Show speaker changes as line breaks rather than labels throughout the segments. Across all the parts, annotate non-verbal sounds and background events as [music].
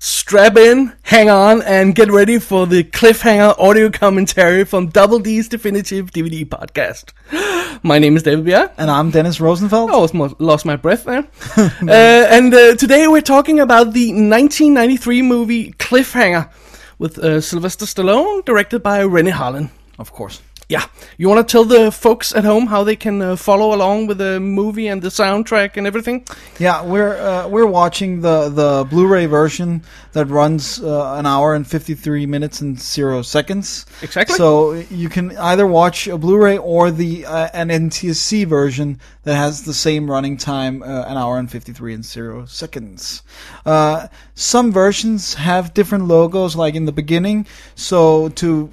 strap in, hang on, and get ready for the cliffhanger audio commentary from Double D's Definitive DVD Podcast. [gasps] My name is David Bier.
And I'm Dennis Rosenfeld.
I almost mo- lost my breath [laughs] there. uh, and uh, today we're talking about the 1993 movie Cliffhanger with uh, Sylvester Stallone, directed by Rennie Harlan.
Of course.
Yeah, you want to tell the folks at home how they can uh, follow along with the movie and the soundtrack and everything?
Yeah, we're uh, we're watching the the Blu-ray version that runs uh, an hour and 53 minutes and 0 seconds.
Exactly.
So you can either watch a Blu-ray or the uh, an NTSC version that has the same running time, uh, an hour and 53 and 0 seconds. Uh, some versions have different logos like in the beginning, so to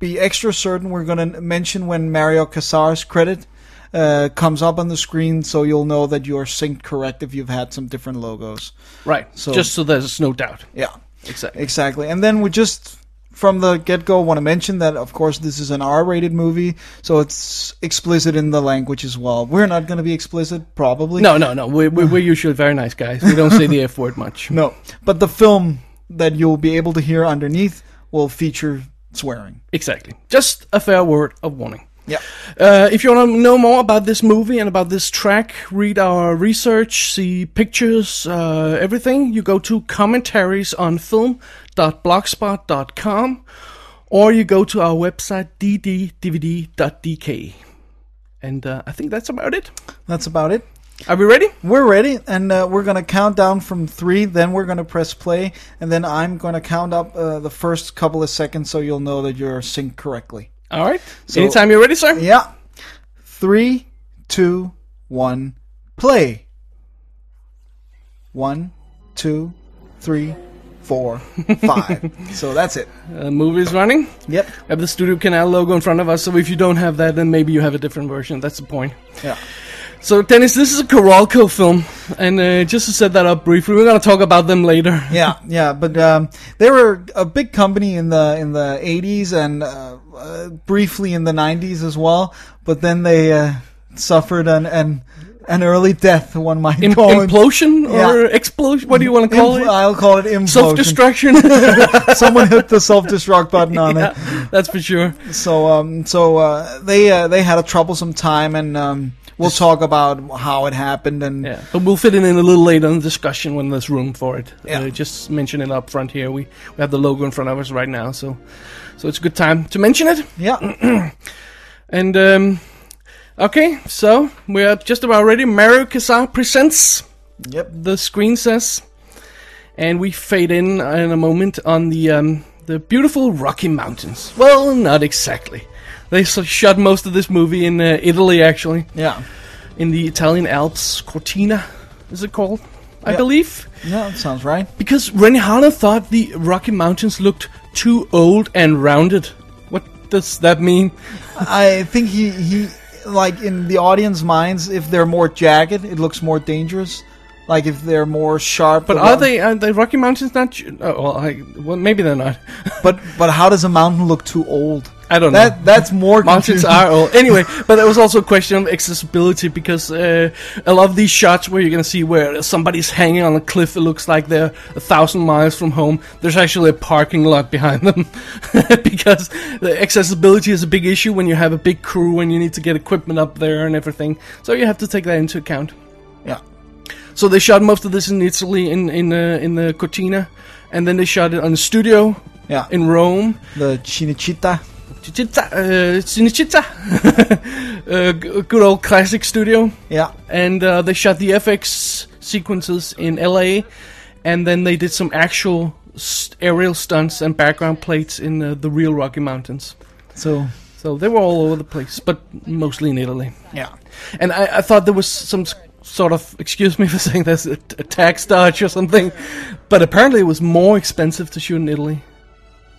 be extra certain we're going to mention when Mario Casar's credit uh, comes up on the screen so you'll know that you're synced correct if you've had some different logos.
Right,
So-
just so there's no doubt.
Yeah,
Exactly.
exactly. And then we just from the get go want to mention that of course this is an R rated movie, so it's explicit in the language as well. We're not going to be explicit, probably.
No, no, no. We're, we're, we're usually very nice guys. We don't say the F word much.
No. But the film that you'll be able to hear underneath will feature swearing.
Exactly. Just a fair word of warning.
Yeah.
Uh, if you want to know more about this movie and about this track, read our research, see pictures, uh, everything, you go to commentaries on film.blogspot.com or you go to our website dddvd.dk. And uh, I think that's about it.
That's about it.
Are we ready?
We're ready, and uh, we're gonna count down from three. Then we're gonna press play, and then I'm gonna count up uh, the first couple of seconds, so you'll know that you're synced correctly.
All right. Anytime you're ready, sir.
Yeah, three, two, one, play. One, two, three,
[laughs]
four, five. so that's it.
Uh, movie's running.
Yep.
We have the Studio Canal logo in front of us, so if you don't have that, then maybe you have a different version. That's the point.
Yeah.
So, Dennis, this is a Coralco film, and uh, just to set that up briefly, we're going to talk about them later.
yeah, yeah, but um, they were a big company in the in the '80s and uh, uh, briefly in the '90s as well. But then they uh, suffered an, an an early death, one might
Im-
call it.
implosion or explosion? What do you want to call [laughs]
Impl- uh,
it?
I'll call it implosion.
Self destruction?
[laughs] Someone hit the self destruct button on it.
[laughs] That's for sure.
So um, so uh, they uh, they had a troublesome time, and um, we'll talk about how it happened and
Yeah, but we'll fit it in a little later in the discussion when there's room for it.
Yeah.
Uh, just mention it up front here. We, we have the logo in front of us right now, so so it's a good time to mention it.
yeah,
And um, okay, so we're just about ready. Mario Casar presents.
yep,
the screen says, and we fade in in a moment on the um, the beautiful Rocky Mountains. Well, not exactly. They s- shot most of this movie in uh, Italy, actually,
yeah,
in the Italian Alps, Cortina, is it called? I
Yeah.
believe
yeah, that sounds right.
because Rennie Harlan thought the Rocky Mountains looked too old and rounded. What does that mean?
I think he he like in the audience minds, if they're more jagged, it looks more dangerous. Like if they're more sharp.
But
the
are
round-
they are the Rocky Mountains not? ju- Oh, well, I, well, maybe they're not. [laughs]
But but how does a mountain look too old?
I don't know.
That that's more
Mountains
confusing.
are old. Anyway, but there was also a question of accessibility because uh, a lot of these shots where you're going to see where somebody's hanging on a cliff, it looks like they're a thousand miles from home. There's actually a parking lot behind them [laughs] because the accessibility is a big issue when you have a big crew and you need to get equipment up there and everything. So you have to take that into account.
Yeah.
So they shot most of this in Italy in in uh, in the Cortina, and then they shot it on the studio
Yeah.
in Rome.
the Cinecittà.
Chichita, uh, Cinecittà. [laughs] uh, g- good old classic studio.
Yeah.
And uh, they shot the FX sequences in LA, and then they did some actual st- aerial stunts and background plates in uh, the real Rocky Mountains.
So
So they were all over the place, but mostly in Italy.
yeah.
And I, I thought there was some s- sort of, excuse me [laughs] for saying this, a, a tax dodge or something, but apparently it was more expensive to shoot in Italy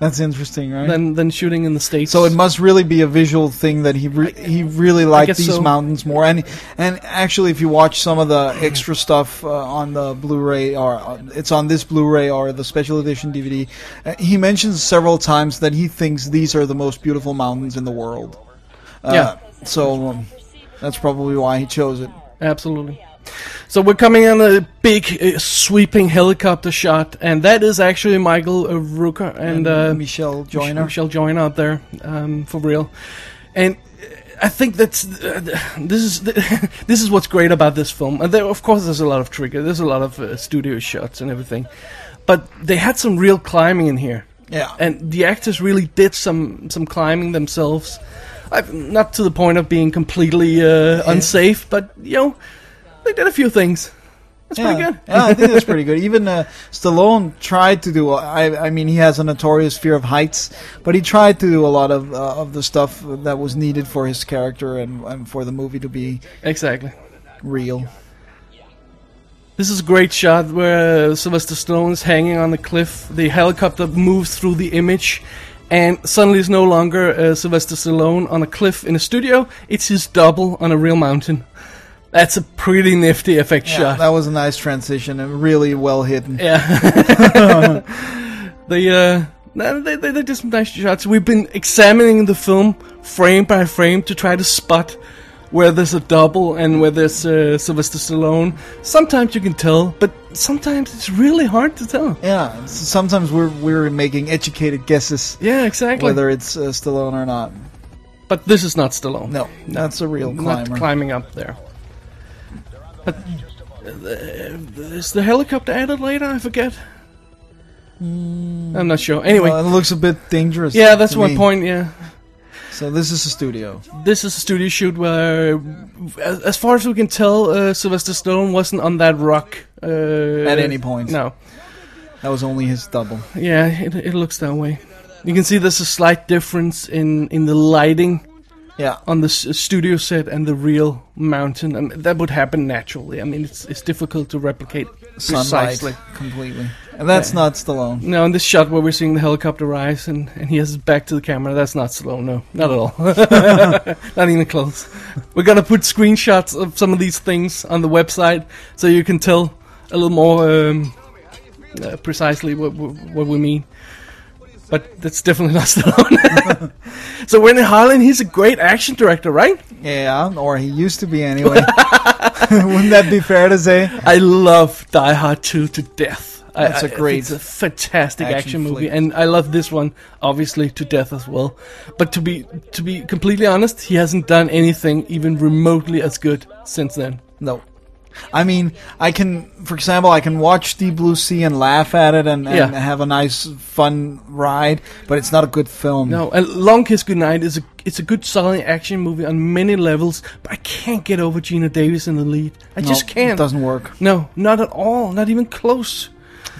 That's interesting, right?
than, than shooting in the States.
so it must really be a visual thing that he re- he really liked
guess
these
so.
mountains more. And and actually, if you watch some of the extra stuff uh, on the Blu-ray or uh, it's on this Blu-ray or the special edition DVD, uh, he mentions several times that he thinks these are the most beautiful mountains in the world. Uh,
Yeah.
So um, that's probably why he chose it.
Absolutely. So we're coming on a big uh, sweeping helicopter shot, and that is actually Michael uh, Rooker and, uh,
Michelle Joyner.
Michelle Joyner out there um, for real, and. uh, I think that's uh, this is [laughs] this is what's great about this film, and there, of course there's a lot of trigger, there's a lot of uh, studio shots and everything, but they had some real climbing in here
yeah.
and the actors really did some some climbing themselves. I, not to the point of being completely uh, unsafe, but you know, they did a few things. That's
yeah.
pretty good.
yeah, I think that's pretty good. Even uh, Stallone tried to do. I, I mean, he has a notorious fear of heights, but he tried to do a lot of uh, of the stuff that was needed for his character and, and for the movie to be
Exactly.
real.
This is a great shot where uh, Sylvester Stallone is hanging on the cliff. The helicopter moves through the image, and suddenly it's no longer uh, Sylvester Stallone on a cliff in a studio. It's his double on a real mountain. That's a pretty nifty effect
Yeah,
shot.
that was a nice transition and really well hidden.
Yeah. [laughs] they uh no, they, they they did some nice shots. We've been examining the film frame by frame to try to spot where there's a double and where there's uh, Sylvester Stallone. Sometimes you can tell, but sometimes it's really hard to tell.
Yeah, s- sometimes we're we're making educated guesses
Yeah, exactly.
whether it's uh, Stallone or not.
but this is not Stallone.
No, that's a real
not
climber.
climbing up there. But uh, is the helicopter added later? I forget. I'm not sure. Anyway,
Hmm. Well, it looks a bit dangerous.
yeah, that's
to
one
me.
point. Yeah.
So this is a studio.
this is a studio shoot where, as, as far as we can tell, uh, Sylvester Stallone wasn't on that rock uh,
At any point,
No,
that was only his double.
yeah, it, it looks that way. You can see there's a slight difference in in the lighting
Yeah,
on the s- studio set and the real mountain. I mean, that would happen naturally. I mean, it's it's difficult to replicate
sunlight
precisely.
completely, and that's not Stallone.
Now, in this shot where we're seeing the helicopter rise and, and he has his back to the camera, that's not slow, no. Not at all. [laughs] not even close. We're going to put screenshots of some of these things on the website so you can tell a little more um, uh, precisely what, what, what we mean. But that's definitely not [laughs] Stallone. [laughs] so Rennie Harlan, he's a great action director, right?
Yeah, or he used to be anyway. [laughs] Wouldn't that be fair to say?
I love Die Hard 2 to death. I-
That's
I-
a
I think
great
it's a fantastic
action
action, movie,
flick.
and I love this one obviously to death as well. But to be to be completely honest, he hasn't done anything even remotely as good since then.
No. I mean, I can, for example, I can watch Deep Blue Sea and laugh at it and, and
Yeah.
have a nice, fun ride, but it's not a good film.
No, and Long Kiss Goodnight is a it's a good solid action movie on many levels, but I can't get over Gina Davis in the lead. I
No,
just
It
can't.
doesn't work.
No, not at all. Not even close.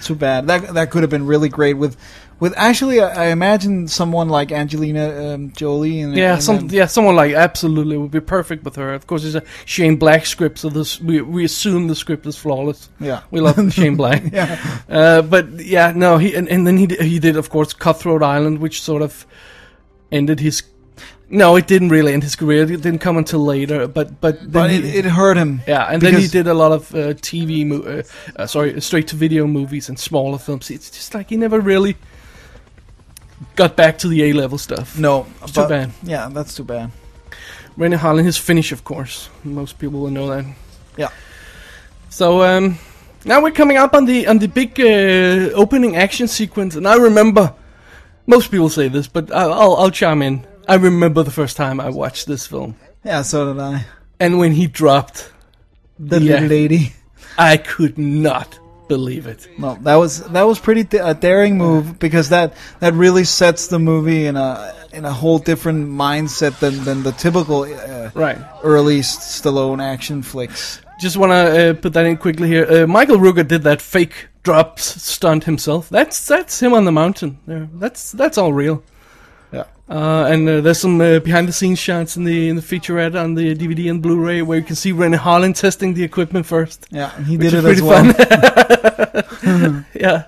Too bad. That that could have been really great with, with actually, I, I imagine someone like Angelina um, Jolie and
Yeah,
and,
some
um,
yeah, someone like absolutely would be perfect with her. Of course, it's a Shane Black script, so this we we assume the script is flawless. [laughs]
yeah,
We
[laughs]
love Shane Black.
yeah,
Uh, but yeah, no, he and, and then he d- he did of course Cutthroat Island, which sort of ended his. No, it didn't really end his career. It didn't come until later. But but then
but it,
he,
it hurt him.
yeah, and then he
because-
did a lot of uh, TV, mo- uh, uh, sorry, straight to video movies and smaller films. It's just like he never really got back to the A level stuff.
No,
it's
but-
too bad.
Yeah, that's too bad.
Rennie Harlan, his Finnish, of course. Most people will know that.
Yeah.
So um, now we're coming up on the on the big uh, opening action sequence, and I remember. Most people say this, but I- I'll I'll chime in. I remember the first time I watched this film,
Yeah, so did I.
and when he dropped,
The
Yeah.
little lady.
I could not believe it.
No, that was that was pretty d- a daring move because that that really sets the movie in a in a whole different mindset than than the typical uh,
Right.
early S- Stallone action flicks.
Just want to uh, put that in quickly here. Uh, Michael Ruger did that fake drop s- stunt himself. That's that's him on the mountain. Yeah, that's that's all real.
Yeah.
Uh, and uh, there's some uh, behind-the-scenes shots in the in the featurette on the DVD and Blu-ray where you can see Rennie Harlan testing the equipment first.
Yeah, and he
Which is
did it as
pretty
well.
[laughs] Yeah.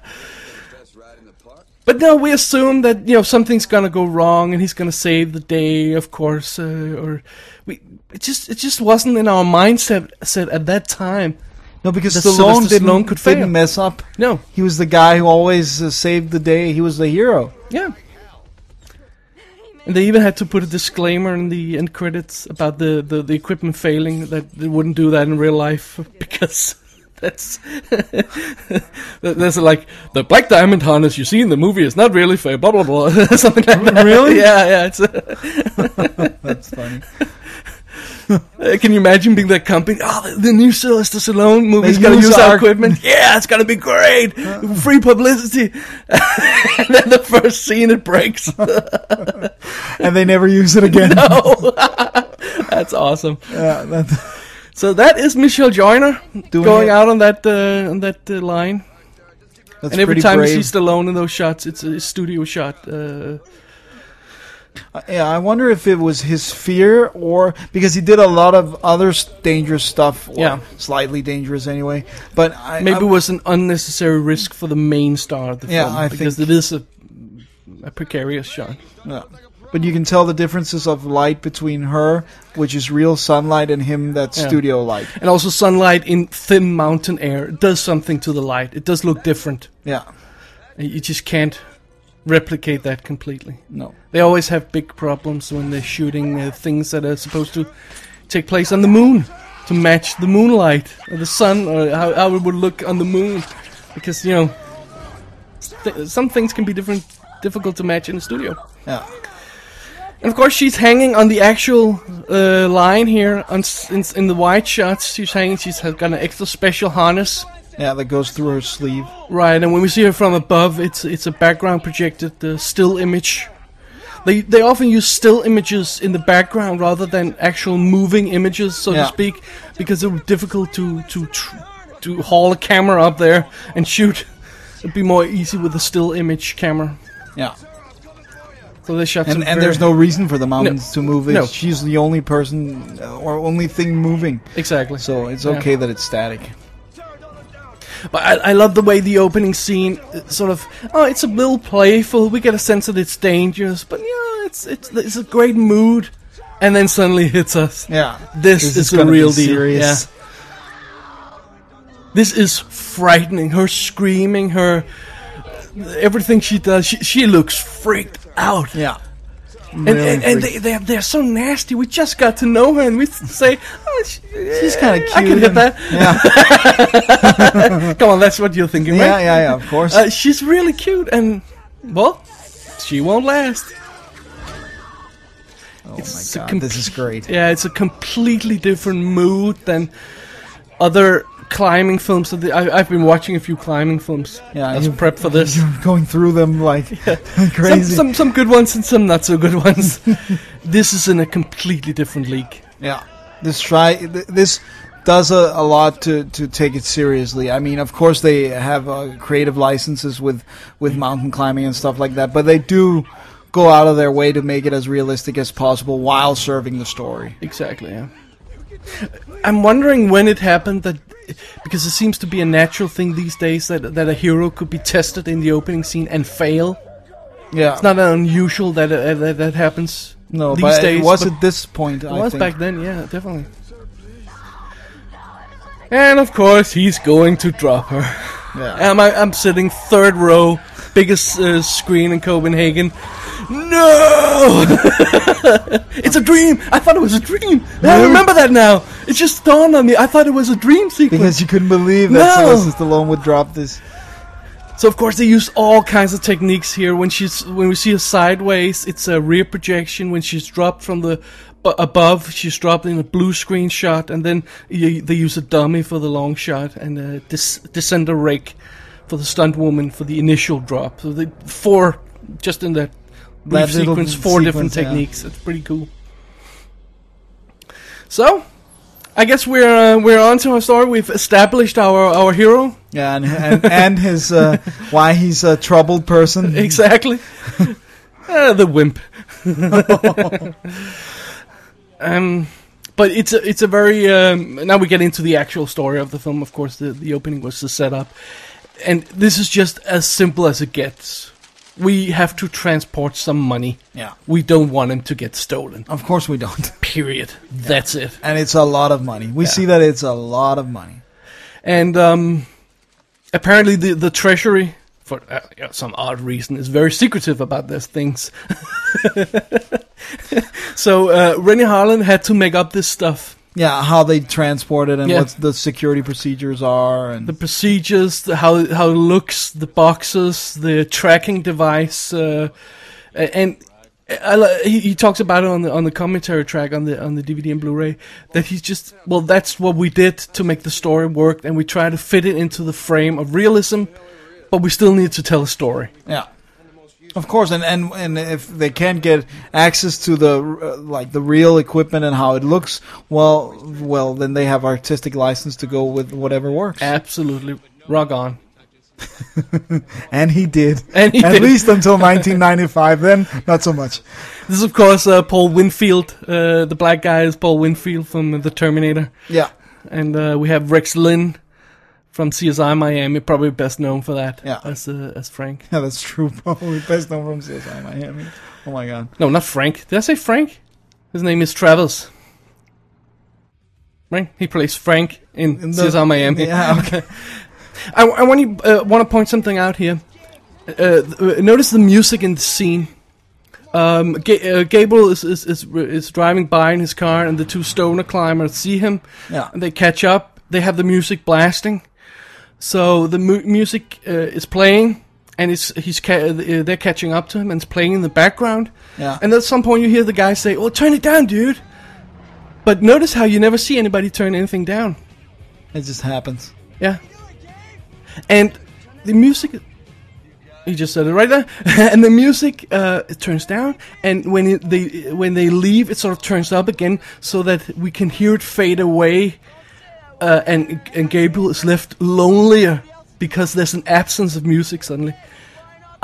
But no, we assume that you know something's gonna go wrong and he's gonna save the day, of course, uh, or we it just it just wasn't in our mindset set at that time.
No, because
The
Stallone
Sylvester
didn't,
Stallone could fail.
didn't mess up.
No,
He
[laughs]
was the guy who always uh, saved the day. He was the hero.
yeah, And they even had to put a disclaimer in the end credits about the, the, the equipment failing that they wouldn't do that in real life [laughs] because that's [laughs] that's like the black diamond harness you see in the movie is not really fair. Blah blah blah. [laughs] Something like that.
Really?
[laughs] Yeah, yeah. It's
That's funny.
Uh, can you imagine being that company? Oh, the, the new Sylvester Stallone movie's
They
going to use
use
our
our- [laughs]
equipment. Yeah, it's going to be great. Free publicity. [laughs] and then the first scene, it breaks.
And they never use it again.
no. [laughs] That's awesome.
Yeah, that's-
So that is Michelle Joyner
Doing
going
it.
out on that uh, on that uh, line.
that's
and every
pretty
time
brave.
you see Stallone in those shots, it's a studio shot. Uh,
Uh, Yeah, I wonder if it was his fear or because he did a lot of other s- dangerous stuff. Or
Yeah.
slightly dangerous anyway. But I,
maybe
I-
it was an unnecessary risk for the main star of the
Yeah,
film
I
because
think-
it is a, a precarious shot.
yeah. But you can tell the differences of light between her, which is real sunlight, and him, that's
Yeah.
studio light.
And also, sunlight in thin mountain air does something to the light. It does look different.
Yeah,
You just can't replicate that completely.
no.
They always have big problems when they're shooting uh, things that are supposed to take place on the moon to match the moonlight or the sun or how, how it would look on the moon, because you know th- some things can be different, difficult to match in the studio.
Yeah,
And of course, she's hanging on the actual uh, line here on s- in, in the wide shots. She's hanging. She's has got an extra special harness.
yeah, that goes through her sleeve.
Right, and when we see her from above, it's it's a background projected uh, still image. They they often use still images in the background rather than actual moving images, so to
Yeah.
speak, because it would be difficult to to tr- to haul a camera up there and shoot. It'd be more easy with a still image camera.
Yeah,
So they shot
and
some
and
very-
there's no reason for the mountains to move. It's,
No.
She's the only person uh, or only thing moving,
exactly.
so it's
Yeah.
okay that it's static.
But I, I love the way the opening scene uh, sort of oh, it's a little playful. We get a sense that it's dangerous, but yeah, it's it's it's a great mood, and then suddenly hits us.
Yeah,
This,
This
is,
is
the
gonna
real
be
deal.
serious.
yeah. This is frightening. Her screaming, her everything she does, she, she looks freaked out.
yeah.
and and, and they, they're, they're so nasty. We just got to know her, and we say, oh, she,
she's kind of cute.
I can hit
and-
that. [laughs]
Yeah.
Come on, that's what you're thinking, right?
Yeah, yeah, yeah, of course.
Uh, she's really cute, and well, she won't last.
oh
it's
my
a
god,
complete-
this is
[laughs]
great.
Yeah, it's a completely different mood than other climbing films. That the, I, I've been watching a few climbing films.
Yeah,
as
you-
prep for this.
[laughs] You're going through them like
Some,
[laughs] crazy.
some some good ones and some not so good [laughs] ones. this is in a completely different league.
Yeah, this try th- this does a, a lot to, to take it seriously. I mean, of course they have uh, creative licenses with with mountain climbing and stuff like that, but they do go out of their way to make it as realistic as possible while serving the story.
Exactly. Yeah. I'm wondering when it happened that, because it seems to be a natural thing these days that that a hero could be tested in the opening scene and fail.
Yeah,
It's not unusual that uh, that, that happens
no,
these
but
days.
it was
but
at this point.
it
I
was
think.
back then, yeah, definitely. And of course, he's going to drop her. [laughs]
Yeah.
I'm, I'm sitting third row, biggest uh, screen in Copenhagen. No! [laughs] it's a dream! I thought it was a dream! I
Really?
remember that now! It just dawned on me. I thought it was a dream sequence.
Because you couldn't believe that
No!
Sylvester Stallone would drop this.
So of course they use all kinds of techniques here. When she's when we see her sideways, it's a rear projection. When she's dropped from the bu- above, she's dropped in a blue screen shot, and then y they use a dummy for the long shot and a dis- descender rake for the stunt woman for the initial drop. So they four just in that brief
That little
sequence, four different
sequence, yeah.
techniques. It's pretty cool. So. I guess we're uh, we're on to our story. We've established our, our hero.
Yeah, and and, and his uh, why he's a troubled
[laughs]
person.
exactly. Ah, the wimp. um, but it's a it's a very um, now we get into the actual story of the film. Of course, the the opening was the setup, and this is just as simple as it gets. We have to transport some money.
Yeah,
We don't want him to get stolen.
of course we don't. [laughs]
Period. That's it.
And it's a lot of money. We
Yeah.
see that it's a lot of money.
And um, apparently, the the treasury, for uh, yeah, some odd reason, is very secretive about those things. [laughs] So uh, Rennie Harlan had to make up this stuff.
Yeah, how they transport it and
Yeah.
what the security procedures are, and
The procedures, the, how how it looks, the boxes, the tracking device, uh, a- and I, li- he, he talks about it on the on the commentary track on the on the DVD and Blu-ray that he's just well that's what we did to make the story work and we try to fit it into the frame of realism, but we still need to tell a story.
yeah, of course. And and and if they can't get access to the uh, like the real equipment and how it looks, well, well, then they have artistic license to go with whatever works.
Absolutely, rock on. [laughs]
And he did.
And he
At
did.
least until 1995. then not so much.
This is of course uh, Paul Winfield. Uh, the black guy is Paul Winfield from uh, the Terminator.
Yeah,
And uh, we have Rex Lynn from CSI Miami, probably best known for that
Yeah.
as uh, as Frank.
[laughs] yeah, that's true. Probably best known from CSI Miami. Oh my god.
No, not Frank. Did I say Frank? His name is Travis. Right? He plays Frank in,
In the-
CSI Miami.
Yeah.
[laughs]
Okay.
I, I want you uh, want to point something out here. Uh, th- uh, notice the music in the scene. Um, Ga- uh, Gabriel is, is is is driving by in his car, and the two stoner climbers see him.
Yeah.
and they catch up. They have the music blasting, so the mu- music uh, is playing, and it's he's ca- uh, they're catching up to him, and it's playing in the background.
Yeah.
And at some point, you hear the guy say, "Well, turn it down, dude." But notice how you never see anybody turn anything down.
It just happens.
Yeah. And the music. He just said it right there, [laughs] and the music uh, it turns down, and when it, they when they leave, it sort of turns up again, so that we can hear it fade away, uh, and and Gabriel is left lonelier because there's an absence of music suddenly.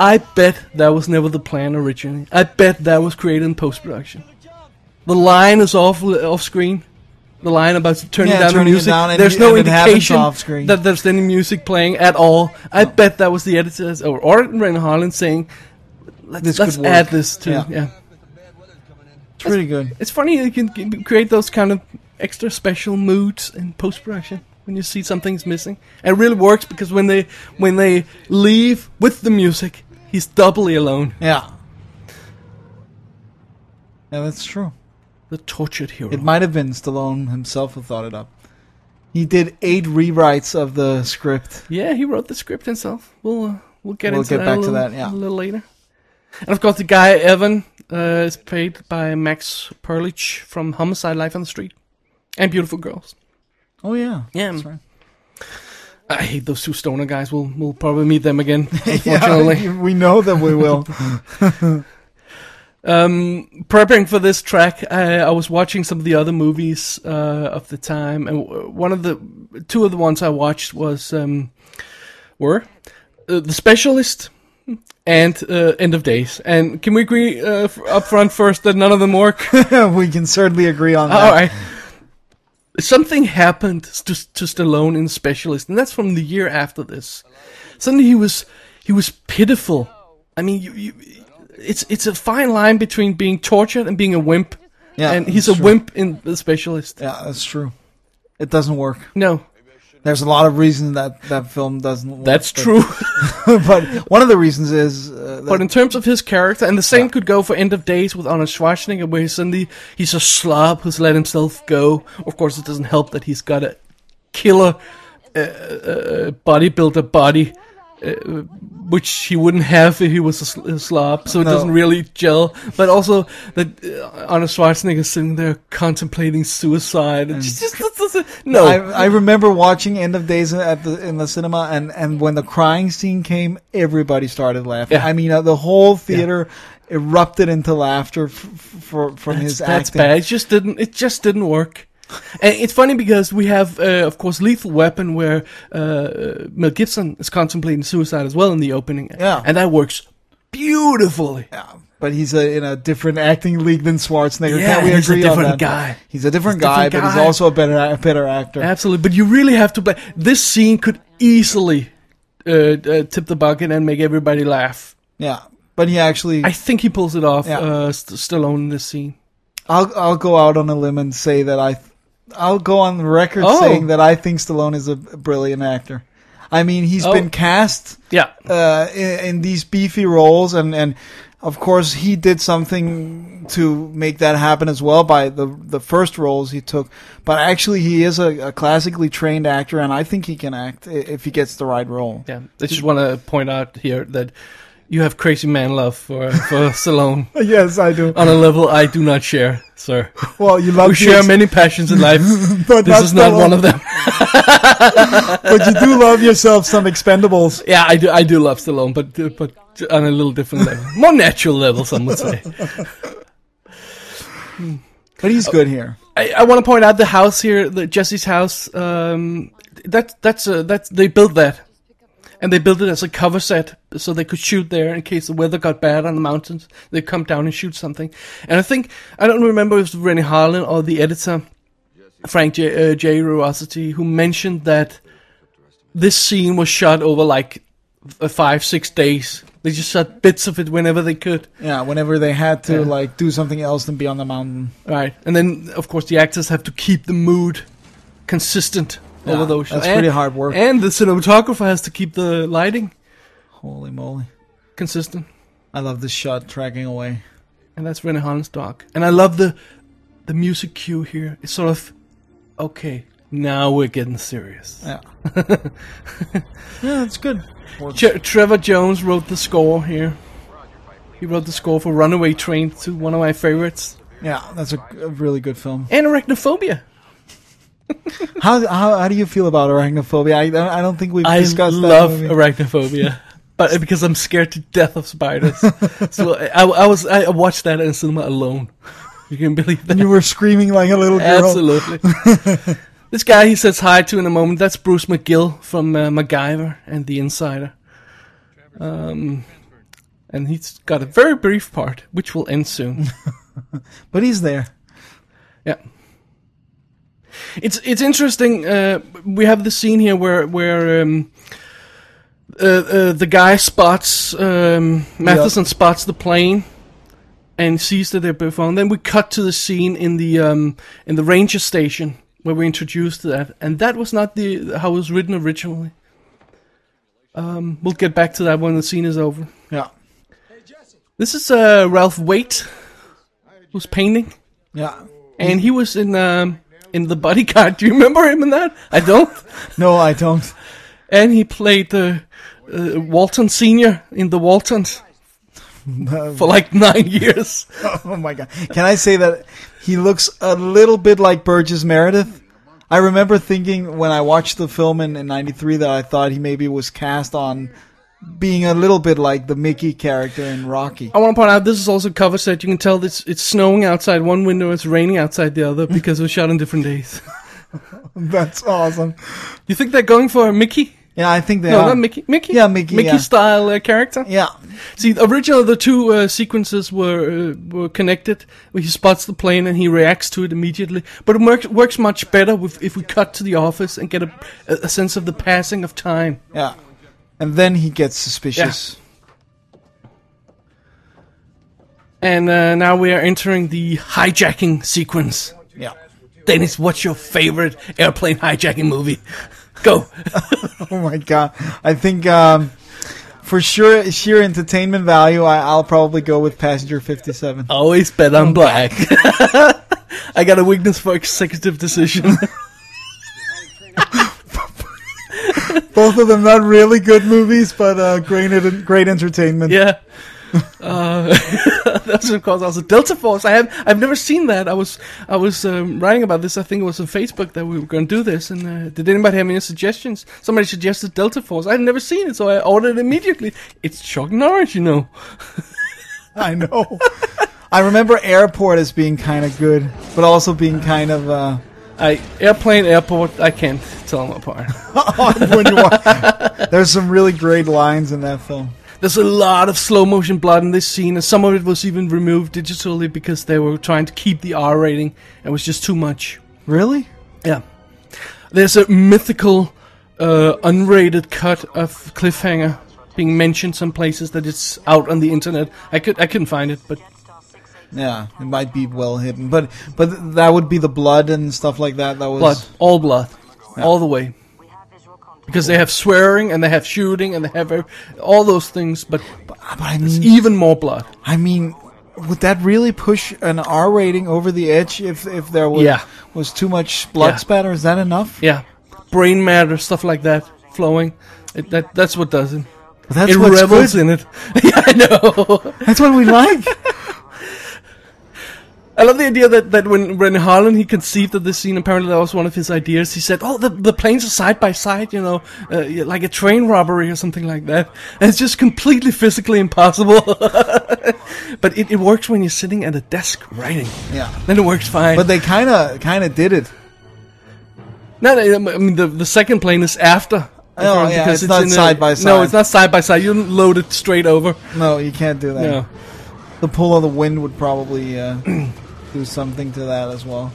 I bet that was never the plan originally. I bet that was created in post production. The line is off off screen. The line about turning
Yeah,
down
turning it
the music.
down and-
there's no
and it happens
indication
off screen.
that there's any music playing at all. I bet that was the editors or or Ren Harlan saying, "Let's,
This
let's
could work."
add this to."
Yeah.
Yeah.
It's really good.
it's funny you can c- create those kind of extra special moods in post production when you see something's missing. It really works because when they when they leave with the music, he's doubly alone,
Yeah. Yeah, that's true.
the tortured hero.
It might have been Stallone himself who thought it up. He did eight rewrites of the script.
Yeah, he wrote the script himself. We'll uh, we'll get
We'll
into
get
that,
back
a
to
little,
that, yeah.
a little later. And of course, the guy Evan uh, is played by Max Perlich from Homicide: Life on the Street and Beautiful Girls.
Oh yeah.
Yeah.
That's
[laughs]
right.
I hate those two stoner guys. We'll we'll probably meet them
[laughs]
again, unfortunately. [laughs]
Yeah, we know that we will. [laughs]
Um, preparing for this track, I, I was watching some of the other movies uh, of the time, and w- one of the two of the ones I watched was um, were uh, The Specialist and uh, End of Days. And can we agree uh, f- up front first that none of them work?
we can certainly agree on that.
All right. Something happened to to Stallone in Specialist, and that's from the year after this. Suddenly he was he was pitiful. I mean, you, you, it's it's a fine line between being tortured and being a wimp.
Yeah,
and he's a
that's true.
wimp in the Specialist.
Yeah, that's true. It doesn't work.
No,
There's a lot of reasons that that film doesn't. Work,
that's
but-
true.
[laughs] but one of the reasons is uh, that
but in terms of his character, and the same could go for End of Days with Arnold Schwarzenegger, where he suddenly he's a slob who's let himself go. Of course, it doesn't help that he's got a killer uh, uh, bodybuilder body, uh, which he wouldn't have if he was a, sl- a slob. So it
No.
doesn't really gel. But also that uh, Arnold Schwarzenegger sitting there contemplating suicide. And just, just, just- just- no,
I, I remember watching End of Days at the in the cinema, and, and when the crying scene came, everybody started laughing.
Yeah.
I mean, uh, the whole theater erupted into laughter f- f- for from his
that's
acting.
bad. It just didn't. It just didn't work. And it's funny because we have, uh, of course, Lethal Weapon, where uh, Mel Gibson is contemplating suicide as well in the opening.
Yeah.
and that works beautifully.
Yeah, but he's a, in a different acting league than Schwarzenegger.
Yeah,
Can't we
he's a
agree on
different
that?
guy.
He's a different
He's a
guy,
different
but he's
guy.
also a better a better actor.
Absolutely, but you really have to play. This scene could easily uh, uh, tip the bucket and make everybody laugh.
yeah, but he actually.
I think he pulls it off.
Yeah.
Uh, St- Stallone in this scene.
I'll I'll go out on a limb and say that I, I'll go on record
Oh.
saying that I think Stallone is a brilliant actor. I mean, he's
Oh.
been cast
Yeah.
uh, in, in these beefy roles, and and of course he did something to make that happen as well by the the first roles he took. But actually, he is a, a classically trained actor, and I think he can act i- if he gets the right role.
Yeah, I just want to point out here that you have crazy man love for for [laughs] Stallone
[laughs] Yes, I do.
on a level I do not share, sir.
Well, you love
We
the
share
ex-
many passions in life.
but
this is not one of them.
But you do love yourself some Expendables.
Yeah, I do. I do love Stallone, but uh, but on a little different level, more natural level, some would say.
[laughs] But he's good here.
I, I want to point out the house here, the Jesse's house. Um, that that's a, that's they built that, and they built it as a cover set so they could shoot there in case the weather got bad on the mountains. They'd come down and shoot something. And I think I don't remember if it was Rennie Harlan or the editor Frank J. Uh, J. Ruosity who mentioned that this scene was shot over like f- five six days. They just shot bits of it whenever they could.
Yeah, whenever they had to
Yeah.
like do something else than be on the mountain.
Right, and then of course the actors have to keep the mood consistent
Yeah,
over those. shots.
That's
and,
pretty hard work.
And the cinematographer has to keep the lighting
Holy moly.
consistent,
I love this shot tracking away.
and that's Rennie Harlan's dog. And I love the the music cue here. It's sort of okay. Now we're getting serious. [laughs]
Yeah. yeah, it's good.
Tre- Trevor Jones wrote the score here. He wrote the score for Runaway Train, to one of my favorites,
Yeah, that's a, a really good film.
and Arachnophobia.
How, how how do you feel about arachnophobia? I don't- I don't think we've
I
discussed
love
that movie. [laughs]
arachnophobia, but because I'm scared to death of spiders. so I, I, I was I watched that in cinema alone. You can believe that.
and you were screaming like a [laughs] little girl.
Absolutely.
[laughs]
this guy he says hi to in a moment. That's Bruce McGill from uh, MacGyver and The Insider. Um, and he's got a very brief part, which will end soon.
But he's there.
Yeah. It's it's interesting. Uh, we have the scene here where where um, uh, uh, the guy spots um, Matheson spots the plane and sees that they're both on. Then we cut to the scene in the um, in the ranger station where we're introduced to that, and that was not the how it was written originally. Um, we'll get back to that when the scene is over.
Yeah.
This is uh, Ralph Waite, who's painting.
Yeah.
And he was in um, in the bodyguard. Do you remember him in that? I don't.
No, I don't. [laughs]
and he played the uh, Walton Senior in the
[laughs]
Waltons for like nine [laughs] years.
Oh my god! Can I say that he looks a little bit like Burgess Meredith? I remember thinking when I watched the film in in '93 that I thought he maybe was cast on being a little bit like the Mickey character in Rocky. [laughs]
I want to point out this is also cover set. You can tell it's it's snowing outside one window, it's raining outside the other because it was shot on different days. [laughs]
That's awesome.
You think they're going for Mickey?
Yeah, I think they
No,
are.
not Mickey. Mickey.
Yeah, Mickey,
Mickey
yeah.
style uh, character.
Yeah,
See, originally the two uh, sequences were uh, were connected. He spots the plane and he reacts to it immediately. But it works works much better with, if we cut to the office and get a, a sense of the passing of time.
yeah. And then he gets suspicious.
And uh, now we are entering the hijacking sequence.
Yeah. [laughs]
Dennis, what's your favorite airplane hijacking movie? [laughs] Go.
Oh my god! I think um, for sure sheer entertainment value, I, I'll probably go with Passenger 57.
Always bet [laughs] on black. I got a weakness for executive decision.
Both of them not really good movies, but uh, great en- great entertainment.
Yeah. Uh, [laughs] that's of course also Delta Force. I have I've never seen that. I was I was um, writing about this. I think it was on Facebook that we were going to do this. And uh, did anybody have any suggestions? Somebody suggested Delta Force. I've never seen it, so I ordered it immediately. It's chalk and orange, you know.
I know. I remember Airport as being kind of good, but also being kind of uh, [laughs]
I airplane airport. I can't tell them apart. [laughs]
when you watch. There's some really great lines in that film.
There's a lot of slow motion blood in this scene, and some of it was even removed digitally because they were trying to keep the R rating. and It was just too much.
Really?
Yeah. There's a mythical, uh, unrated cut of Cliffhanger being mentioned some places that it's out on the internet. I could I couldn't find it, but
Yeah, it might be well hidden, but but that would be the blood and stuff like that. That was
blood, all blood, all the way. because they have swearing and they have shooting and they have ev- all those things, but
But I mean,
even more blood.
I mean, would that really push an R rating over the edge if if there was
Yeah.
was too much blood
Yeah.
spatter? Is that enough?
Yeah, brain matter stuff like that flowing. It, that that's what does it.
But That's
it
what's
revels
good.
in it. [laughs] yeah, I know.
That's
[laughs]
what we like.
I love the idea that, that when when Harlan he conceived of this scene, apparently that was one of his ideas. He said, "Oh, the, the planes are side by side, you know, uh, yeah, like a train robbery or something like that." [laughs] And it's just completely physically impossible. [laughs] but it, it works when you're sitting at a desk writing.
yeah.
Then it works fine.
But they kind of kind of did it.
No, no, I mean the the second plane is after.
Oh, yeah, it's not
in a-
side by
No,
side.
it's not side by side. You don't load it straight over.
No, you can't do that.
No.
The pull of the wind would probably
[clears throat]
uh, do something to that as well.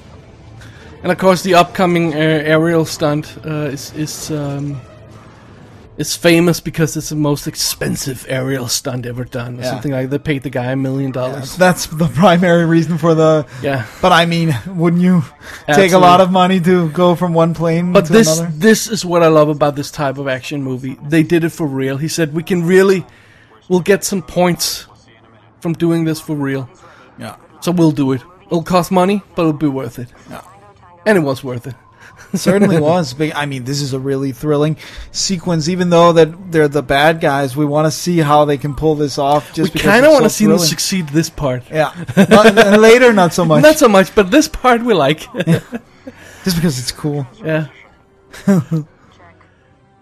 And of course, the upcoming uh, aerial stunt uh, is is um, is famous because it's the most expensive aerial stunt ever done, or
Yeah.
something like. They paid the guy a million
[laughs]
dollars.
That's the primary reason for the.
Yeah,
But I mean, [laughs] wouldn't
[laughs]
you take a
Absolutely.
lot of money to go from one plane
but
to
this
another?
this is what I love about this type of action movie. They did it for real. He said, "We can really, we'll get some points from doing this for real."
Yeah.
So we'll do it. It'll cost money, but it'll be worth it. And it was worth it. [laughs]
[laughs] certainly was. But, I mean, this is a really thrilling sequence. Even though that they're the bad guys, we want to see how they can pull this off. Just
we
because
kind
it's
of
so
want to see them
thrilling.
succeed this part.
Yeah,
[laughs]
But- and later not so much.
Not so much, but this part we like.
just because it's cool.
yeah. [laughs]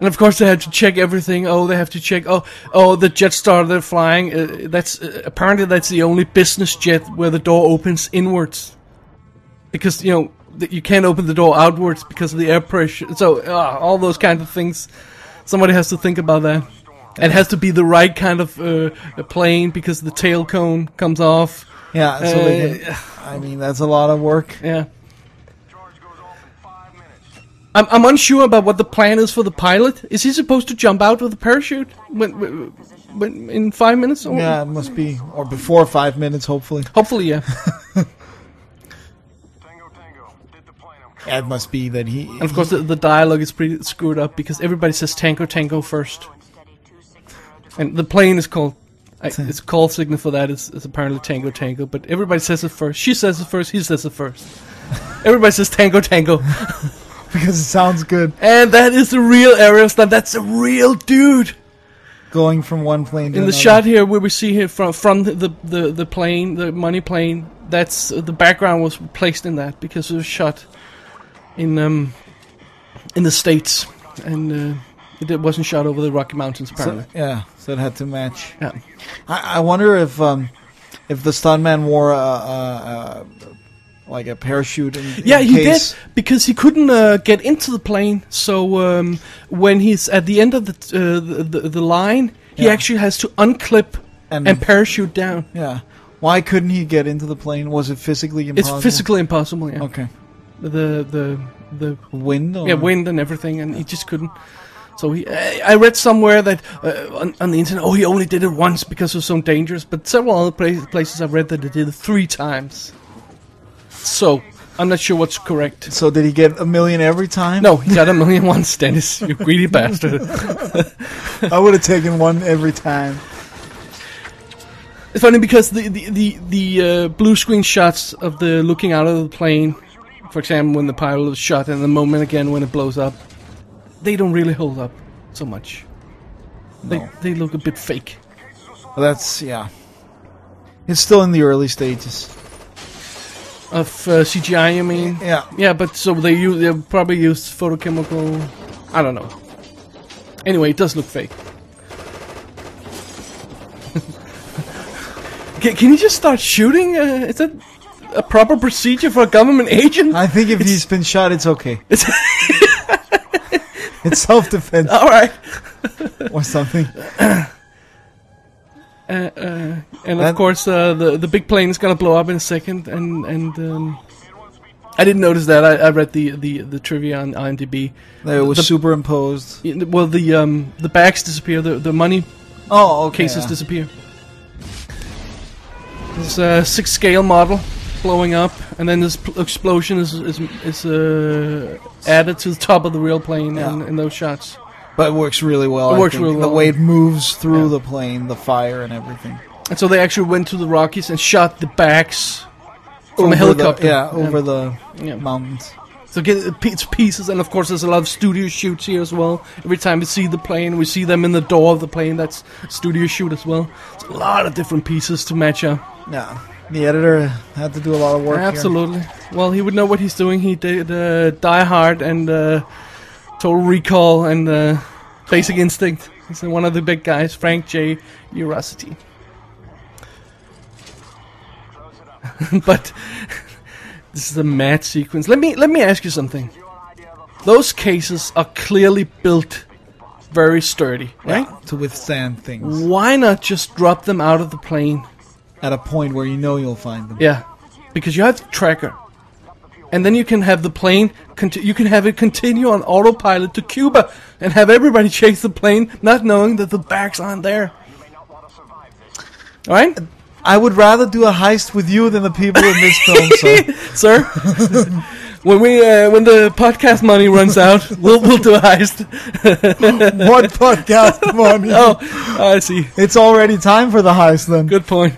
and of course they had to check everything. Oh, they have to check. Oh, oh, the jet star they're flying. Uh, that's uh, apparently that's the only business jet where the door opens inwards, because you know that you can't open the door outwards because of the air pressure. So uh, all those kind of things. Somebody has to think about that. It has to be the right kind of uh, plane because the tail cone comes off.
Yeah, so they
Uh,
can, I mean that's a lot of work.
Yeah. I'm, I'm unsure about what the plan is for the pilot. Is he supposed to jump out with a parachute when, when, when- in five minutes? Or?
Yeah, it must be or before five minutes, hopefully.
Hopefully, yeah.
Tango Tango, did the plane him?
Yeah, it must be that he.
and of course, the, the dialogue is pretty screwed up because everybody says tango tango first. And the plane is called. I, its call signal for that is, is apparently tango tango, but everybody says it first. She says it first, he says it first. Everybody says tango tango.
[laughs] because it sounds good
And that is the real aerial stunt. That's a real dude.
going from one plane to
in the
another.
shot here where we see him from from the, the the plane the money plane that's uh, the background was placed in that because it was shot in um in the states and uh, it, it wasn't shot over the rocky mountains apparently
So, yeah, so it had to match.
yeah
I, I wonder if um, if the stuntman wore a, a, a like a parachute. In, in
yeah he
case.
did because he couldn't uh, get into the plane so um when he's at the end of the t- uh, the, the, the line he
Yeah. Mm.
actually has to unclip
And-
and, parachute down
Yeah. Why couldn't he get into the plane? Was it physically impossible?
it's physically impossible yeah
Okay.
the the the
Wind. Or?
yeah, wind and everything, and he just couldn't. So he, I I read somewhere that uh, on, on the internet, oh, he only did it once because it was so dangerous. But several other pla- places I've read that he did it three times. So I'm not sure what's correct.
So did he get a million every time?
No, he got a million [laughs] once, Dennis. You greedy bastard.
I would have taken one every time.
It's funny because the the the, the uh, blue screen shots of the looking out of the plane, for example, when the pilot is shot, and the moment again when it blows up, they don't really hold up so much. They
No.
they look a bit fake.
That's yeah. It's still in the early stages.
Of uh, CGI, you mean?
Yeah.
Yeah, but so they use they probably used photochemical. I don't know. Anyway, it does look fake. [laughs] can, can you just start shooting? Uh, is that a proper procedure for a government agent? [laughs]
I think if he's been shot, it's okay.
It's-
it's self-defense
All right.
or something.
Uh, uh, and
That-
of course, uh, the the big plane is gonna blow up in a second, and and um, I didn't notice that. I, I read the, the, the trivia on IMDb.
There it was
The-
superimposed.
Well, the um, the bags disappear. The the money
Oh, okay.
cases
yeah.
disappear. It's a six scale model blowing up, and then this pl- explosion is is, is uh, added to the top of the real plane in,
Yeah.
in those shots.
But it works really well.
It
I
works
think.
really
The
well.
way it moves through the plane, the fire, and everything.
And so they actually went to the Rockies and shot the backs from
Over
a
the-
helicopter.
yeah, over the
Yeah.
mountains.
So get it pe- it's pieces, and of course there's a lot of studio shoots here as well. Every time we see the plane, we see them in the door of the plane. That's studio shoot as well. It's a lot of different pieces to match up.
Yeah. The editor had to do a lot of work. here.
Absolutely. Well, he would know what he's doing. He did uh, Die Hard and uh, Total Recall and uh, Basic Instinct. He's one of the big guys, Frank J. Urosity. [laughs] but [laughs] this is a mad sequence. Let me let me ask you something. Those cases are clearly built very sturdy, right?
Yeah, to withstand things
Why not just drop them out of the plane?
at a point where you know you'll find them.
Yeah, because you have the tracker, and then you can have the plane. Conti- you can have it continue on autopilot to Cuba, and have everybody [laughs] chase the plane, not knowing that the backs aren't there. All right, [laughs]
I would rather do a heist with you than the people in this film.
[laughs]
So
sir. when we uh, when the podcast money runs out, we'll we'll do a heist. [laughs]
one podcast money.
oh, I see.
It's already time for the heist then.
Good point.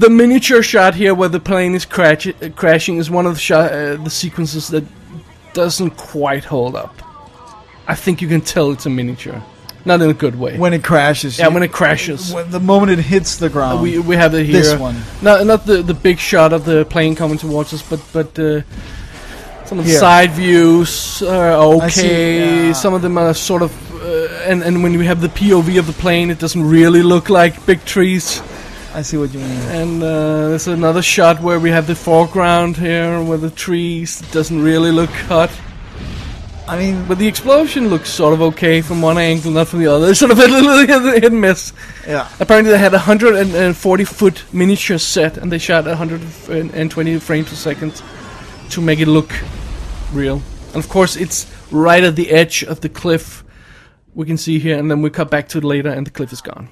the miniature shot here, where the plane is crash- uh, crashing, is one of the, shot, uh, the sequences that doesn't quite hold up. I think you can tell it's a miniature, not in a good way.
When it crashes.
yeah,
you-
when it crashes,
when the moment it hits the ground.
we we have it here.
this one.
No, not the the big shot of the plane coming towards us, but but. Uh, some of the
Here.
side views are
I
okay.
see, yeah.
Some of them are sort of, uh, and and when we have the POV of the plane, it doesn't really look like big trees.
I see what you mean.
And uh, there's another shot where we have the foreground here with the trees. It doesn't really look hot.
I mean,
But the explosion looks sort of okay from one angle, not from the other. [laughs] It's sort of a little hit hit and miss.
yeah.
Apparently, they had a 140 foot miniature set and they shot at 120 frames a second to make it look real. And of course, it's right at the edge of the cliff. We can see here, and then we cut back to it later, and the cliff is gone.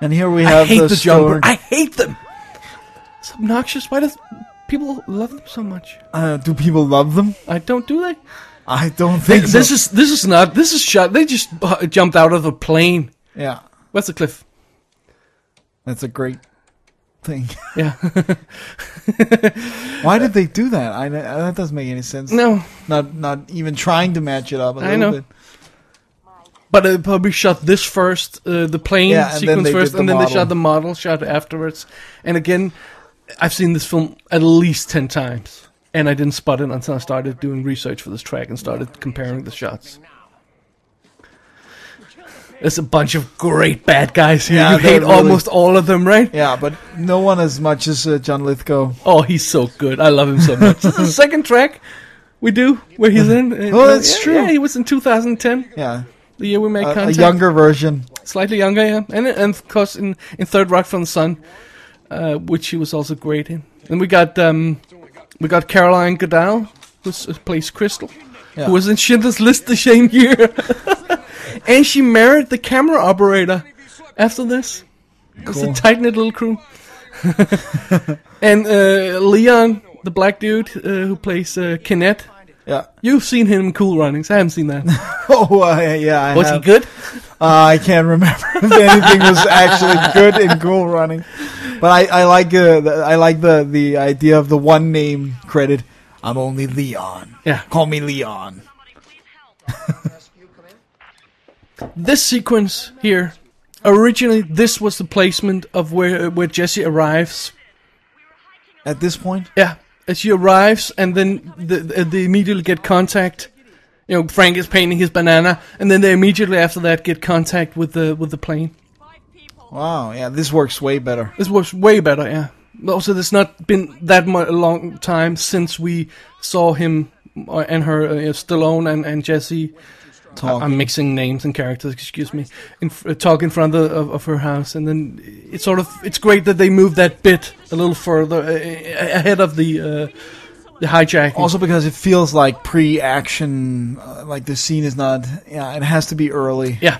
And here we
I
have
hate
the,
the jumper.
story-
I hate them. It's obnoxious. Why does people love them so much?
Uh, do people love them?
I don't do they?
I don't think so.
This is this is not this is shot. They just uh, jumped out of a plane.
yeah.
Where's the cliff?
That's a great thing. [laughs]
Yeah, [laughs]
Why did they do that? I uh, that doesn't make any sense.
no,
Not not even trying to match it up a
I
little
know.
bit.
but they probably shot this first, uh, the plane
Yeah, and
sequence
then they did
first,
the
and then they
model.
shot the model shot afterwards. And again, I've seen this film at least ten times, and I didn't spot it until I started doing research for this track and started comparing the shots. There's a bunch of great bad guys here.
Yeah,
you
they're
hate
really-
almost all of them, right?
Yeah, but no one as much as uh, John Lithgow.
Oh, he's so good. I love him so much. this is the
[laughs]
second track we do where he's in. Uh,
Oh, that's
yeah,
true.
Yeah, he was in 2010,
Yeah,
the year we made
a, a
contact.
younger version.
slightly younger, yeah. And, and of course, in, in Third Rock from the Sun, uh, which he was also great in. Then we got um, we got Caroline Goodall, who s- plays Crystal,
Yeah.
who was in Schindler's List the same year, [laughs] and she married the camera operator after this. It's a
Cool.
tight knit little crew. [laughs] and uh, Leon, the black dude uh, who plays uh, Kenneth,
Yeah. [laughs]
you've seen him in Cool Runnings. I haven't seen that.
Oh uh, yeah. [laughs] I
Was he
have.
good?
Uh, I can't remember [laughs] if anything was actually good in Cool Running, but I, I like uh, the, I like the the idea of the one name credit. I'm only Leon.
Yeah.
Call me Leon.
this sequence here originally this was the placement of where where Jesse arrives.
At this point,
Yeah, as she arrives, and then the, the, they immediately get contact. You know, Frank is painting his banana, and then they immediately after that get contact with the with the plane.
wow. Yeah, this works way better.
This works way better. Yeah. Also, there's not been that much a long time since we saw him uh, and her uh, Stallone and and Jesse.
Talk.
I'm mixing names and characters. Excuse me. In, f- uh, talk in front of, of, of her house, and then it's sort of it's great that they move that bit a little further uh, uh, ahead of the uh, the hijacking.
also because it feels like pre-action, uh, like the scene is not. Yeah, it has to be early.
yeah.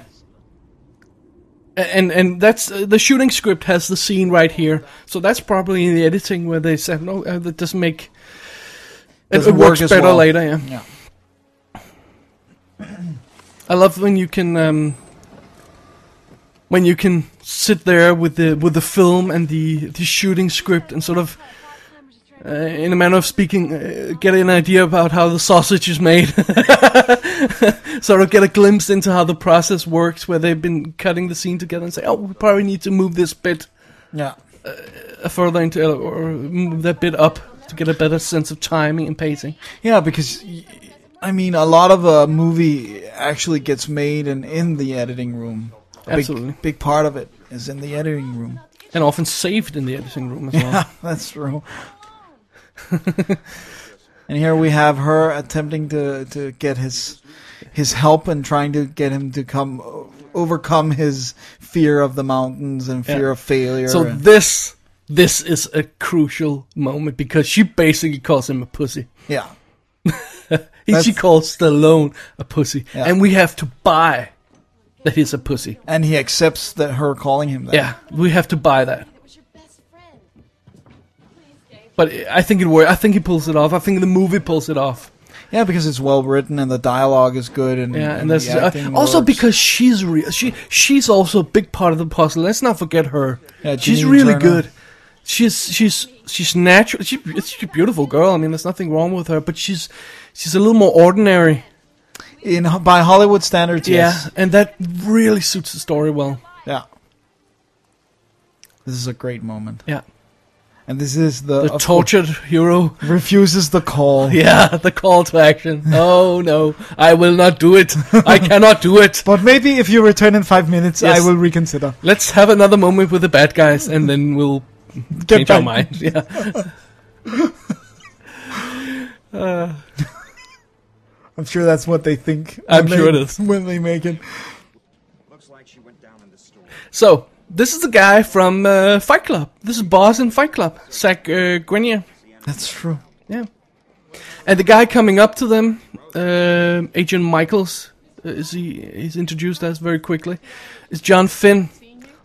A- And and that's uh, the shooting script has the scene right here, so that's probably in the editing where they said no, uh, that doesn't make It,
Doesn't
it
work
works
as
better
well.
later. Yeah.
Yeah.
I love when you can um, when you can sit there with the with the film and the the shooting script and sort of. Uh, in a manner of speaking, uh, get an idea about how the sausage is made. [laughs] sort of get a glimpse into how the process works, where they've been cutting the scene together and say, "Oh, we probably need to move this bit uh,
Yeah.
further into or move that bit up to get a better sense of timing and pacing."
Yeah, because y- I mean, a lot of a movie actually gets made and in the editing room. A big-
Absolutely.
Big, part of it is in the editing room.
and often saved in the editing room as well.
[laughs] That's true. and here we have her attempting to to get his his help and trying to get him to come o- overcome his fear of the mountains and fear
Yeah.
of failure.
So
and-
this this is a crucial moment because she basically calls him a pussy.
yeah.
He, she
That's-
calls Stallone a pussy,
Yeah.
and we have to buy that he's a pussy.
And he accepts that her calling him that.
Yeah, we have to buy that.
It was your best friend. [laughs] Please, Dave.
But I think it works. I think he pulls it off. I think the movie pulls it off.
Yeah, because it's well written and the dialogue is good and,
Yeah, and
Mm, the
that's uh,
acting
also
works.
because she's real. She she's also a big part of the puzzle. Let's not forget her.
Yeah,
she's
Jeanine
really
Turner.
good. She's she's she's natural. She, she's a beautiful girl. I mean, there's nothing wrong with her, but she's she's a little more ordinary.
in by Hollywood standards, yes.
Yeah, and that really suits the story well.
Yeah. This is a great moment.
Yeah,
And this is the,
the
of
tortured hero. [laughs]
course, refuses the call.
Yeah, the call to
[laughs]
action. Oh no, I will not do it. I cannot do it.
But maybe if you return in five minutes,
Yes.
I will reconsider.
Let's have another moment with the bad guys, and then we'll
Get
change our
back-
mind. [laughs] Yeah.
I'm sure that's what they think.
I'm
when
sure
they-
it is.
[laughs] when they make it.
Looks like she went down in the storm.
So this is the guy from uh, Fight Club. This is boss in Fight Club, Zach uh, Grenier.
That's true.
Yeah, and the guy coming up to them, uh, Agent Michaels, uh, is he? He's introduced as very quickly. Is John Finn,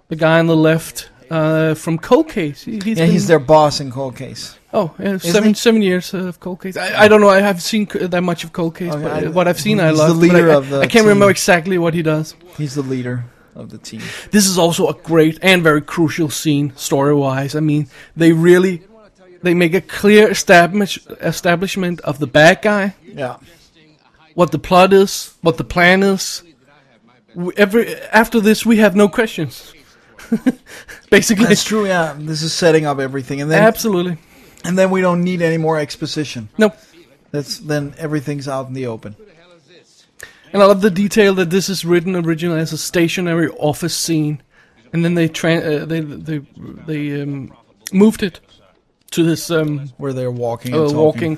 the guy on the left uh, from Cold Case? He-
Yeah,
been-
he's their boss in Cold Case.
Oh, yeah,
Isn't
seven
he?
seven years uh, of Cold Case. I, I don't know. I haven't seen c- that much of Cold Case,
Okay,
but
Oh, I-
uh, what I've seen, I
he's the
love.
leader
I,
of the
I can't remember
team.
exactly what he does.
He's the leader of the team.
This is also a great and very crucial scene story-wise. I mean, they really they make a clear establish, establishment of the bad guy,
Yeah.
what the plot is, what the plan is. We- Every after this, we have no questions. [laughs] Basically,
That's true, yeah. This is setting up everything. And then
absolutely
and then we don't need any more exposition.
no.
That's then everything's out in the open.
And I love the detail that this is written originally as a stationary office scene, and then they tran uh, they they they um, moved it to this um,
Where they're walking and
uh,
talking.
walking,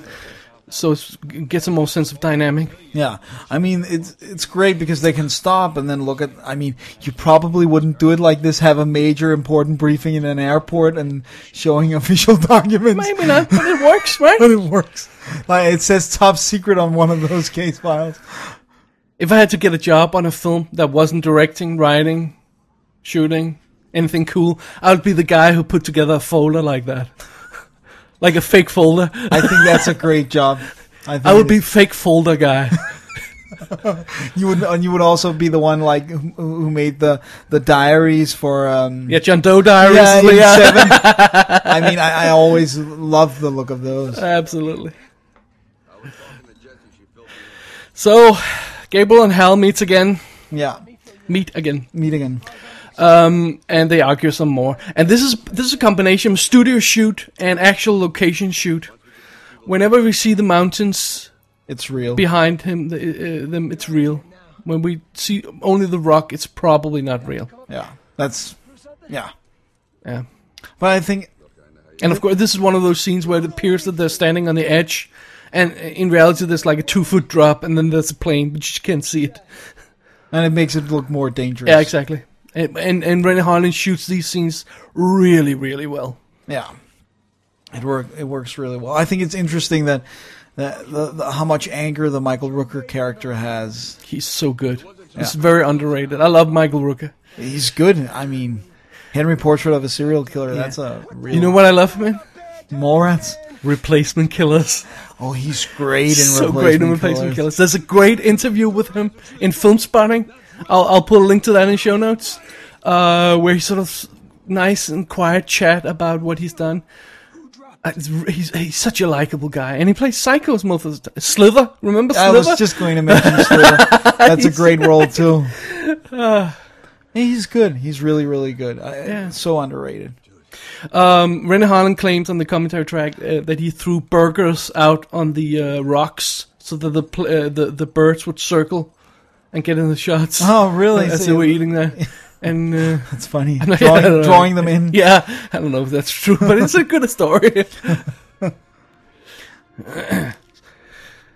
so it's, it gets a more sense of dynamic.
Yeah, I mean it's it's great because they can stop and then look at. I mean, you probably wouldn't do it like this. Have a major important briefing in an airport and showing [laughs] official documents.
Maybe not, but it works,
[laughs]
right?
But it works. Like it says top secret on one of those case files.
If I had to get a job on a film that wasn't directing, writing, shooting, anything cool, I would be the guy who put together a folder like that, [laughs] like a fake folder.
I think that's a great job. I, think
I would be
it-
fake folder guy.
You would, and you would also be the one like who, who made the the diaries for. Um,
Yeah, John Doe diaries.
yeah, in
yeah.
seven. [laughs]
[laughs]
I mean, I, I always love the look of those.
Absolutely. So, Gabriel and Hal meets again.
Yeah,
Meet again,
meet again.
um, and they argue some more. And this is this is a combination of studio shoot and actual location shoot. Whenever we see the mountains
It's real.
behind him, the, uh, them, it's real. When we see only the rock, it's probably not real.
Yeah, that's yeah.
Yeah.
But I think
And of course, this is one of those scenes where it appears that they're standing on the edge, and uh, in reality, there's like a two foot drop, and then there's a plane, but you can't see it.
and it makes it look more dangerous.
Yeah, exactly. And and, and Rennie Harlan shoots these scenes really, really well.
Yeah. It work it works really well. I think it's interesting that that the, the, how much anger the Michael Rooker character has.
He's so good. He's very underrated. I love Michael Rooker.
He's good. I mean, Henry Portrait of a Serial Killer. That's a real
You know what I love him in?
Mallrats.
Replacement Killers.
Oh, he's great in
so
replacement
great in Replacement
Killers.
Killers. There's a great interview with him in Film Spotting. I'll, I'll put a link to that in show notes, uh, where he sort of s- nice and quiet chat about what he's done. Uh, it's r- He's, he's such a likable guy, and he plays psychos most of the time. Slither, remember
I
Slither?
was just going to mention
[laughs]
Slither. That's a great role too. he's good. He's really, really good. I,
Yeah.
So underrated.
Um, Rennie Harlan claims on the commentary track uh, that he threw burgers out on the uh, rocks so that the, pl- uh, the the birds would circle and get in the shots.
Oh,
[laughs]
really?
As
So
they were
you-
eating
[laughs]
there, and uh,
That's funny.
[laughs] I don't
Drawing,
know.
drawing them in.
[laughs] yeah, I don't know if that's true, but it's a good story.
[laughs]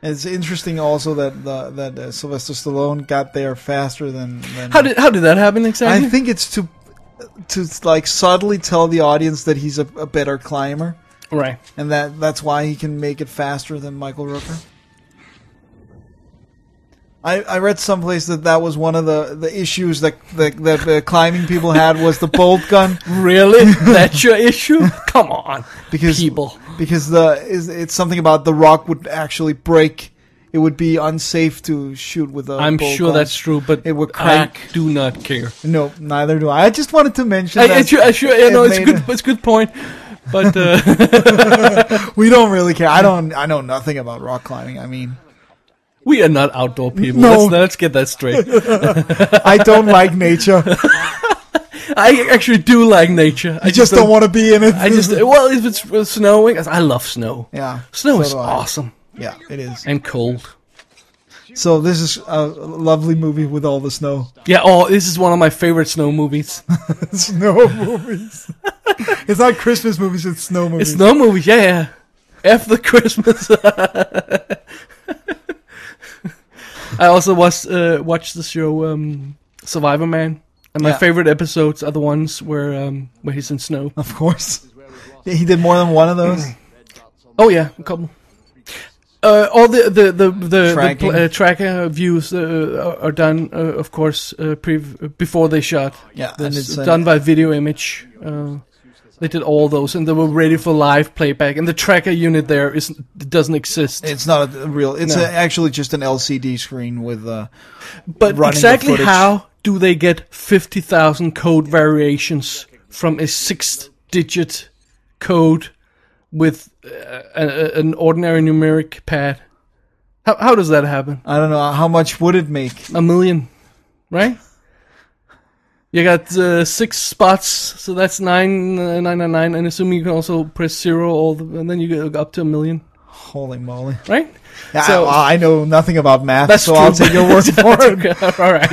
It's interesting also that the, that uh, Sylvester Stallone got there faster than. than
How did how did that happen exactly?
I think it's to to like subtly tell the audience that he's a, a better climber,
right.
and that that's why he can make it faster than Michael Rooker. I, I read someplace that that was one of the, the issues that that, that the climbing people had was the bolt
[laughs]
gun
Really?
[laughs]
That's your issue? Come on,
because
people.
because the is it's something about the rock would actually break. It would be unsafe to shoot with a.
I'm
bolt
sure
gun.
that's true, but
It would crack.
I do not care.
No, neither do I. I just wanted to mention
I,
that
I sure, I sure, yeah,
it
no, it's
made
good.
a-
It's good point, but. Uh,
[laughs]
[laughs]
we don't really care. I don't. I know nothing about rock climbing. I mean,
We are not outdoor people.
No.
Let's, let's get that straight.
I
[laughs]
don't like nature.
I actually do like nature. I
I just don't want to be in it.
I
[laughs]
just well, if it's uh, snowing, I love snow.
yeah.
Snow
so
is
do I.
awesome
Yeah, it is.
and cold.
So this is a lovely movie with all the snow. [laughs]
Yeah. Oh, this is one of my favorite snow movies.
snow movies. [laughs] it's not Christmas movies. It's snow
It's
movies.
snow movies. Yeah. yeah. F the [laughs] Christmas. I also watched uh, watched the show um, Survivor Man, and my
Yeah.
favorite episodes are the ones where um, where he's in snow.
of course. Yeah, he did more than one
[clears throat]
of those.
Oh yeah, a couple. Uh, all the the the the
Tracking.
the, pl- uh, tracker views uh, are- are done, uh, of course, uh, prev- before they shot.
Yeah, and
That's
it's uh,
done by video image. Uh, they did all those, and they were ready for live playback. And the tracker unit there is doesn't exist.
It's not a real. It's
No.
a, actually just an LCD screen with. Uh,
but
running the
exactly
footage.
how do they get fifty thousand code variations from a six-digit code with uh, a, a- an ordinary numeric pad? How how does that happen?
I don't know how much would it make.
a million, right? You got uh, six spots, so that's nine, uh, nine, nine, nine, and assuming you can also press zero, all the, and then you get up to a million,
Holy moly!
right?
Yeah,
So-
I, I know nothing about math,
That's
so
true.
I'll [laughs] take your
[laughs]
word for it.
Okay, all right.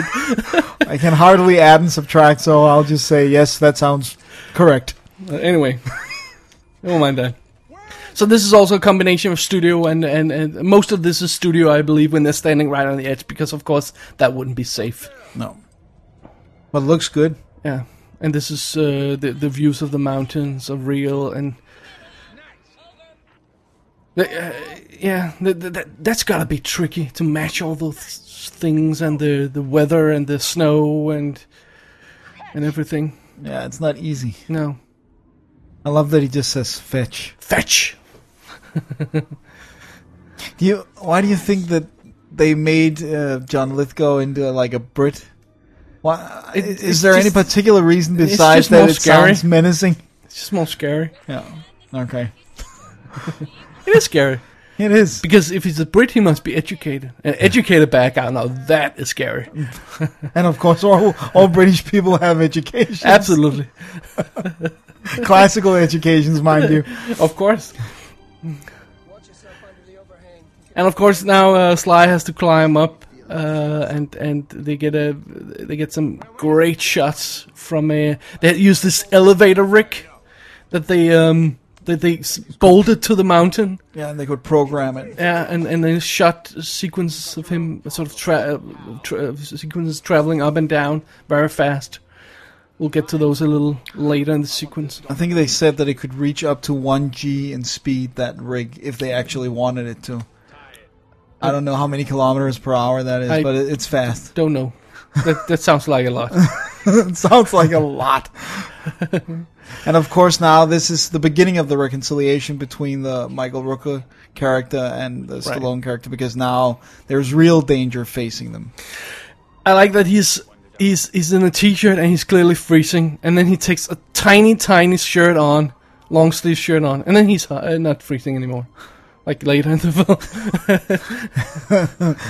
I can hardly add and subtract, so I'll just say yes. That sounds correct.
Uh, anyway, [laughs] never mind that. So this is also a combination of studio and, and and most of this is studio, I believe, when they're standing right on the edge, because of course that wouldn't be safe.
No, but looks good.
Yeah, and this is uh, the the views of the mountains are real, and Th- uh, yeah, th- th- th- that's gotta be tricky to match all those things and the the weather and the snow and and everything.
Yeah, it's not easy.
No,
I love that he just says fetch.
fetch.
Do you? Why do you think that they made uh, John Lithgow into uh, like a Brit? Why,
It-
is
it's
there any
just-
particular reason
it's
besides
just more
that it
scary.
sounds menacing?
It's just more scary.
Yeah. Okay.
It is scary
It is.
because if he's a Brit, he must be educated. An educated background. Now that is scary.
And of course, all, all British people have educations.
Absolutely,
Classical educations, mind you.
of course. And of course now uh, Sly has to climb up, uh, and and they get a they get some great shots from a they use this elevator rig that they um that they s- bolted to the mountain,
[laughs] Yeah, and they could program it.
yeah, and and they shot sequences of him sort of tra- tra- sequences traveling up and down very fast. We'll get to those a little later in the sequence.
I think they said that it could reach up to 1G in speed, that rig, if they actually wanted it to. I don't know how many kilometers per hour that is,
I-
but it, it's fast.
Don't know. That, that sounds like a lot.
It [laughs] sounds like a lot. [laughs] and of course, now this is the beginning of the reconciliation between the Michael Rooker character and the Stallone character because now there's real danger facing them.
I like that he's he's he's in a t-shirt and he's clearly freezing, and then he takes a tiny tiny shirt on, long sleeve shirt on, and then he's uh, not freezing anymore. Like later in the [laughs] film,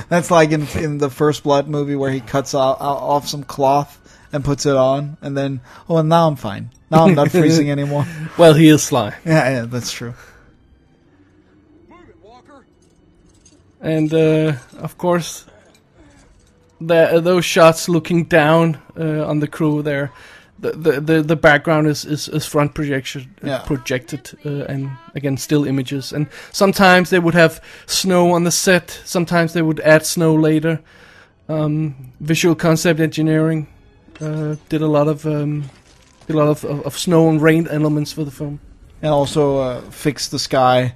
That's like in in the First Blood movie where he cuts off, off some cloth and puts it on, and then oh, and now I'm fine. Now I'm not freezing anymore.
well, he is sly,
Yeah, yeah, that's true.
Move it, Walker.
and uh, of course, the, uh, those shots looking down uh, on the crew there, the the the, the background is, is, is front projection uh,
Yeah.
projected uh, and again still images, and sometimes they would have snow on the set, sometimes they would add snow later. Um, visual concept engineering uh, did a lot of um, did a lot of, of, of snow and rain elements for the film.
and also uh, fix the sky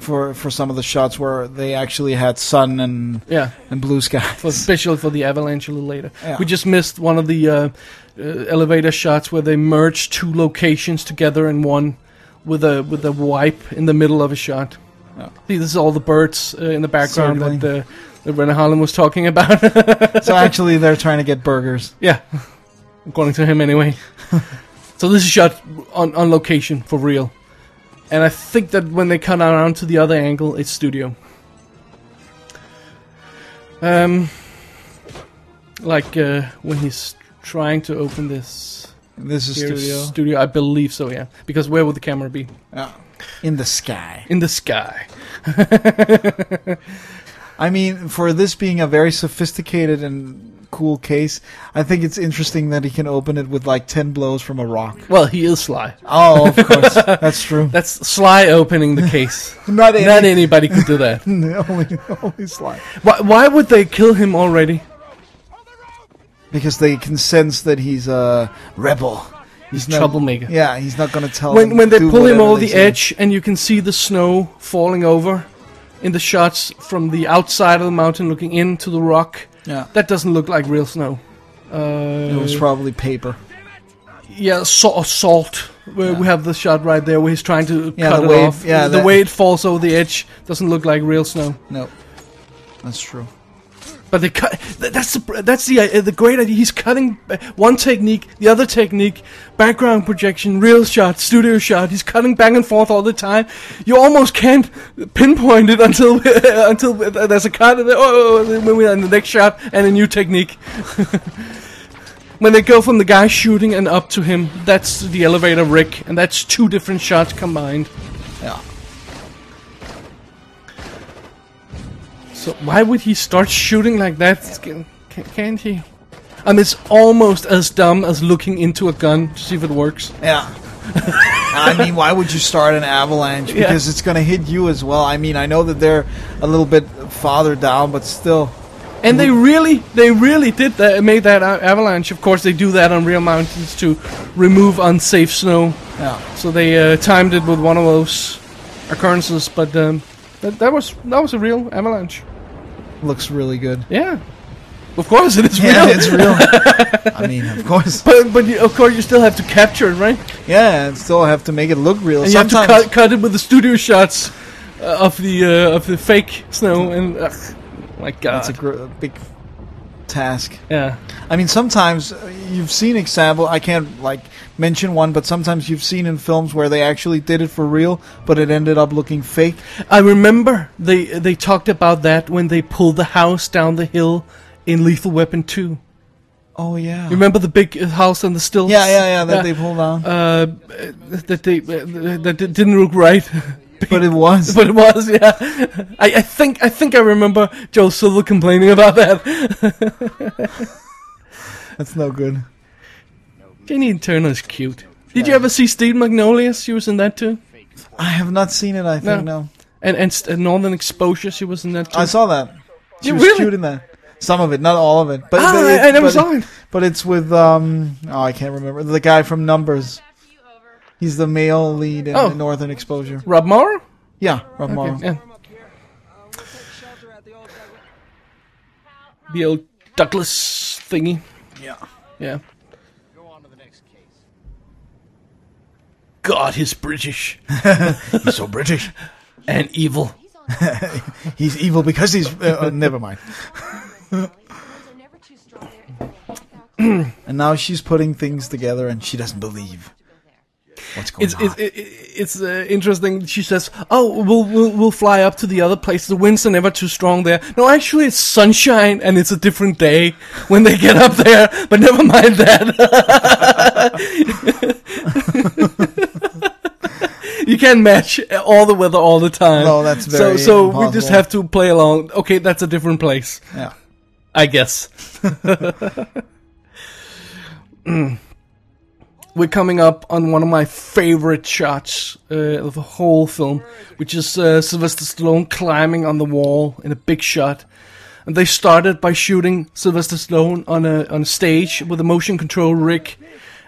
for for some of the shots where they actually had sun and
Yeah.
and blue sky.
for, especially for the avalanche a little later.
Yeah.
We just missed one of the uh, uh, elevator shots where they merged two locations together in one, with a with a wipe in the middle of a shot.
Yeah.
See, this is all the birds uh, in the background
Circling.
that uh, that Renner Harlan was talking about.
[laughs] so actually, they're trying to get burgers.
yeah, according to him [laughs] anyway. so this is shot on on location for real, and I think that when they cut around to the other angle, it's studio. Um, like uh, when he's trying to open this
This is
here
studio
studio, I believe so. Yeah, because where would the camera be?
Yeah. in the sky.
In the sky.
I mean, for this being a very sophisticated and cool case, I think it's interesting that he can open it with like ten blows from a rock.
Well, he is sly.
Oh, of [laughs] course, that's true.
That's sly opening the [laughs] case.
Not any, [laughs]
Not anybody could do that.
only, only slide.
Why, why would they kill him already?
because they can sense that he's a rebel.
He's
not-
troublemaker.
Yeah, he's not going to tell
when
them
when they
do
pull him
whatever
over
they
the
say.
edge and you can see the snow falling over in the shots from the outside of the mountain looking into the rock
Yeah,
that doesn't look like real snow Uh,
it was probably paper.
yeah so- or salt where we have the shot right there where he's trying to
Yeah,
cut
the
it
way-
off
yeah,
the
that-
way it falls over the edge doesn't look like real snow
No, that's true.
But they cut. th- That's the pr- that's the uh, the great idea. He's cutting ba- one technique, the other technique, background projection, real shot, studio shot. He's cutting back and forth all the time. You almost can't pinpoint it until [laughs] until there's a cut. And then, oh, oh, oh, when we're in the next shot and a new technique. [laughs] when they go from the guy shooting and up to him, that's the elevator rig, and that's two different shots combined.
Yeah,
So why would he start shooting like that? Can, can, can't he? I mean, it's almost as dumb as looking into a gun to see if it works. [laughs]
yeah. I mean, why would you start an avalanche?
Yeah.
Because it's going to hit you as well. I mean, I know that they're a little bit farther down, but still.
And they really, they really did that. Made that a- avalanche. Of course, they do that on real mountains to remove unsafe snow.
Yeah,
So they uh, timed it with one of those occurrences. But um, that, that was that was a real avalanche.
looks really good.
Yeah, of course it is
Yeah,
real.
it's real. I mean, of course.
[laughs] but but you, of course you still have to capture it, right?
Yeah, and still have to make it look real.
And you have to
Sometimes
cut, cut it with the studio shots uh, of the uh, of the fake snow and ugh, my god,
it's a gr- a big task.
yeah,
I mean, sometimes uh, you've seen example. I can't like mention one, but sometimes you've seen in films where they actually did it for real, but it ended up looking fake.
I remember they they talked about that when they pulled the house down the hill in Lethal Weapon Two.
Oh yeah,
Remember the big uh, house and the stills?
yeah, yeah, yeah. That they pulled down,
Uh, that they uh, that it didn't look right.
[laughs] but it
[laughs]
was.
But it was, yeah. I, I think I think I remember Joe Silver complaining about that. [laughs]
[laughs] That's no good.
Jenny Turner's cute. Did you ever see Steve Magnolias? She was in that too.
I have not seen it. I think
No.
no.
And and st- Northern Exposure, she was in that too.
I saw that. She
You
was
really-
cute in that. Some of it, not all of it. But
Ah,
but
I- I never
but
saw it.
But it's with um. Oh, I can't remember the guy from Numbers. He's the male lead in
Oh.
the Northern Exposure.
Rob Morrow?
Yeah, Rob Morrow.
Yeah.
How, how
The old Douglas thingy.
Yeah.
Yeah.
Go on to the next case.
God, he's
[laughs]
British
He's so British.
and evil.
He's on his
He's evil because he's. Uh, uh, never mind.
Sally. Words are never too strong there. It's only a half hour clock.
And now she's putting things together, and she doesn't believe
to go there.
what's going
It's
on.
it's it, it's uh, interesting. She says, "Oh, we'll, we'll we'll fly up to the other place. The winds are never too strong there. No, actually, it's sunshine, and it's a different day when they get up there. But never mind that. [laughs] you can't match all the weather all the time.
No, that's
so.
very
So we just
impossible.
have to play along. Okay, that's a different place,
yeah.
I guess. Mm. [laughs] We're coming up on one of my favorite shots uh, of the whole film, which is uh, Sylvester Stallone climbing on the wall in a big shot. And they started by shooting Sylvester Stallone on a on a stage with a motion control rig,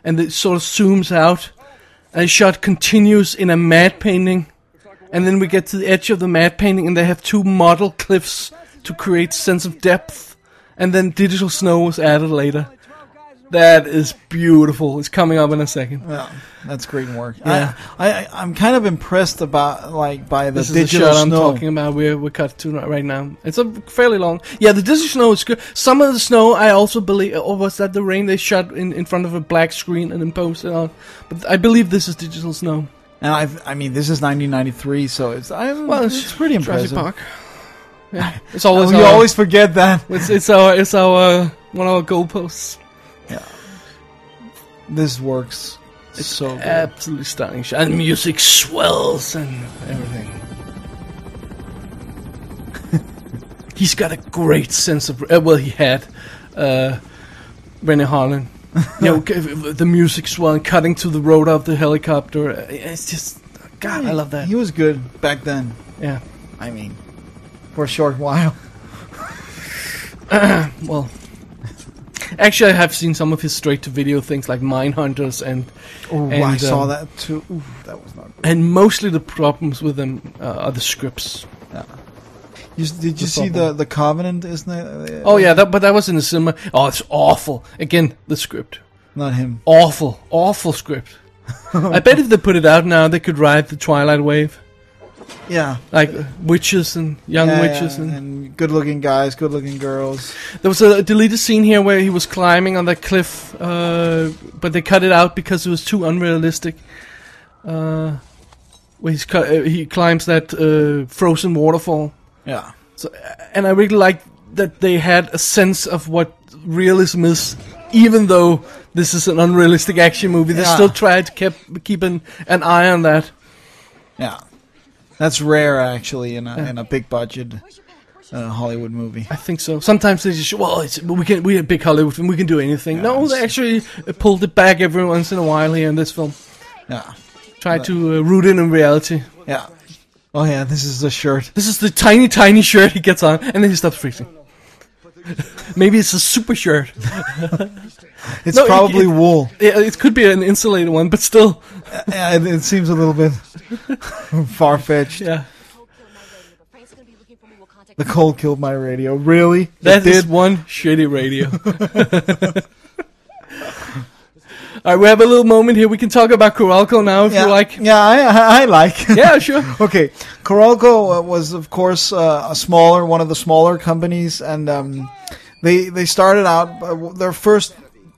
and it sort of zooms out. And the shot continues in a matte painting, and then we get to the edge of the matte painting, and they have two model cliffs to create sense of depth, and then digital snow was added later. That is beautiful. It's coming up in a second.
Yeah, that's great work.
Yeah.
I, I, I'm kind of impressed about like by the
This is the
digital
shot I'm
snow.
talking about. We're we're cut to right now. It's a fairly long. Yeah, the Disney snow is good. Some of the snow, I also believe, or was that the rain they shot in, in front of a black screen and then posted on? But I believe this is digital snow.
And I, I mean, this is 1993, so it's I'm,
Well,
it's, pretty
Jurassic
impressive. [laughs]
Park. Yeah, it's always
we
our,
always forget that
it's, it's our it's our one of our goalposts.
this works. It's so good.
Absolutely stunning shot. And music swells and everything. [laughs] He's got a great sense of. Uh, well, he had. Uh, Rennie Harlan. You know, g- the music swelling, cutting to the road of the helicopter. Uh, It's just. God, I love that.
He was good back then.
Yeah.
I mean, for a short while.
Well. Actually, I have seen some of his straight to video things like Mindhunters and.
Oh,
And,
I saw
um,
that too. Ooh, that was not good.
And mostly the problems with them uh, are the scripts.
You, s- did you
the
see the
problem.
the Covenant? Isn't it?
Oh yeah, that, but that was in the cinema. Oh, it's awful. Again, the script,
not him.
awful, awful
[laughs]
script. I bet if they put it out now, they could ride the Twilight wave,
Yeah,
like witches and young
Yeah,
witches.
yeah,
And,
and good-looking guys, good-looking girls.
there was a deleted scene here where he was climbing on that cliff, uh, but they cut it out because it was too unrealistic. Uh, where he's cu- uh, he climbs that uh, frozen waterfall.
Yeah,
So, and I really like that they had a sense of what realism is, even though this is an unrealistic action movie. They
Yeah.
still tried to keep keep an, an eye on that.
yeah. That's rare, actually, in a in a big-budget uh, Hollywood movie.
I think so. Sometimes they just well, it's, we can we're a big Hollywood film, we can do anything. no,
it's-
they actually uh, pulled it back every once in a while here in this film.
Yeah,
Try to uh, root in in reality.
yeah. Oh yeah, this is the shirt.
This is the tiny, tiny shirt he gets on, and then he stops freezing. [laughs] Maybe it's a super shirt.
It's
No, it-
probably
it- [laughs]
wool.
Yeah, it could be an insulated one, but still,
Yeah, it, it seems a little bit [laughs] far-fetched.
yeah.
Cold kill my radio, but Frank's gonna be looking for me. We'll contact
The cold killed my radio. Really?
That
it
is one shitty radio. [laughs] All right, we have a little moment here. We can talk about Coralco now if
Yeah,
you like.
yeah, I, I- I like. [laughs]
Yeah, sure.
Okay, Coralco uh, was, of course, uh, a smaller one of the smaller companies, and um, they they started out. Uh, w- their first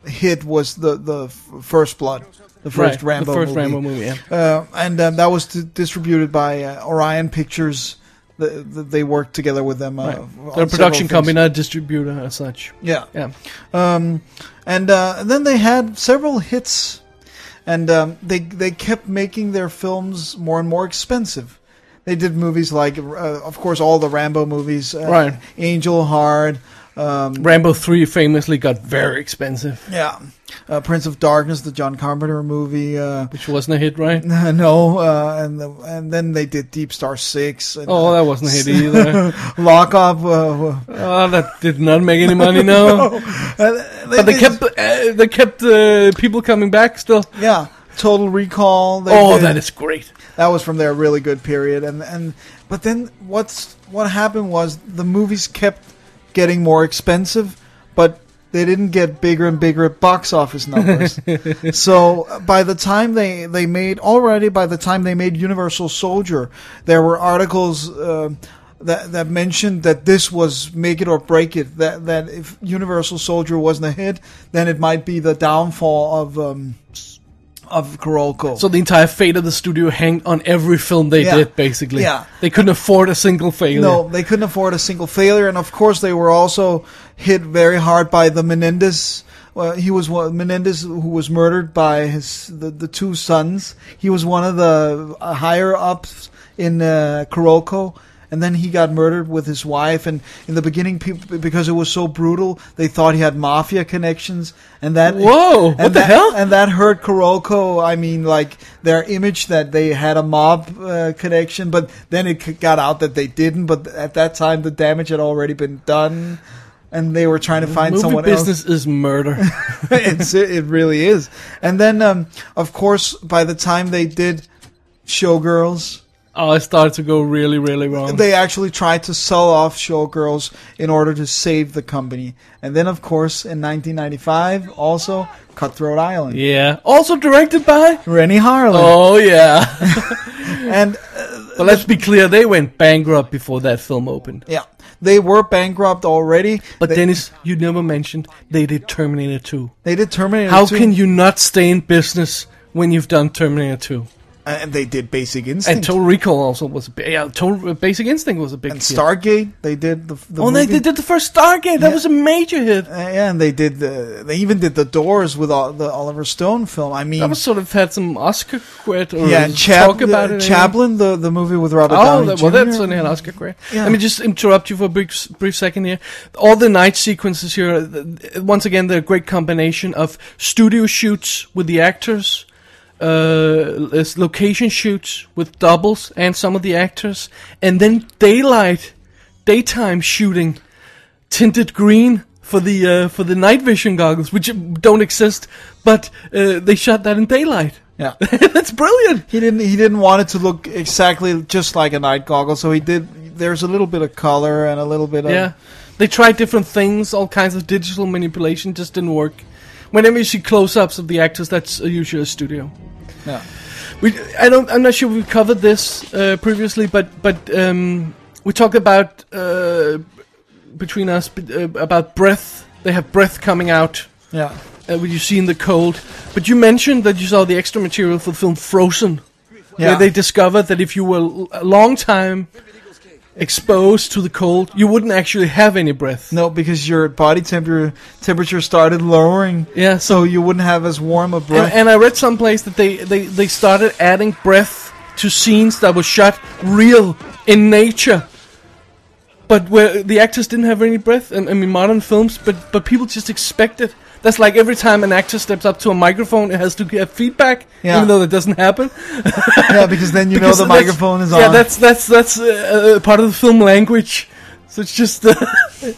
hit was the the f- first blood, the first
Right,
Rambo
the first
movie,
Rambo movie. Yeah.
Uh, and um, that was d- distributed by uh, Orion Pictures. The, the, they worked together with them. Uh, on
They're a
several
production
things.
company, not a distributor as such.
Yeah,
Yeah.
um, and uh, then they had several hits, and um, they they kept making their films more and more expensive. They did movies like, uh, of course, all the Rambo movies, uh,
Right.
Angel Hard, um,
Rambo 3 famously got very expensive,
yeah, uh, Prince of Darkness, the John Carpenter movie. Uh, [laughs]
which wasn't a hit, right?
no, uh, and the, and then they did Deep Star Six. And,
Oh, that wasn't a hit
[laughs]
either.
Lock Up. Uh,
oh, that did not make any money,
[laughs]
no. But they kept uh, they kept uh, people coming back still.
yeah. Total Recall. They
Oh,
did.
that is great.
that was from their really good period and and but then what's what happened was the movies kept getting more expensive but they didn't get bigger and bigger box office numbers. so uh, by the time they, they made already by the time they made Universal Soldier, there were articles uh, that that mentioned that this was make it or break it. That that if Universal Soldier wasn't a hit, then it might be the downfall of um, of Kuroko.
So the entire fate of the studio hanged on every film they
Yeah.
did, basically.
Yeah.
They couldn't afford a single failure.
No, they couldn't afford a single failure, and of course they were also hit very hard by the Menendez. Well, he was one, Menendez, who was murdered by his the, the two sons. He was one of the uh, higher ups in uh, Kuroko, and then he got murdered with his wife. And in the beginning, people because it was so brutal, they thought he had mafia connections, and that
Whoa,
and
what the
that-
hell?
and that hurt Kuroko. I mean, like their image that they had a mob uh, connection, but then it c- got out that they didn't. But at that time, the damage had already been done, and they were trying to find
Movie
someone else
business is murder.
[laughs] it's, it really is. And then, um, of course, by the time they did Showgirls,
oh, it started to go really, really wrong.
they actually tried to sell off Showgirls in order to save the company. And then, of course, in 1995, also Cutthroat Island.
yeah. Also directed by.
Rennie Harlan.
Oh
[laughs]
yeah.
And
but let's be clear, they went bankrupt before that film opened.
yeah, they were bankrupt already.
But
they,
Dennis, you never mentioned they did Terminator 2.
they did Terminator.
How
2,
can you not stay in business when you've done Terminator 2?
And they did Basic Instinct.
And Total Recall also was a big. Yeah, Total, Basic Instinct was a big.
And
hit.
Stargate. They did the. the
Oh, they,
movie.
they did the first Stargate. That was a major hit.
Uh, yeah, and they did the, they even did the Doors with all, the Oliver Stone film. I mean,
That was sort of had some Oscar cred or
yeah, and Chap-
talk about it.
Chaplin, the the movie with Robert
Oh,
Downey
that, well, that's
Jr.
an Oscar cred.
Yeah.
Let me just interrupt you for a brief, brief second here. All the night sequences here, th- th- once again, they're a great combination of studio shoots with the actors, uh, s- location shoots with doubles and some of the actors, and then daylight, daytime shooting tinted green for the uh, for the night vision goggles, which don't exist, but uh, they shot that in daylight.
Yeah,
[laughs] That's brilliant.
he didn't he didn't want it to look exactly just like a night goggle, so he did. There's a little bit of color and a little bit of
Yeah. They tried different things, all kinds of digital manipulation, just didn't work. Whenever you see close-ups of the actors, that's uh, usually a studio.
Yeah.
We, I don't, I'm not sure we've covered this uh, previously, but but um, we talk about uh, between us but, uh, about breath. They have breath coming out,
yeah.
uh, what you see in the cold. But you mentioned that you saw the extra material for the film Frozen
Yeah.
where they discovered that if you were l- a long time exposed to the cold, you wouldn't actually have any breath.
no, because your body temperature temperature started lowering,
Yeah, so
so you wouldn't have as warm a breath.
and, and I read someplace that they, they, they started adding breath to scenes that were shot real in nature. But where the actors didn't have any breath, and I mean modern films, but but people just expect it. That's like every time an actor steps up to a microphone, it has to have feedback,
Yeah.
even though that doesn't happen.
yeah, because then you
Because
know the
that's-
microphone is
yeah,
on.
that's that's that's uh, uh, part of the film language. So it's just uh,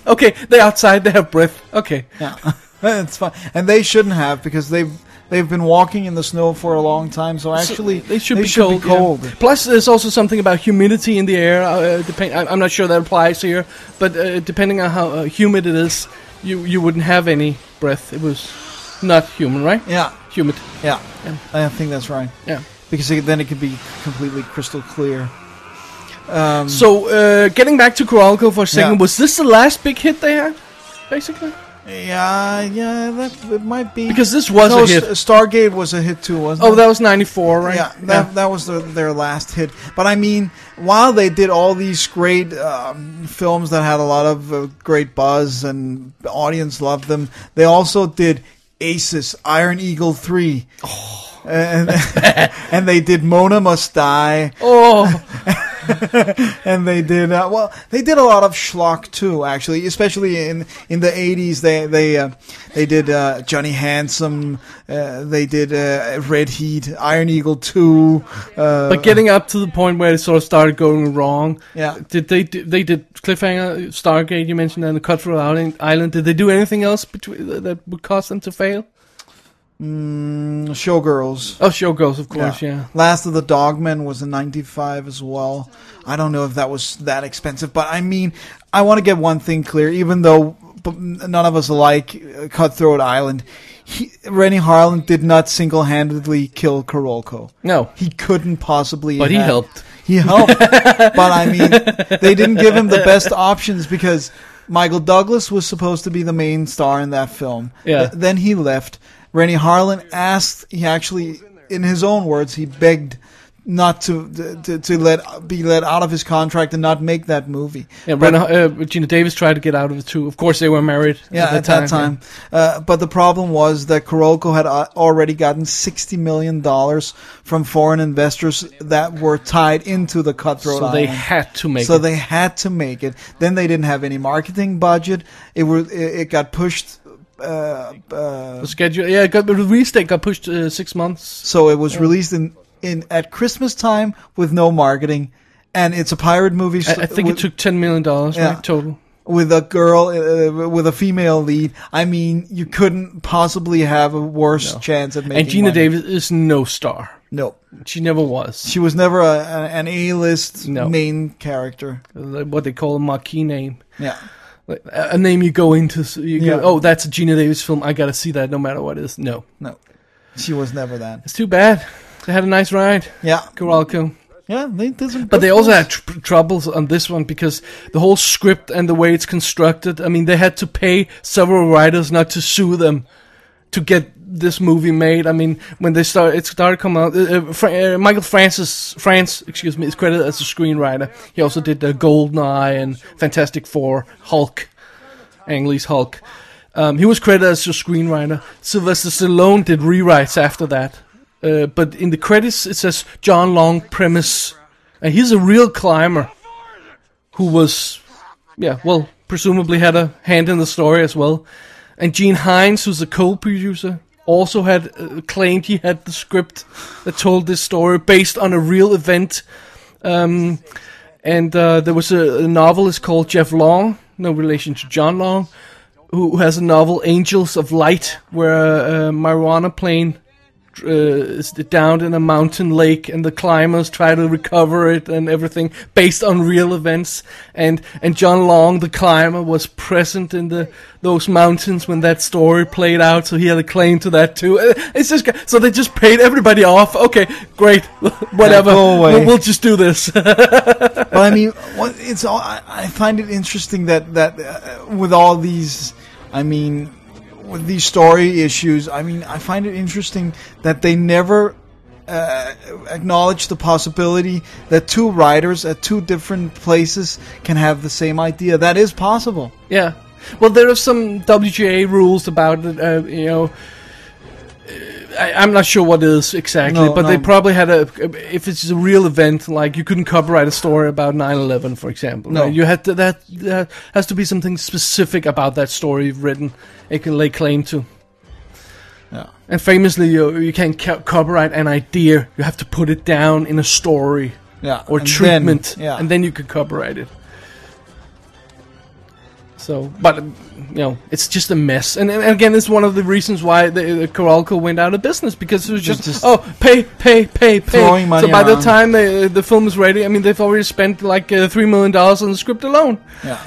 [laughs] okay. They're outside. They have breath. Okay.
Yeah, [laughs] it's fine, and they shouldn't have because they've they've been walking in the snow for a long time. So actually,
They should, be, cold, yeah.
cold.
Plus, there's also something about humidity in the air. Uh, depend- I- I'm not sure that applies here, but uh, depending on how uh, humid it is, you you wouldn't have any breath. It was not human, right?
Yeah,
Humid.
yeah,
Yeah.
I think that's right
Yeah.
because it, then it could be completely crystal clear.
So, uh, getting back to Coralco for a second,
Um, Yeah.
was this the last big hit they had, basically?
Yeah, yeah, that it might be
Because this was
no,
a hit.
S- Stargate was a hit too, wasn't
Oh,
it?
that was '94, right?
Yeah, that, that was their, their last hit. But I mean, while they did all these great um, films that had a lot of uh, great buzz and the audience loved them, they also did Aces, Iron Eagle 3. and, and they did Mona Must Die,
Oh,
and they did uh, well. They did a lot of schlock too, actually, especially in in the eighties. They they uh, they did uh, Johnny Handsome, uh, they did uh, Red Heat, Iron Eagle two. Uh,
but getting up to the point where it sort of started going wrong.
Yeah.
Did they do- they did Cliffhanger, Stargate? You mentioned and the Cutthroat Island- Island. Did they do anything else between that would cause them to fail?
Mm, Showgirls.
Oh, Showgirls, of course. Yeah.
Last of the Dogmen was in 95 as well. I don't know if that was that expensive, but I mean, I want to get one thing clear. Even though but n- none of us like uh, Cutthroat Island. He, Rennie Harlan did not single-handedly kill Karolko.
No.
he couldn't possibly.
But he
have-
helped.
He helped, but I mean, they didn't give him the best options because Michael Douglas was supposed to be the main star in that film.
Yeah.
Th- then he left. Rennie Harlan asked. He actually, in his own words, he begged not to to, to let be let out of his contract and not make that movie.
Yeah, Rena, uh, Gina Davis tried to get out of it too. Of course, they were married.
Yeah, at that time. Uh, but the problem was that Kuroko had uh, already gotten sixty million dollars from foreign investors that were tied into the Cutthroat
So they
Island.
had to make
so
it.
they had to make it. Then they didn't have any marketing budget. It was it, it got pushed. Uh, uh,
The schedule, yeah, it got, the release date got pushed uh, six months.
so it was released in, in at Christmas time with no marketing, and it's a pirate movie.
I, I think
Uh, with,
it took ten million dollars
Yeah.
right, total.
with a girl uh, with a female lead. I mean, you couldn't possibly have a worse chance at making.
And Gina
money.
Davis is no star.
No,
She never was.
she was never a, a, an A-list
No.
main character.
Uh, What they call a marquee name.
Yeah.
Like, a a name you go into. So you
Yeah.
go, oh, that's a Gina Davis film. I gotta see that no matter what it is. No,
No, she was never that.
it's too bad. They had a nice ride,
Yeah,
Coralco.
yeah. They did some
But
good
they also
things.
had tr- troubles on this one because the whole script and the way it's constructed. I mean, they had to pay several writers not to sue them to get this movie made. I mean, when they start, it started coming out. Uh, uh, Fra- uh, Michael Francis France, excuse me, is credited as a screenwriter. He also did uh, Goldeneye and Fantastic Four, Hulk, Ang Lee's Hulk. Um, he was credited as a screenwriter. Sylvester Stallone did rewrites after that. Uh, but in the credits, it says John Long premise. And he's a real climber who was, yeah, well, presumably had a hand in the story as well. And Gene Hines, who's a co-producer, also had uh, claimed he had the script that told this story based on a real event. Um, and uh, there was a, a novelist called Jeff Long, no relation to John Long, who has a novel Angels of Light, where a, a marijuana plane uh, is downed in a mountain lake, and the climbers try to recover it and everything based on real events. And and John Long, the climber, was present in the those mountains when that story played out, so he had a claim to that too. Uh, It's just so they just paid everybody off. Okay, great, [laughs] whatever.
go away.
We'll, we'll just do this. [laughs]
but I mean, what, it's all. I, I find it interesting that that uh, with all these, I mean, with these story issues, I mean, I find it interesting that they never uh, acknowledge the possibility that two writers at two different places can have the same idea. That is possible.
Yeah. Well, there are some WGA rules about it. Uh, you know, uh, I, I'm not sure what it is exactly,
No,
but
no.
they probably had a. If it's a real event, like you couldn't copyright a story about 9/11, for example.
No.
right? you had to, that. There has to be something specific about that story you've written. It can lay claim to.
Yeah.
And famously, you you can't ca- copyright an idea. You have to put it down in a story
Yeah,
or
and then-
treatment,
yeah,
and then you could copyright it. So, but um, you know, it's just a mess, and, and again, it's one of the reasons why the, the Coralco went out of business because it was just,
just-
oh, pay, pay, pay, pay.
Throwing money
so by the
around.
time they, the film is ready, I mean, they've already spent like uh, three million dollars on the script alone.
Yeah.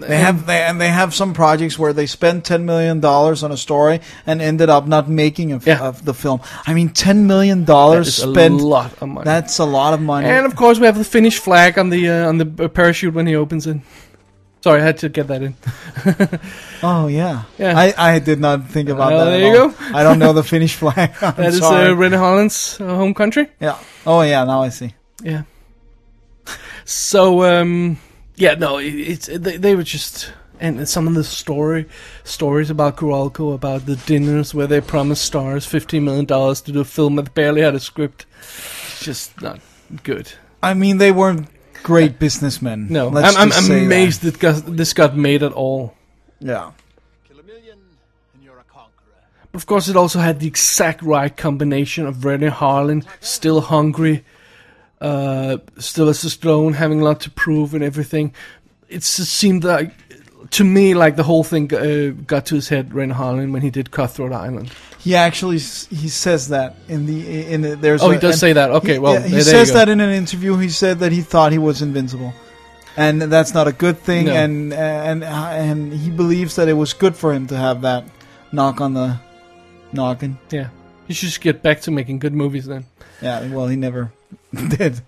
They have they, and they have some projects where they spend ten million dollars on a story and ended up not making a, f-
Yeah.
of the film. I mean, ten million dollars
It's a
spent.
lot of money.
That's a lot of money.
and of course, we have the Finnish flag on the uh, on the uh, parachute when he opens it. Sorry, I had to get that in.
oh yeah,
Yeah.
I, I did not think about
Well,
that. at
there you
all. I don't know the [laughs] Finnish
[laughs]
flag. I'm
That is
sorry.
uh, Rene Holland's uh, home country.
yeah. Oh yeah. Now I see.
Yeah. So um, yeah, no, it, it's they, they were just and some of the story stories about Kuralko about the dinners where they promised stars fifteen million dollars to do a film that barely had a script. It's just not good.
I mean, they weren't great businessmen.
No,
Let's
I'm,
just
I'm
say that.
amazed that got, this got made at all.
Yeah.
Kill a million, and you're a conqueror.
Of course, it also had the exact right combination of Rennie Harlan still hungry, uh, still as a stone, having a lot to prove and everything. It just seemed like, to me, like the whole thing uh, got to his head, Rennie Harlan, when he did Cutthroat Island.
He actually s- he says that in the in the, there's
Oh,
a-
he does
and
say that. Okay,
he-
well,
yeah, he
there- there you
says
go.
that in an interview. He said that he thought he was invincible. and that's not a good thing.
No.
And and and he believes that it was good for him to have that knock on the noggin.
Yeah. You should just get back to making good movies then.
Yeah, well, he never [laughs] did.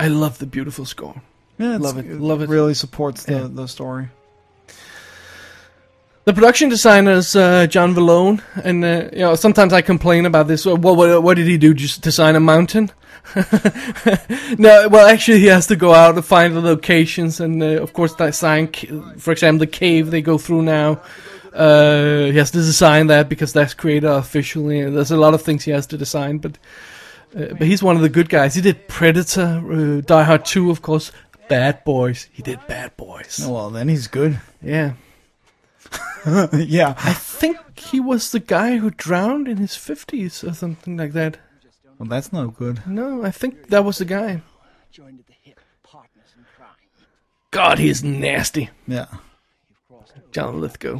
I love the beautiful score.
Yeah, it's-
Love it, love it.
Really supports the,
Yeah.
the story.
The production designer is uh, John Vallone, and uh, you know sometimes I complain about this. Well, What what, what did he do? Just design a mountain? [laughs] no, well actually he has to go out and find the locations, and uh, of course design, ca- for example, the cave they go through now. Uh, he has to design that because that's created officially. and There's a lot of things he has to design, but uh, but he's one of the good guys. He did Predator, uh, Die Hard 2, of course. Bad Boys. He did Bad Boys.
Oh, Well, then he's good. [laughs]
Yeah.
yeah.
I think he was the guy who drowned in his 50s or something like that.
Well, that's no good.
No, I think that was the guy.
Joined at the hip, partners in crime.
God, he's nasty.
Yeah.
John Lithgow.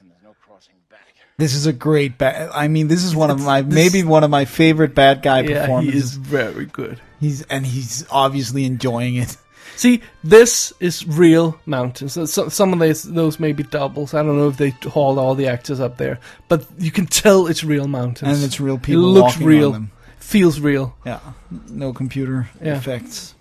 And there's no crossing back.
This is a great bad. I mean, this is one of my
this-
maybe one of my favorite bad guy
Yeah, he
performances.
is very good.
He's and he's obviously enjoying it.
See, this is real mountains. So- so- Some of these, those may be doubles. I don't know if they hauled all the actors up there, but you can tell it's real mountains.
And it's real people
It looks
walking on
real.
them.
Feels real.
Yeah, no computer
Yeah.
effects.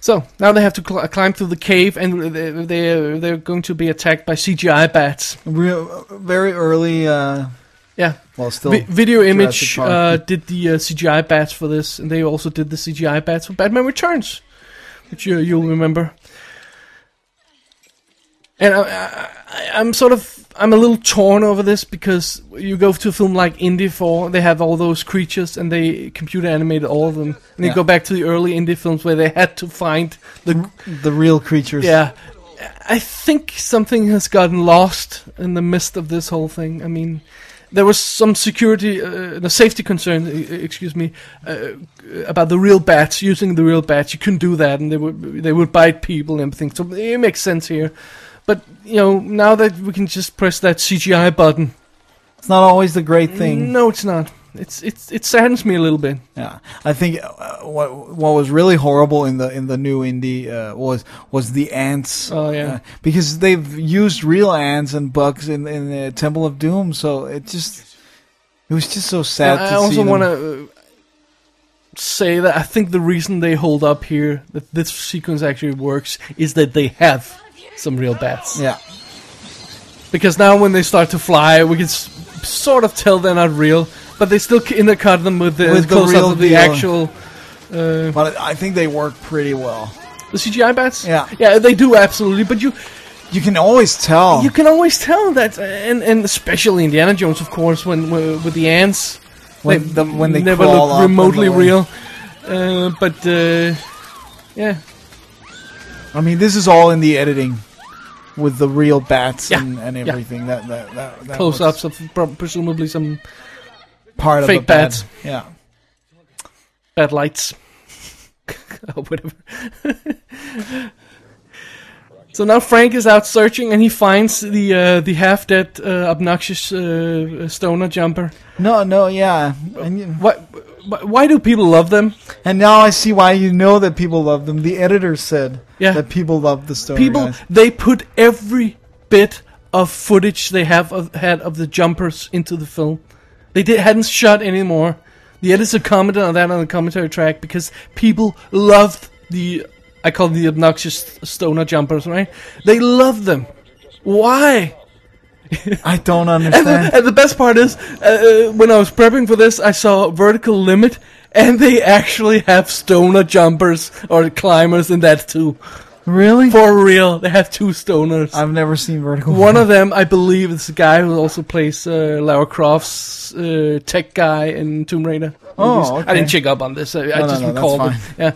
So now they have to cl- climb through the cave, and they they they're going to be attacked by CGI bats.
Real, very early. Uh,
Yeah,
well, still
Vi- video
Jurassic
image
Park.
uh, did the uh, CGI bats for this, and they also did the CGI bats for Batman Returns, which you, you'll remember. And I, I, I- I'm sort of I'm a little torn over this because you go to a film like Indy 4, they have all those creatures and they computer animated all of them, and you
Yeah.
go back to the early Indie films where they had to find the
the real creatures.
yeah. I think something has gotten lost in the midst of this whole thing. I mean, there was some security, uh, the safety concern, e- e- excuse me, uh, about the real bats using the real bats. You couldn't do that, and they would they would bite people and everything. So it makes sense here. But you know, now that we can just press that CGI button,
it's not always the great thing.
no, it's not. It's it's it saddens me a little bit.
Yeah, I think uh, what what was really horrible in the in the new indie uh, was was the ants.
Oh, yeah.
Uh, because they've used real ants and bugs in in the Temple of Doom, so it just it was just so sad.
I
to see
also
them.
want to say that I think the reason they hold up here, that this sequence actually works, is that they have some real bats.
Yeah,
Because now when they start to fly, we can s- sort of tell they're not real, but they still c- intercut them with the,
With the
close
real
up of the
deal.
actual
but I think they work pretty well.
the CGI bats.
Yeah.
yeah, they do absolutely. But you
You can always tell.
you can always tell that, and and especially Indiana Jones, of course, when, when with the ants,
When the- when they
never
crawl
look
up
remotely
and the-
real. Uh, but uh, yeah,
I mean, this is all in the editing with the real bats
Yeah,
and, and
yeah.
everything. That that, that, that
close
was
ups of pro- presumably some
part
fake
of the bad-
bats.
Yeah,
bad lights [laughs] or whatever. [laughs] so now Frank is out searching and he finds the uh, the half dead uh, obnoxious uh, stoner jumper.
no, no, yeah, and, you-
What? wh- Why do people love them?
and now I see why you know that people love them. The editor said
Yeah.
that people love the story.
People
guys.
they put every bit of footage they have of, had of the jumpers into the film. They did, hadn't shot anymore. The editor commented on uh, that on the commentary track because people loved the I call them the obnoxious stoner jumpers, right? They loved them. Why?
I
[laughs]
don't
And the,
understand.
and the best part is, uh, uh, when I was prepping for this, I saw Vertical Limit, and they actually have stoner jumpers or climbers in that too.
really?
For real, they have two stoners.
I've never seen Vertical.
One of them, I believe, is the guy who also plays uh, Lara Croft's uh, tech guy in Tomb Raider.
Oh,
movies. I
okay.
didn't check up on this. I, I
No, no,
just
no, that's
recalled it. Yeah,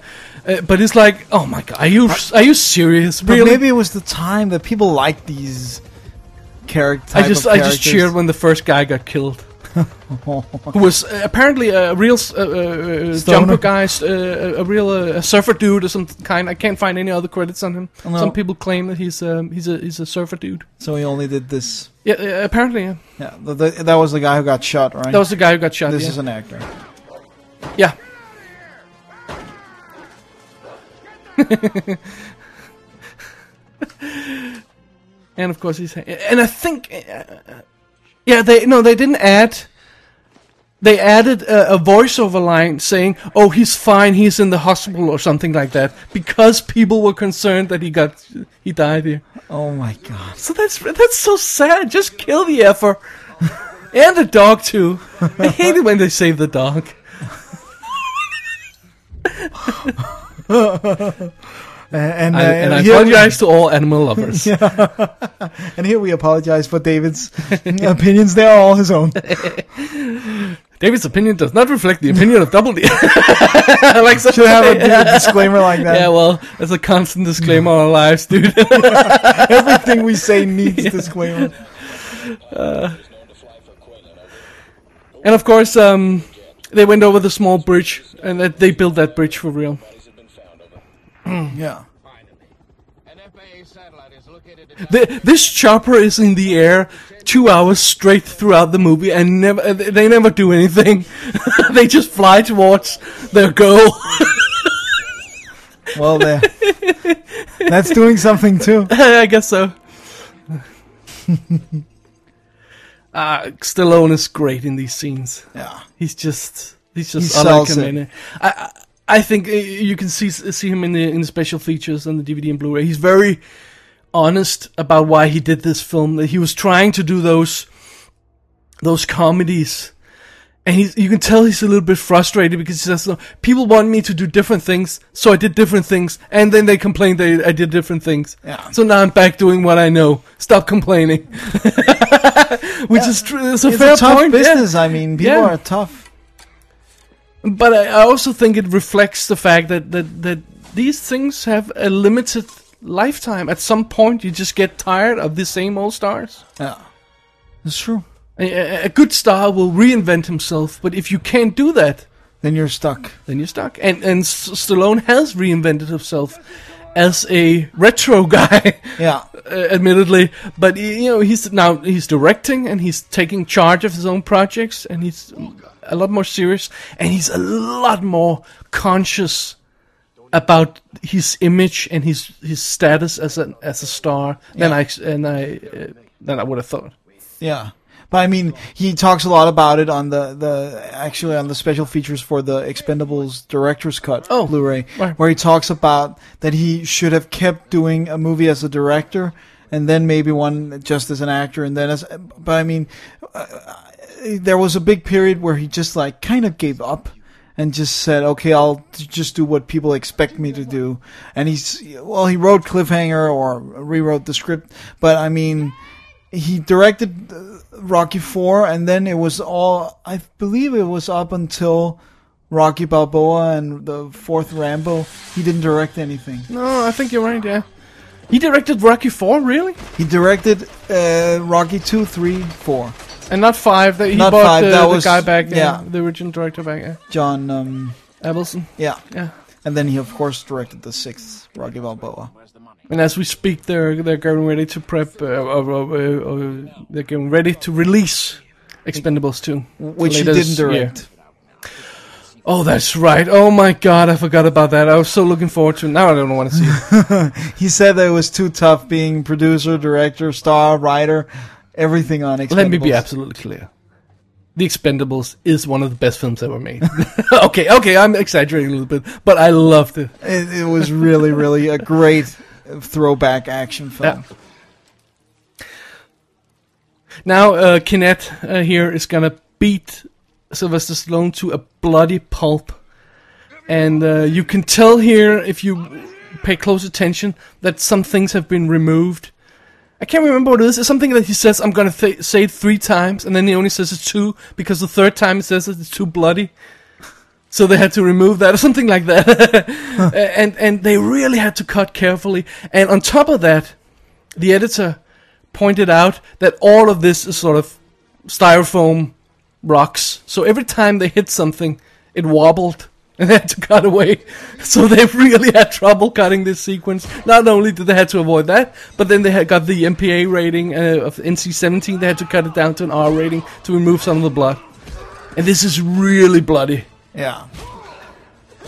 uh, but it's like, oh my god, are you are you serious?
But
Really?
maybe it was the time that people liked these characters.
I just I just cheered when the first guy got killed.
[laughs]
Who was uh, apparently a real s- uh, uh, uh,
Stoner.
jumper guy, s- uh, a real uh, a surfer dude or some kind. I can't find any other credits on him.
No.
Some people claim that he's um, he's a he's a surfer dude.
So he only did this.
Yeah, uh, apparently yeah.
Yeah, the, the, that was the guy who got shot, right?
that was the guy who got shot.
this
yeah. [laughs]
is an actor.
Yeah. and of course he's and I think uh, yeah they no they didn't add they added a, a voiceover line saying oh he's fine he's in the hospital or something like that because people were concerned that he got he died here
Oh my god.
so that's that's so sad just kill the effer [laughs] and the dog too I hate it when they save the dog
And, uh,
I, and I
here we-
apologize to all animal
[laughs]
lovers
and here we apologize
[laughs]
for David's opinions. They are all his own.
David's opinion does not reflect the opinion of Double D. [laughs] like such
Should
[laughs]
have [laughs] a big disclaimer like that.
Yeah, well, that's a constant disclaimer on our lives, dude. [laughs]
Everything we say needs disclaimer.
and of course, um, they went over the small bridge, and that they built that bridge for real.
Yeah.
An FAA satellite is located at
The, this chopper is in the air two hours straight throughout the movie, and never uh, they they never do anything. [laughs] they just fly towards their goal. [laughs]
Well, there. That's doing something too. [laughs]
I guess so. [laughs] Ah, Stallone is great in these scenes.
Yeah.
He's just he's just
He
I like
sells
him
it.
in it. I, I I think uh, you can see see him in the in the special features on the DVD and Blu-ray. He's very honest about why he did this film. That he was trying to do those those comedies. And he's, you can tell he's a little bit frustrated because he says, "No, people want me to do different things, so I did different things, and then they complained that I did different things.
Yeah.
So now I'm back doing what I know. Stop complaining. [laughs] Which is true. It's a
It's
fair
a tough
point. yeah.
business. I mean, people
Yeah.
are tough.
But I, I also think it reflects the fact that, that that these things have a limited lifetime. At some point, you just get tired of the same old stars.
Yeah. It's true.
A, a- a good star will reinvent himself, but if you can't do that,
Then you're stuck.
then you're stuck. And and S- Stallone has reinvented himself as a retro [laughs] guy.
Yeah.
uh, admittedly. But y- you know, he's now he's directing and he's taking charge of his own projects, and he's
Oh
a lot more serious, and he's a lot more conscious about his image and his his status as an as a star than I ex- and I uh, than I would have thought.
Yeah. But I mean, he talks a lot about it on the, the actually on the special features for the Expendables director's cut
Oh,
Blu-ray,
right.
where he talks about that he should have kept doing a movie as a director and then maybe one just as an actor and then as. But I mean, uh, there was a big period where he just like kind of gave up. And just said, okay, I'll t- just do what people expect me to do. And he's, well, he wrote Cliffhanger or rewrote the script, but I mean, he directed uh, Rocky Four, and then it was all I believe it was up until Rocky Balboa and the fourth Rambo. He didn't direct anything.
No, I think you're right. Yeah, he directed Rocky Four, really,
He directed uh, Rocky Two, Three, Four.
and not five. That he
Not
bought
five,
the,
that
the
was-
guy back. Yeah,
yeah.
the original director back. Yeah,
John, um,
Abelson.
yeah,
Yeah.
and then he of course directed the sixth Rocky Balboa.
And as we speak, they're they're getting ready to prep, uh, or, or, or they're getting ready to release Expendables 2.
Which he
later
didn't
this year.
direct.
Oh, that's right. Oh my god, I forgot about that. I was so looking forward to it. Now I don't want to see it.
He said that it was too tough being producer, director, star, writer, everything on
[laughs]
Expendables.
Let me be absolutely clear. The Expendables is one of the best films ever made. [laughs] okay, okay, I'm exaggerating a little bit, but I loved it.
It, it was really, really a great uh, throwback action film.
Now, uh, Kinnett uh, here is gonna beat Sylvester Stallone to a bloody pulp, and uh, you can tell here if you pay close attention that some things have been removed. I can't remember what it is. It's something that he says I'm gonna th- say it three times, and then he only says it two because the third time he says it, it's too bloody. So they had to remove that or something like that, [laughs] and and they really had to cut carefully. And on top of that, the editor pointed out that all of this is sort of styrofoam rocks. So every time they hit something, it wobbled [laughs] and they had to cut away. [laughs] So they really had trouble cutting this sequence. Not only did they had to avoid that, but then they had got the MPA rating uh, of NC-17. They had to cut it down to an R rating to remove some of the blood. And this is really bloody.
Yeah.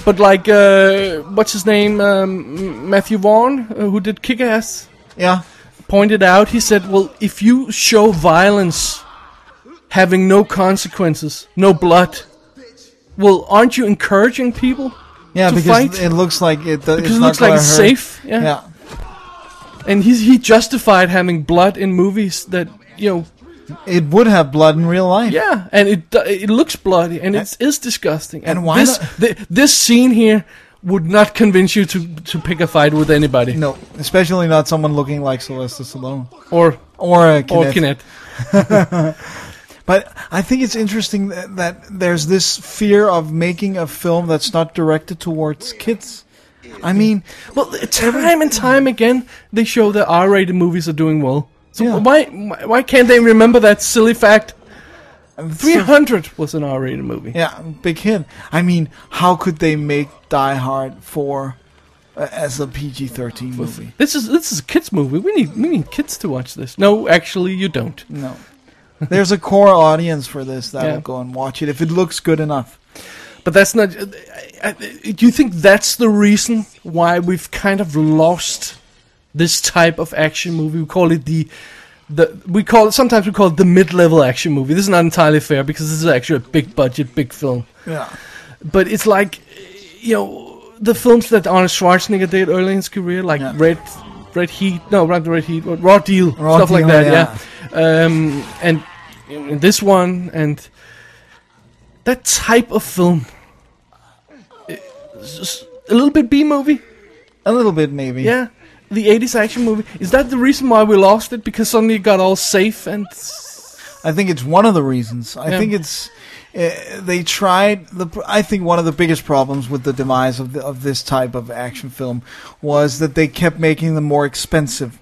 But like, uh, what's his name? Um, Matthew Vaughn, uh, who did Kick Ass,
Yeah.
pointed out. He said, "Well, if you show violence having no consequences, no blood, well, aren't you encouraging people?"
Yeah,
to
because
fight.
it looks like it. uh, Because
it looks like it's safe, yeah.
yeah.
And he's, he justified having blood in movies that you know,
It would have blood in real life.
yeah, and it do- it looks bloody and it is disgusting. And,
and why
this
not-
thi- this scene here would not convince you to to pick a fight with anybody
No, especially not someone looking like Sylvester Stallone
or
or a
or Kinect.
Kinect. But I think it's interesting that, that there's this fear of making a film that's not directed towards kids. I mean,
Well, time and time again, they show that R-rated movies are doing well. So
Yeah.
why why can't they remember that silly fact? 300 was an R-rated movie.
yeah, big hit. I mean, how could they make Die Hard for uh, as a PG-13 movie?
This is this is a kids movie. We need we need kids to watch this. No, actually, you don't.
No, there's a core audience for this that'll
Yeah.
go and watch it if it looks good enough.
But that's not. I- I- Do you think that's the reason why we've kind of lost this type of action movie? We call it the the we call it sometimes we call it the mid-level action movie. This is not entirely fair because this is actually a big budget, big film.
Yeah.
But it's like you know the films that Arnold Schwarzenegger did early in his career, like
Yeah.
Red Red Heat. No, not Red Heat. but Raw Deal,
Raw
stuff like
Deal,
that. Yeah, Um, and and this one and that type of film. It's just A little bit B movie,
A little bit, maybe.
yeah. The 80s action movie. Is that the reason why we lost it? Because suddenly it got all safe and.
I think it's one of the reasons. I
Yeah.
think it's uh, they tried the. pr- I think one of the biggest problems with the demise of the, of this type of action film was that they kept making them more expensive,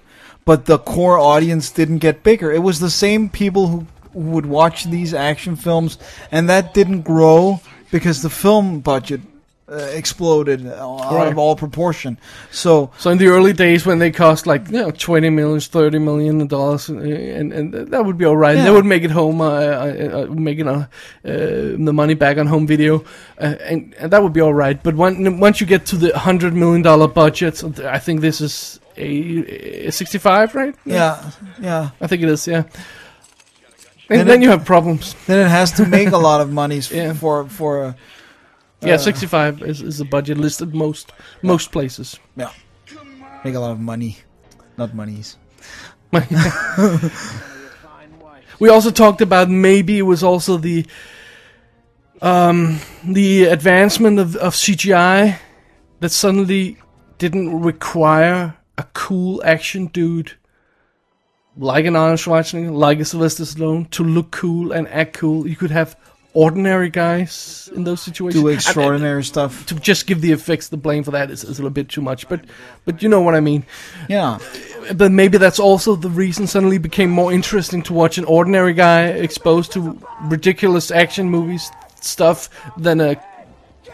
but the core audience didn't get bigger. It was the same people who, who would watch these action films, and that didn't grow because the film budget. Uh, exploded out
Right.
of all proportion. So
So in the early days when they cost like you know 20 million, 30 million dollars, uh, and and that would be all right. They
Yeah.
would make it home, uh, uh, uh, making uh, uh, the money back on home video, uh, and, and that would be all right. But when, once you get to the 100 million dollar budget, I think this is a, a 65, right?
yeah, yeah.
I think it is, yeah. And
Then
then
it-
you have problems.
Then it has to make a lot of monies
[laughs] Yeah.
for for uh,
Yeah, 65 is, is the budget listed most most places.
Yeah. Make a lot of money. Not monies.
We also talked about maybe it was also the um, the advancement of, of CGI that suddenly didn't require a cool action dude like an Arnold Schwarzenegger, like a Sylvester Stallone, to look cool and act cool. You could have ordinary guys in those situations.
Do
And- and-
extraordinary stuff.
to just give the effects the blame for that is, is a little bit too much. But but you know what I mean.
[laughs] Yeah.
But maybe that's also the reason suddenly it became more interesting to watch an ordinary guy exposed to ridiculous action movies stuff than a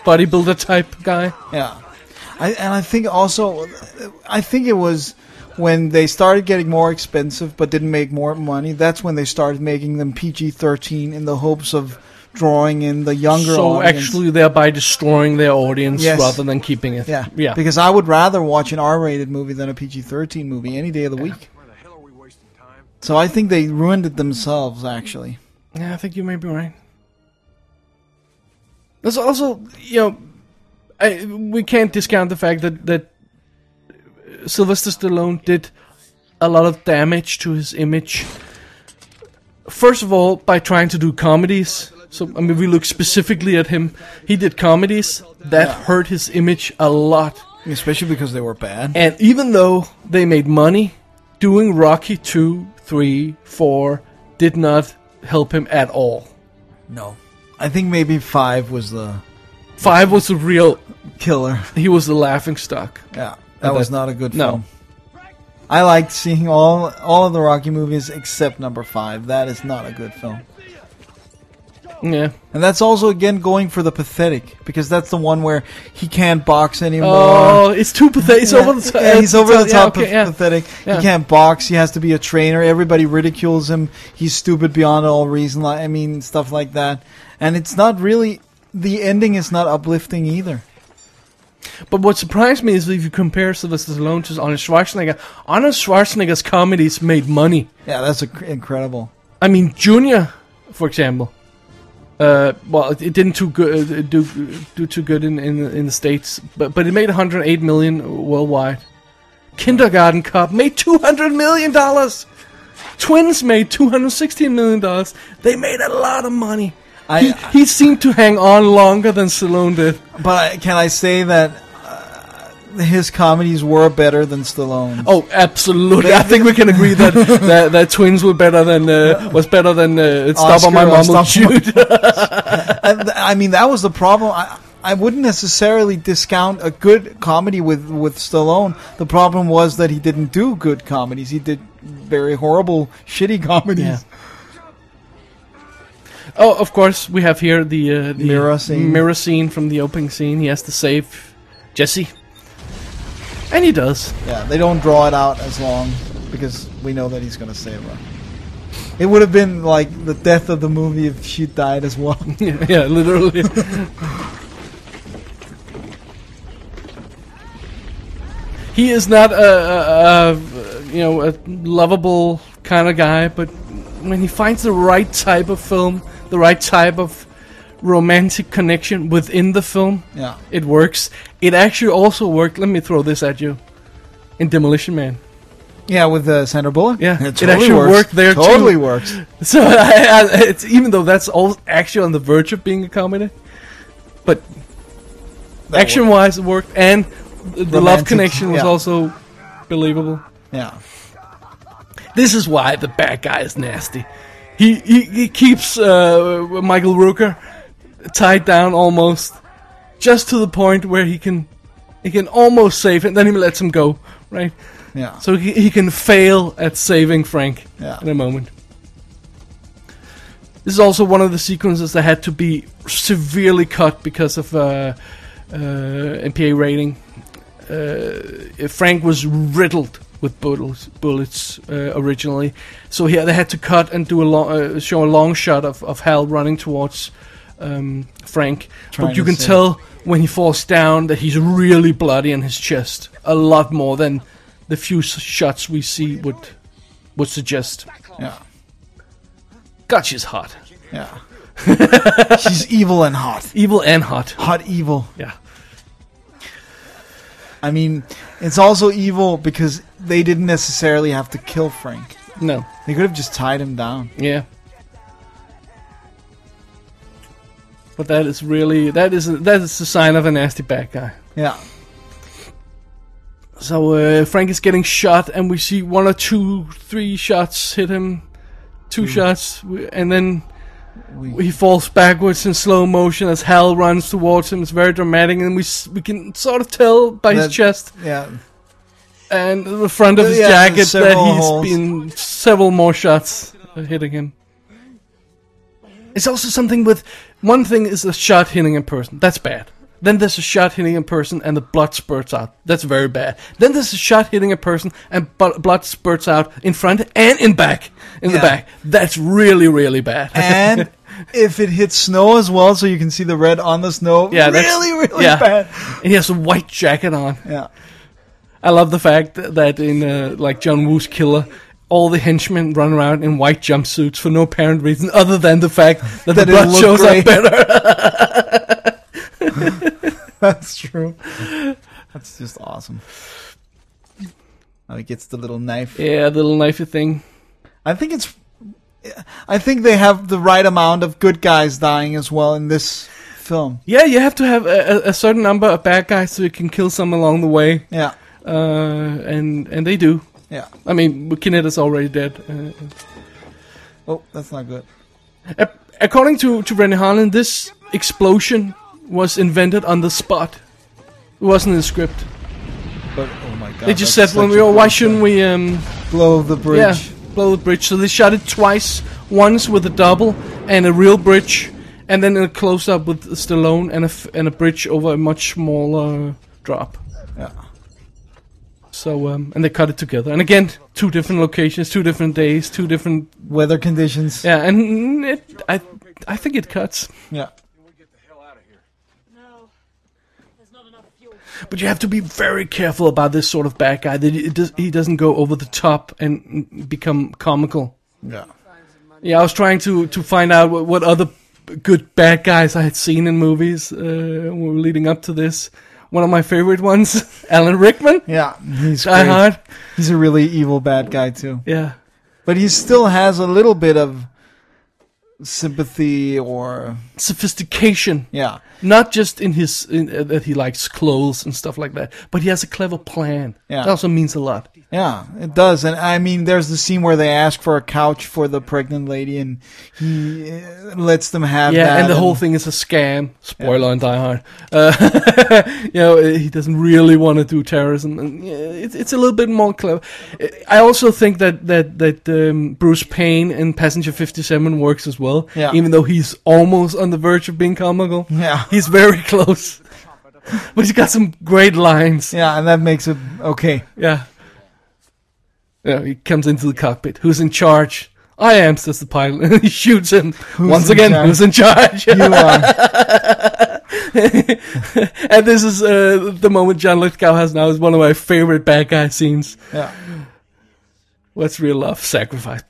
bodybuilder type guy.
Yeah. I, and I think also, I think it was when they started getting more expensive but didn't make more money. That's when they started making them PG 13 in the hopes of drawing in the younger
So
audience.
actually, thereby destroying their audience
Yes.
rather than keeping it.
Yeah.
yeah.
Because I would rather watch an R rated movie than a PG 13 movie any day of the week.
Where the hell are we wasting time?
So I think they ruined it themselves, actually.
Yeah, I think you may be right. There's also, you know, I, we can't discount the fact that that Sylvester Stallone did a lot of damage to his image. First of all, by trying to do comedies. So, I mean, we look specifically at him. He did comedies that hurt his image a lot.
Especially because they were bad.
And even though they made money, doing Rocky 2, 3, 4 did not help him at all.
No. I think maybe five was the
Five was the real.
killer.
He was the laughing stock.
Yeah,
that-
that was not a good
no.
film. I liked seeing all all of the Rocky movies except number five. That is not a good film,
Yeah.
and that's also again going for the pathetic because that's the one where he can't box anymore.
Oh, it's too pathetic. It's
Yeah,
over the top.
yeah, he's over the top,
Yeah, okay, yeah.
pathetic.
Yeah.
He can't box. He has to be a trainer. Everybody ridicules him. He's stupid beyond all reason. Like, I mean, stuff like that. And it's not really the ending is not uplifting either.
But what surprised me is if you compare Sylvester Stallone to Arnold Schwarzenegger, Arnold Schwarzenegger's comedies made money.
Yeah, that's a, incredible.
I mean, Junior, for example. Uh, well, it it didn't too good uh, do do too good in, in in the states, but but it made 108 million worldwide. Kindergarten Cop made 200 million dollars. Twins made 216 million dollars. They made a lot of money.
I-
he, he seemed to hang on longer than Stallone did.
But I- can I say that uh, his comedies were better than Stallone?
Oh, absolutely! I think we can agree [laughs] that that, that Twins were better than uh, was better than uh, Stop on My Mom will Shoot. Oh.
I, I mean, that was the problem. I, I wouldn't necessarily discount a good comedy with, with Stallone. The problem was that he didn't do good comedies. He did very horrible, [laughs] shitty comedies.
Yeah. Oh, of course, we have here the, uh, the
Mirror scene.
mirror scene from the opening scene. He has to save Jesse, and he does. [laughs]
Yeah, they don't draw it out as long because we know that he's gonna save her. It would have been like the death of the movie if she died as well. [laughs]
yeah, yeah, literally. [laughs] he is not a, a, a you know a lovable kind of guy, but when he finds the right type of film, the right type of romantic connection within the film,
Yeah.
it works. It actually also worked. Let me throw this at you. In Demolition Man. [laughs]
Yeah, with uh, Sandra Bullock.
Yeah,
it,
it
totally
actually
works.
worked there, too.
Totally works.
So I, I, it's even though that's all actually on the verge of being a comedy, but action-wise it worked, and the love
Romantic,
connection was
yeah.
also believable.
Yeah,
This is why the bad guy is nasty. He he, he keeps uh, Michael Rooker tied down almost, just to the point where he can he can almost save him. Then he lets him go, right?
yeah.
So he, he can fail at saving Frank
Yeah.
in a moment. This is also one of the sequences that had to be severely cut because of uh, uh, MPA rating. Uh, Frank was riddled with bullets, bullets uh, originally, so here they had to cut and do a long, uh, show a long shot of, of Hal running towards um, Frank.
Trying
but you
to
can
save-
tell when he falls down that he's really bloody in his chest, a lot more than the few s- shots we see would would suggest.
yeah,
God, she's hot, [laughs]
yeah. She's evil and hot,
evil and hot.
hot evil.
Yeah.
I mean, it's also evil because they didn't necessarily have to kill Frank.
No.
They could have just tied him down.
Yeah. But that is really that is that is the sign of a nasty bad guy.
Yeah,
So uh, Frank is getting shot, and we see one or two, three shots hit him, two shots, w- and then he falls backwards in slow motion as Hal runs towards him. It's very dramatic, and we s- we can sort of tell by
That-
his chest
yeah.
and the front of his
Yeah,
jacket
there's
that
several
he's
holes.
been several more shots hitting him. It's also something with one thing is a shot hitting in person. That's bad. Then there's a shot hitting in person and the blood spurts out. That's very bad. Then there's a shot hitting a person and bu- blood spurts out in front and in back. In the
Yeah.
back. That's really really bad. [laughs]
and if it hits snow as well, so you can see the red on the snow.
Yeah, that's-
really, really
yeah.
bad.
and he has a white jacket on.
Yeah, [laughs]
I love the fact that in uh, like John Woo's Killer, all the henchmen run around in white jumpsuits for no apparent reason other than the
[laughs]
fact that,
That
the
it'll
blood
look
shows up
great. [laughs]
better.
that's true. That's just awesome. Oh, he gets the little knife.
yeah, the little knifey thing.
I think it's. I think they have the right amount of good guys dying as well in this film.
Yeah, you have to have a, a- a certain number of bad guys so you can kill some along the way,
Yeah,
uh, and and they do.
yeah.
I mean, Kinetta's already dead. Uh,
Oh, that's not good.
Ap- According to, to Rennie Harlan, this explosion was invented on the spot. It wasn't in the script.
But oh my god.
They just
that's
said, when
such
we
a
were,
good
why
shot."
shouldn't we um,
blow the bridge?"
Yeah, blow the bridge. So they shot it twice, once with a double and a real bridge, and then a close up with Stallone and a f- and a bridge over a much smaller drop.
Yeah.
So um, and they cut it together. And again, two different locations, two different days, two different
Weather conditions.
yeah. And it, I I think it cuts.
yeah.
Can we get the hell out of here?
No, there's not enough fuel.
But you have to be very careful about this sort of bad guy. That it does, he doesn't go over the top and become comical.
Yeah.
Yeah, I was trying to to find out what, what other good bad guys I had seen in movies uh, were leading up to this. One of my favorite ones, [laughs] Alan Rickman,
Yeah. He's
Die
great.
Hard.
He's a really evil bad guy too.
Yeah,
But he still has a little bit of sympathy or
sophistication.
yeah.
Not just in his in, uh, that he likes clothes and stuff like that, but he has a clever plan.
Yeah.
That also means a lot.
Yeah, it does. And I mean, there's the scene where they ask for a couch for the pregnant lady and he uh, lets them have
Yeah,
that.
and the whole thing is a scam. Spoiler on Die Hard. [laughs] Uh, you know, uh, he doesn't really want to do terrorism, and yeah, it's it's a little bit more clever. I- I also think that that that um, Bruce Payne in Passenger Fifty Seven works as well.
Yeah.
Even though he's almost on the verge of being
[laughs]
comical,
Yeah.
he's very close. [laughs] but he's got some great lines.
Yeah, and that makes it okay.
Yeah. Yeah, he comes into the cockpit. Who's in charge? I am, says the pilot, [laughs] and he shoots him. Once
in
again,
charge?
who's in charge? [laughs]
You are.
and this is uh, the moment John Lithgow has now is one of my favorite bad guy scenes.
Yeah.
What's real love? Sacrifice.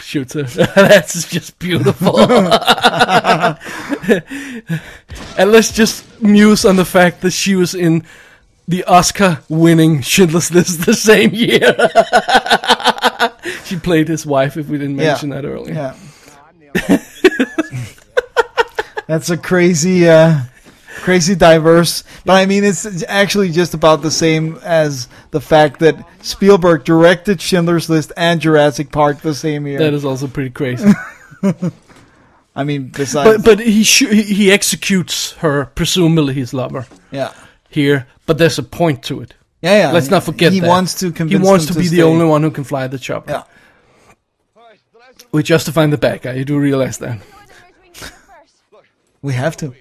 [laughs] Shoots her. That's just beautiful. [laughs] and let's just muse on the fact that she was in the Oscar winning Schindler's List the same year. [laughs] she played his wife, if we didn't
Yeah.
mention that earlier.
Yeah. That's a crazy, uh, crazy diverse. But I mean, it's actually just about the same as the fact that Spielberg directed Schindler's List and Jurassic Park the same year.
That is also pretty crazy.
[laughs] I mean, besides,
but but he, shoo- he he executes her, presumably his lover.
yeah,
here, but there's a point to it.
yeah, yeah.
Let's not forget
he
that.
wants to convince.
He wants
them
to be
stay.
the only one who can fly the chopper.
Yeah,
We're justifying the bad guy. You do realize that.
You're the bridge we need first.
we have to.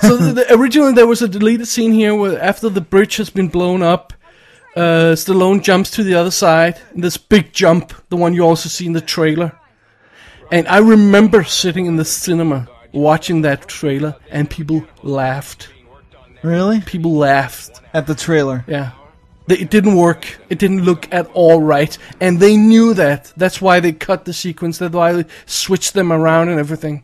so the, the, originally there was a deleted scene here where after the bridge has been blown up, uh, Stallone jumps to the other side. And this big jump, the one you also see in the trailer. And I remember sitting in the cinema watching that trailer, and people laughed.
Really?
People laughed.
At the trailer.
Yeah. They, it didn't work. It didn't look at all right. And they knew that. That's why they cut the sequence. That's why they switched them around and everything.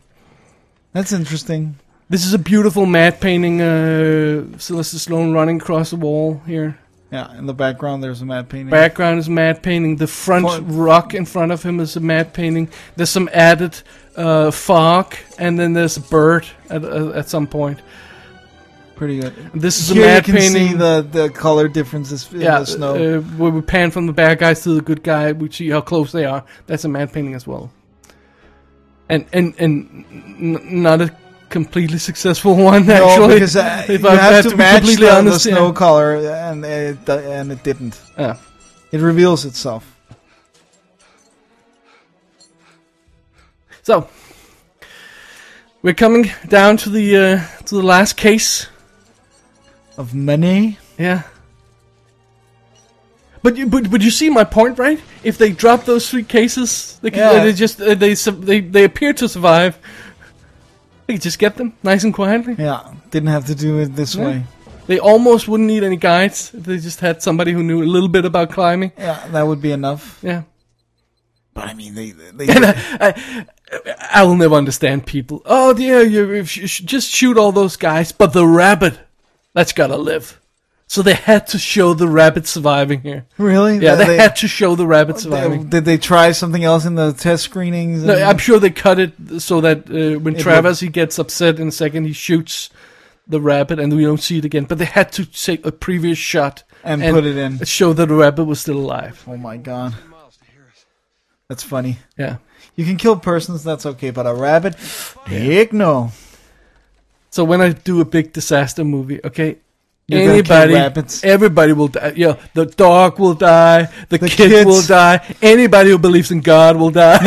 That's interesting.
This is a beautiful matte painting, uh, Sylvester Sloan running across the wall here.
Yeah, in the background there's a matte painting.
Background is matte painting. The front
For-
rock in front of him is a matte painting. There's some added uh, fog, and then there's a bird at, uh, at, at some point.
Pretty good.
This is a
Here you
matte
can
painting.
see the, the color differences in the snow.
Uh, when we pan from the bad guys to the good guy, we see how close they are. That's a mad painting as well. And and and n- not a completely successful [laughs] one actually.
no, because uh,
if
you
I
have,
have
to,
to be
match
completely
the, the
honest,
snow
yeah.
color, and it do- and it didn't.
Ah,
It reveals itself.
so we're coming down to the uh, to the last case.
Of money,
Yeah. But you, but, but you see my point, right? If they drop those three cases, they, can,
Yeah.
they just uh, they, su- they they appear to survive. They could just get them nice and quietly.
yeah, didn't have to do it this way.
They almost wouldn't need any guides if they just had somebody who knew a little bit about climbing.
Yeah, that would be enough. uh,
Yeah.
But I mean, they [laughs] they
I will never understand people. Oh dear, you, if you sh- just shoot all those guys, but the rabbit, that's gotta live. So they had to show the rabbit surviving
[laughs]
here.
really
Yeah, they,
they, Oh,
had to show the rabbit
they-
surviving.
did they try something else in the test screenings?
No,
and-
I'm sure they cut it so that uh, when
It
Travis he gets upset in a second, he shoots the rabbit, and we don't see it again. But they had to take a previous shot
And put it in.
show that the rabbit was still alive.
oh my god, that's funny.
Yeah.
You can kill persons, that's okay, but a rabbit, heck no.
So when I do a big disaster movie, okay,
You're gonna kill
anybody,
rabbits.
everybody will die. Yeah, the dog will die, the,
The
kid
kids.
will die, anybody who believes in God will die.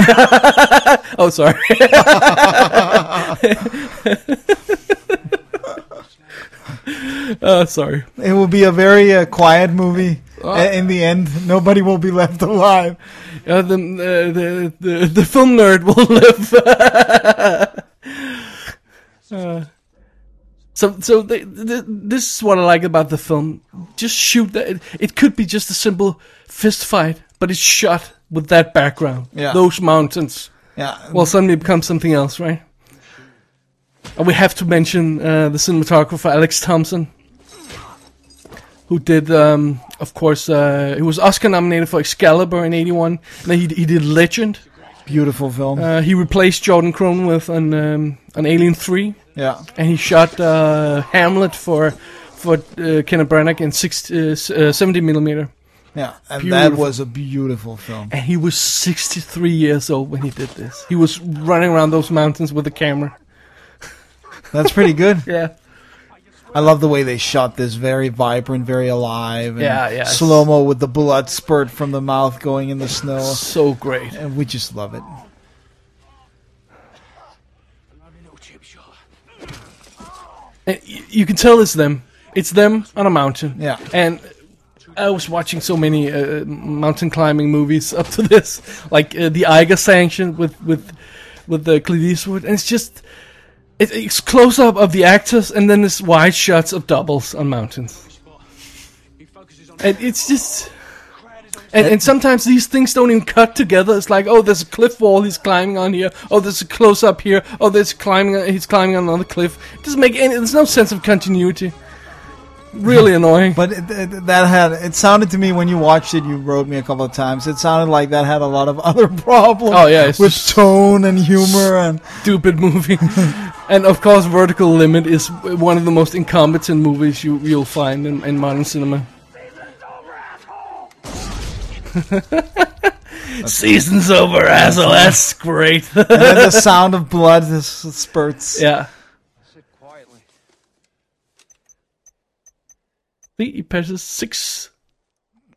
[laughs] oh,
[laughs]
sorry. [laughs] oh, sorry.
It will be a very uh, quiet movie. Uh, in the end, nobody will be left [laughs] alive.
[laughs] Uh, the, uh, the the the film [laughs] nerd will live. Uh, So, so the, the, this is what I like about the film. Just shoot that. It, it could be just a simple fist fight, but it's shot with that background,
Yeah.
those mountains.
Yeah.
Well, suddenly it becomes something else, right? And we have to mention uh, the cinematographer Alex Thompson, who did, um, of course, uh, he was Oscar nominated for Excalibur in '81. And then he he did Legend.
beautiful film.
Uh, he replaced Jordan Cronenworth on um, on Alien Three,
yeah.
and he shot uh, Hamlet for for uh, Kenneth Branagh in six, uh, s- uh, 70 millimeter.
Yeah. And that
beautiful.
was a beautiful film.
And he was 63 years old when he did this. He was running around those mountains with the camera.
That's pretty good.
Yeah.
I love the way they shot this very vibrant, very alive. And
Yeah, yeah.
Slow mo with the blood spurt from the mouth going in the snow.
So great.
And we just love it.
And Eh, y- you can tell it's them. It's them on a mountain.
Yeah.
And I was watching so many uh, mountain climbing movies up to this, like uh, the Eiger Sanction with with with the Clint Eastwood, and it's just it, it's close up of the actors, and then it's wide shots of doubles on mountains, and it's just. And, and sometimes these things don't even cut together. It's like, oh, there's a cliff wall he's climbing on here. Oh, there's a close up here. Oh, there's climbing. He's climbing on another cliff. It doesn't make any. There's no sense of continuity. Really annoying.
But it, it, that had it sounded to me when you watched it. You wrote me a couple of times. It sounded like that had a lot of [laughs] other problems.
Oh, yeah, it's
with
just-
tone and humor and
stupid movie. [laughs] and of course, Vertical Limit is one of the most incompetent movies you, you'll find in, in modern cinema. [laughs] Season's over, asshole. That's great. [laughs]
and then the sound of blood just spurts.
yeah.
Sit quietly.
See, He presses six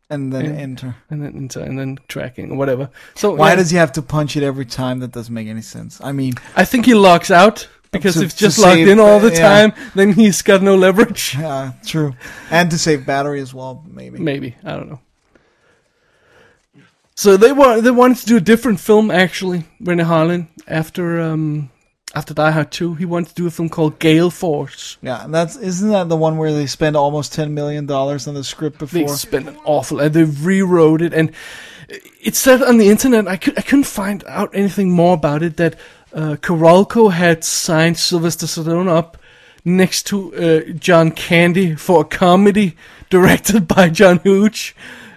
And then enter.
and then enter and then tracking or whatever. So
Why
yeah,
does he have to punch it every time? That doesn't make any sense. I mean,
I think he locks out because
To-
if just
to
locked
save-
in all the
yeah.
time, then he's got no leverage.
yeah, true. And to save battery as well, maybe.
Maybe I don't know. So they were they wanted to do a different film actually. Rennie Harlan after um after Die Hard Two, he wanted to do a film called Gale Force.
Yeah, and that's isn't that the one where they spend almost ten million dollars on the script
They
before?
[laughs] spent an awful and they rewrote it and it said on the internet I could I couldn't find out anything more about it that uh, Carolco had signed Sylvester Stallone up next to uh, John Candy for a comedy [laughs] directed by John Hooch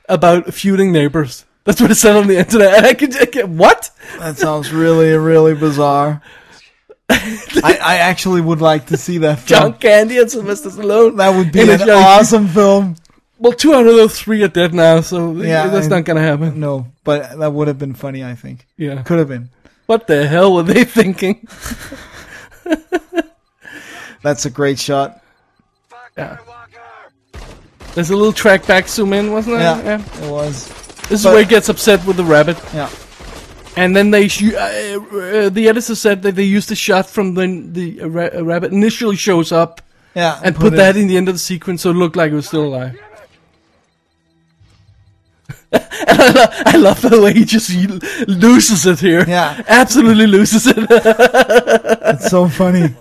about feuding neighbors. That's what it said on the internet. And I could I could- what?
That sounds really, really bizarre.
[laughs]
I, I actually would like to see that film.
John Candy and Sylvester Stallone.
That would
[laughs]
be
And
an
it's like-
awesome film.
Well, two out of those three are dead now, so
Yeah,
that's
I-
not gonna happen.
No, but that would have been funny. I think
Yeah.
could have been.
What the hell were they [laughs] thinking?
That's a great shot.
There's a little track back zoom in, wasn't there?
Yeah, it was.
This is
But-
where he gets upset with the rabbit,
Yeah,
and then they sh- uh, uh, the editor said that they used the shot from when the uh, ra- uh, rabbit initially shows up
yeah.
and put, that
it-
in the end of the sequence, so it looked like it was still alive. [laughs] And I, lo- I love the way he just y- loses it here.
Yeah.
absolutely loses it. [laughs]
It's so funny.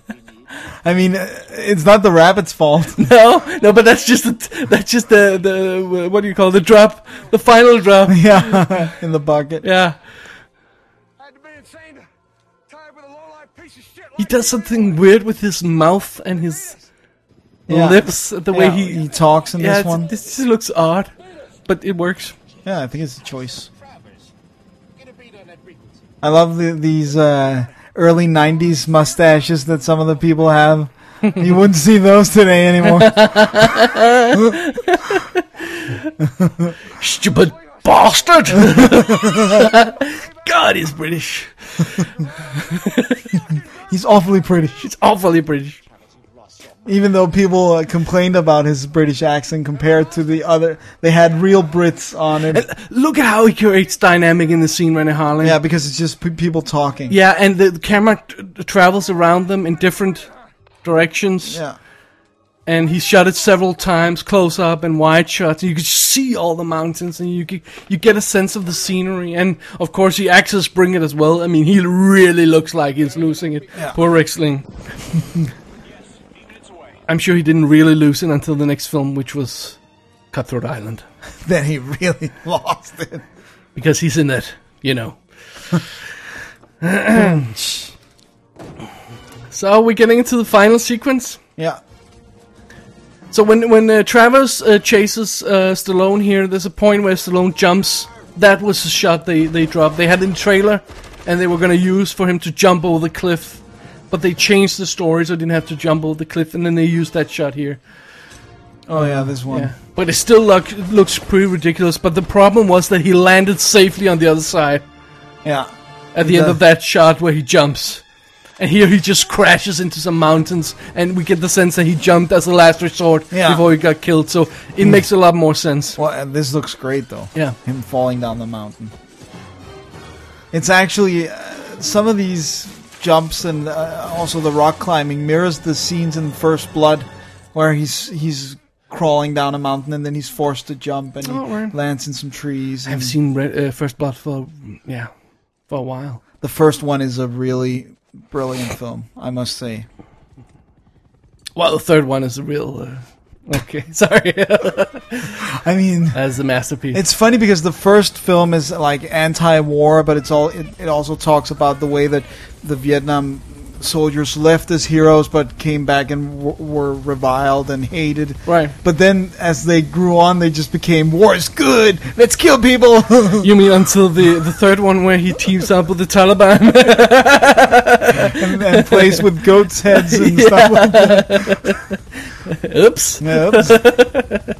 I mean, uh, it's not the rabbit's fault. [laughs]
no, no, but that's just the t- that's just the the what do you call it? the drop, the final drop.
[laughs] yeah, in the bucket.
Yeah.
Had to be insane to tie up with a lowlife piece of shit.
He does something weird with his mouth and his
Yeah.
lips. The way
Yeah,
he,
he talks in
yeah,
this
it's-
one.
this just looks odd, but it works.
Yeah, I think it's a choice.
Travis, get a beat on that frequency.
I love the, these uh, early '90s mustaches that some of the people have.
[laughs]
you wouldn't see those today anymore. [laughs]
Stupid bastard! [laughs] God, he's British.
He's awfully British,
He's awfully British.
even though people uh, complained about his British accent compared to the other. They had real Brits on it.
Look at how he creates dynamic in the scene, Rennie Harlan.
Yeah, because it's just p- people talking.
yeah, and the, the camera t- t- travels around them in different directions.
Yeah. [laughs]
and he shot it several times, close up and wide shots. And you could see all the mountains, and you could, you get a sense of the scenery. And of course, he acts as bring it as well. I mean, he really looks like he's losing it. Poor Rex Ling.
Minutes away.
[laughs] I'm sure he didn't really lose it until the next film, which was Cutthroat Island,
then he really [laughs] lost it.
because he's in it, you know. [clears throat] so we're getting into the final sequence.
Yeah.
So when when uh, Travis uh, chases uh, Stallone here, there's a point where Stallone jumps. That was the shot they they dropped. They had in the trailer, and they were gonna use for him to jump over the cliff, but they changed the story so he didn't have to jump over the cliff, and then they used that shot here.
Oh yeah, this one.
Yeah. But it still look, looks pretty ridiculous. But the problem was that he landed safely on the other side
Yeah.
at the
He
end
does.
of that shot where he jumps. And here he just crashes into some mountains, and we get the sense that he jumped as a last resort
Yeah.
before he got killed. So it makes a lot more sense.
Well, and this looks great though.
Yeah.
Him falling down the mountain. It's actually uh, some of these jumps and uh, also the rock climbing mirrors the scenes in First Blood, where he's he's crawling down a mountain and then he's forced to jump and he
Oh, right.
lands in some trees. And
I've seen Red, uh, First Blood for yeah for a while.
the first one is a really brilliant film, I must say.
Well, the third one is a real. Uh, okay, [laughs] sorry,
I mean.
as a masterpiece.
It's funny because the first film is like anti-war, but it's all it, it also talks about the way that the Vietnam soldiers left as heroes but came back and w- were reviled and hated.
Right.
But then as they grew on, they just became war is good. Let's kill people. [laughs]
you mean until the the third one where he teams up with the Taliban? [laughs]
and, and plays with goats heads and stuff like that.
Oops.
Yep.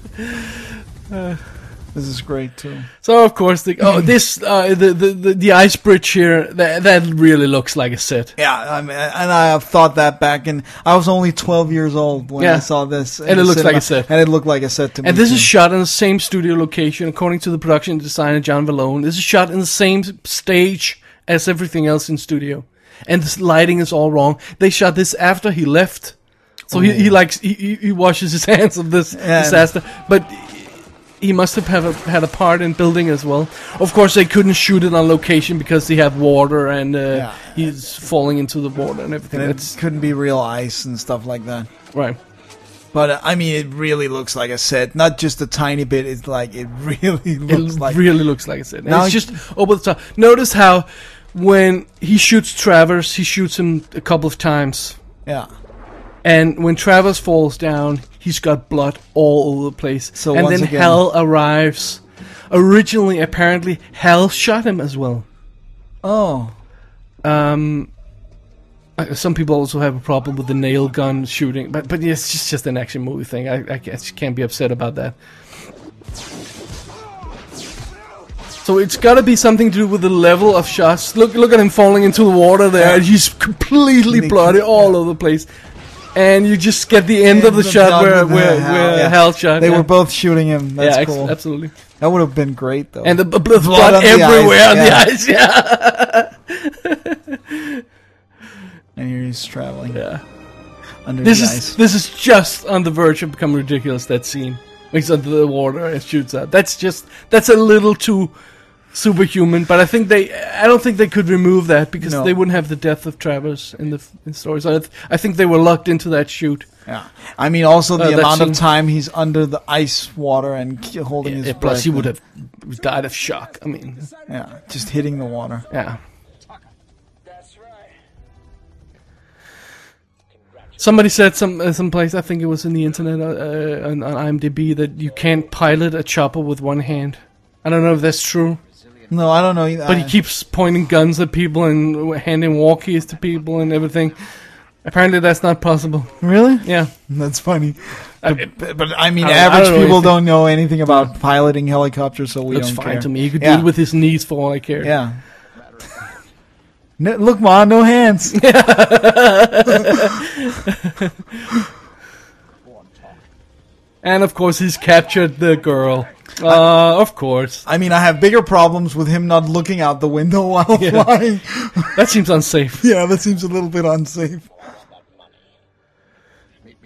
this is great too.
So of course, the, oh this uh, the, the the the ice bridge here that that really looks like a set,
Yeah, I mean, and I have thought that back, and I was only 12 years old when I
Yeah.
saw this. in
And it
the
looks like a set.
And it looked like a set to me.
and this
too.
is shot in the same studio location, according to the production designer John Valone. This is shot in the same stage as everything else in studio, and this lighting is all wrong. They shot this after he left, so he he likes he- he, he washes his [laughs] hands of this
Oh. Yeah.
disaster, but. He must have, have a, had a part in building as well. Of course, they couldn't shoot it on location because they have water and uh,
Yeah.
he's falling into the water and everything.
and it
That's-
couldn't be real ice and stuff like that.
Right.
But uh, I mean, it really looks like a set, not just a tiny bit. It's like it [laughs] really
It
looks like.
really looks like I said.
Now
Now it's
you-
just over the top. Notice how when he shoots Travers, he shoots him a couple of times.
yeah,
And when Travers falls down, he's got blood all over the place.
So
and
once
then
again-
Hell arrives. Originally, apparently, Hell shot him as well.
oh,
Um, uh, some people also have a problem with the nail gun shooting, but but it's just just an action movie thing. I I guess you can't be upset about that. So it's got to be something to do with the level of shots. Look look at him falling into the water there. and He's completely
Naked,
bloody all over the place. And you just get the end of the shot where where, where hell shot.
They
yeah.
were both shooting him. That's
yeah, ex-
cool.
absolutely.
That would have been great though.
And the b- b- blood,
on the ice,
everywhere on the
yeah.
ice. [laughs] Yeah.
and here he's traveling
yeah.
under
This
the
is
ice.
this is just on the verge of becoming ridiculous. That scene, when he's under the water and shoots out. That's just that's a little too superhuman. But I think they, I don't think they could remove that because
No.
they wouldn't have the death of Travers in the f- in stories. I, th- I think they were locked into that shoot.
yeah, I mean, also the
Oh, that
amount
scene-
of time he's under the ice water and k- holding his
Yeah, plus, he
breath
would
and-
have died of shock. I mean,
Yeah, just hitting the water.
yeah.
That's right.
Somebody said some uh, someplace. I think it was in the internet uh, uh, on, on IMDb that you can't pilot a chopper with one hand. I don't know if that's true.
No, I don't know. either.
But
I-
he keeps pointing guns at people and handing walkies to people and everything. Apparently, that's not possible.
really?
Yeah.
That's funny.
I-
But, but I mean,
I don't- I
average
don't know
people
anything.
don't know anything about piloting helicopters, so we
looks
don't
fine
care.
to me. He could
Yeah.
do it with his knees for all I care.
Yeah. No, look, ma,
[laughs]
no hands.
And of course, he's captured the girl. Uh, of course.
I mean, I have bigger problems with him not looking out the window [laughs] while flying.
That seems unsafe.
Yeah, that seems a little bit unsafe.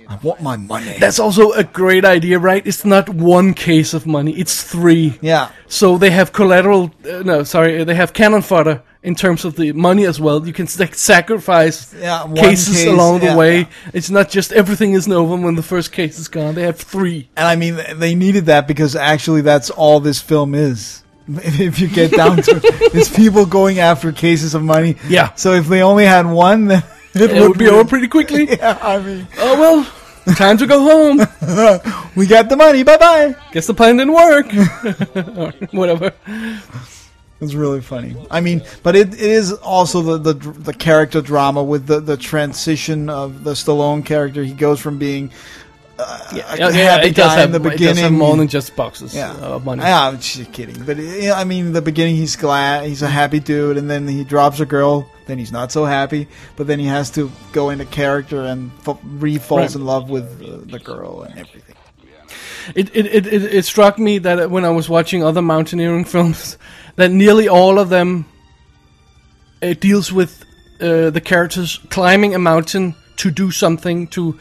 I want my money.
That's also a great idea, right? It's not one case of money, it's three.
yeah.
So they have collateral. Uh, no, sorry, they have cannon fodder in terms of the money as well. You can sac- sacrifice
Yeah, one
cases
case,
along the
yeah,
way.
yeah.
It's not just everything isn't over when the first case is gone. They have three.
And I mean, they needed that because actually, that's all this film is. [laughs] If if you get down to it, it's people going after cases of money.
Yeah.
So if they only had one, then [laughs] it,
It would be over
over.
pretty quickly.
Yeah, [laughs] I mean,
Oh well, time to go home.
we got the money. Bye bye.
Guess the plan didn't work. or
[laughs]
[laughs] whatever.
It's really funny. I mean, but it, it is also the, the dr- the character drama with the, the transition of the Stallone character. He goes from being
Yeah,
happy guy in the
It does have
beginning.
more than just boxes
Yeah.
Uh, of money.
Yeah, I'm just kidding. But yeah, I mean, the beginning he's glad, he's a happy dude, and then he drops a girl. Then he's not so happy, but then he has to go into character and f- re-falls
Right.
in love with uh, the girl and everything.
It, it, it, it, it struck me that when I was watching other mountaineering [laughs] films, that nearly all of them it deals with uh, the characters climbing a mountain to do something to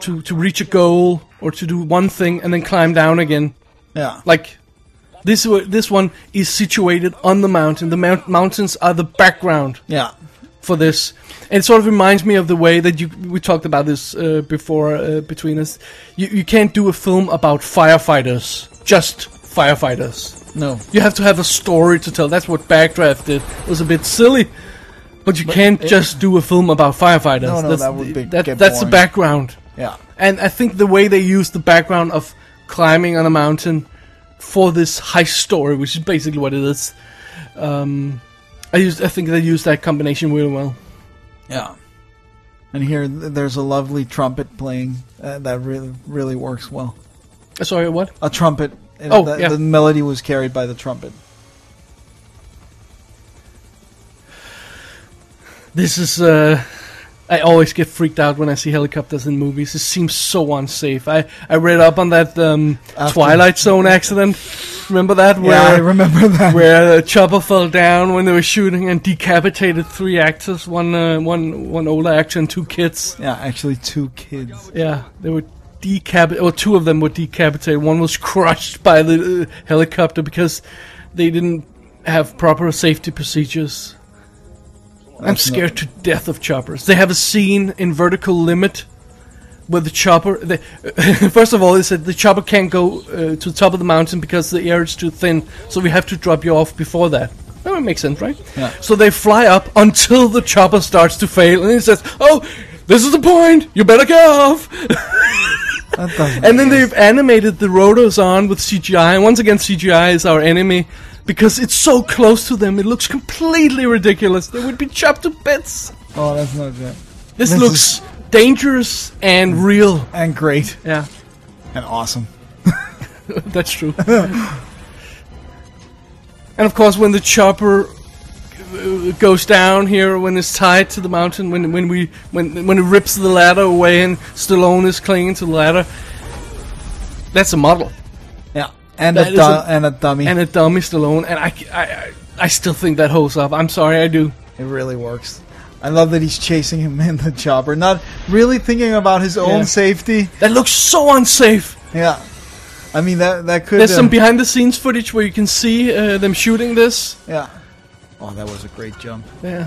to to reach a goal or to do one thing and then climb down again.
Yeah,
Like this wa- this one is situated on the mountain. The mount- mountains are the background
yeah,
for this. And it sort of reminds me of the way that you we talked about this uh, before uh, between us. You you can't do a film about firefighters, just firefighters.
no,
You have to have a story to tell. That's what Backdraft did. It was a bit silly, but you can't just do a film about firefighters.
No, no,
that's
that would
the,
be-
that-
get
that's the
boring.
background.
yeah,
And I think the way they used the background of climbing on a mountain for this heist story, which is basically what it is, um, I used I think they used that combination really well.
yeah. And here, th- there's a lovely trumpet playing uh, that really really works well.
Uh, Sorry, what?
A trumpet. and
Oh,
the,
yeah.
the melody was carried by the trumpet.
This is. Uh, I always get freaked out when I see helicopters in movies. It seems so unsafe. I, I read up on that um,
After-
Twilight Zone accident. Remember that? Where,
yeah, I remember that.
where the chopper fell down when they were shooting and decapitated three actors one, uh, one, one older actor and two kids.
Yeah, actually, two kids.
Yeah, they were decapitated. Well, two of them were decapitated. One was [laughs] crushed by the uh, helicopter because they didn't have proper safety procedures. I'm
That's not-
scared to death of choppers. They have a scene in Vertical Limit where the chopper. They, [laughs] first of all, they said the chopper can't go uh, to the top of the mountain because the air is too thin, so we have to drop you off before that. That would make sense, right?
Yeah.
So they fly up until the chopper starts to fail, and he says, "Oh, this is the point. You better get off."
That doesn't
And then they've animated the rotors on with CGI, and once again, CGI is our enemy because it's so close to them. It looks completely ridiculous. They would be chopped to bits.
Oh, that's not good.
This,
This
looks
is-
dangerous and real.
And great.
Yeah,
And awesome.
[laughs] that's [laughs] true. and of course, when the chopper uh, goes down here, when it's tied to the mountain, when when we when when it rips the ladder away, and Stallone is clinging to the ladder, that's a model.
Yeah. And
That
a,
is
du-
a-
and a dummy.
[laughs] and a dummy Stallone, and I, I, I, I still think that holds up. I'm sorry, I do.
it really works. I love that he's chasing him [laughs] in the chopper, not really thinking about his own
Yeah.
safety.
That looks so unsafe.
Yeah. I mean that that could
There's
uh,
some behind the scenes footage where you can see uh, them shooting this.
Yeah. Oh, that was a great jump.
Yeah.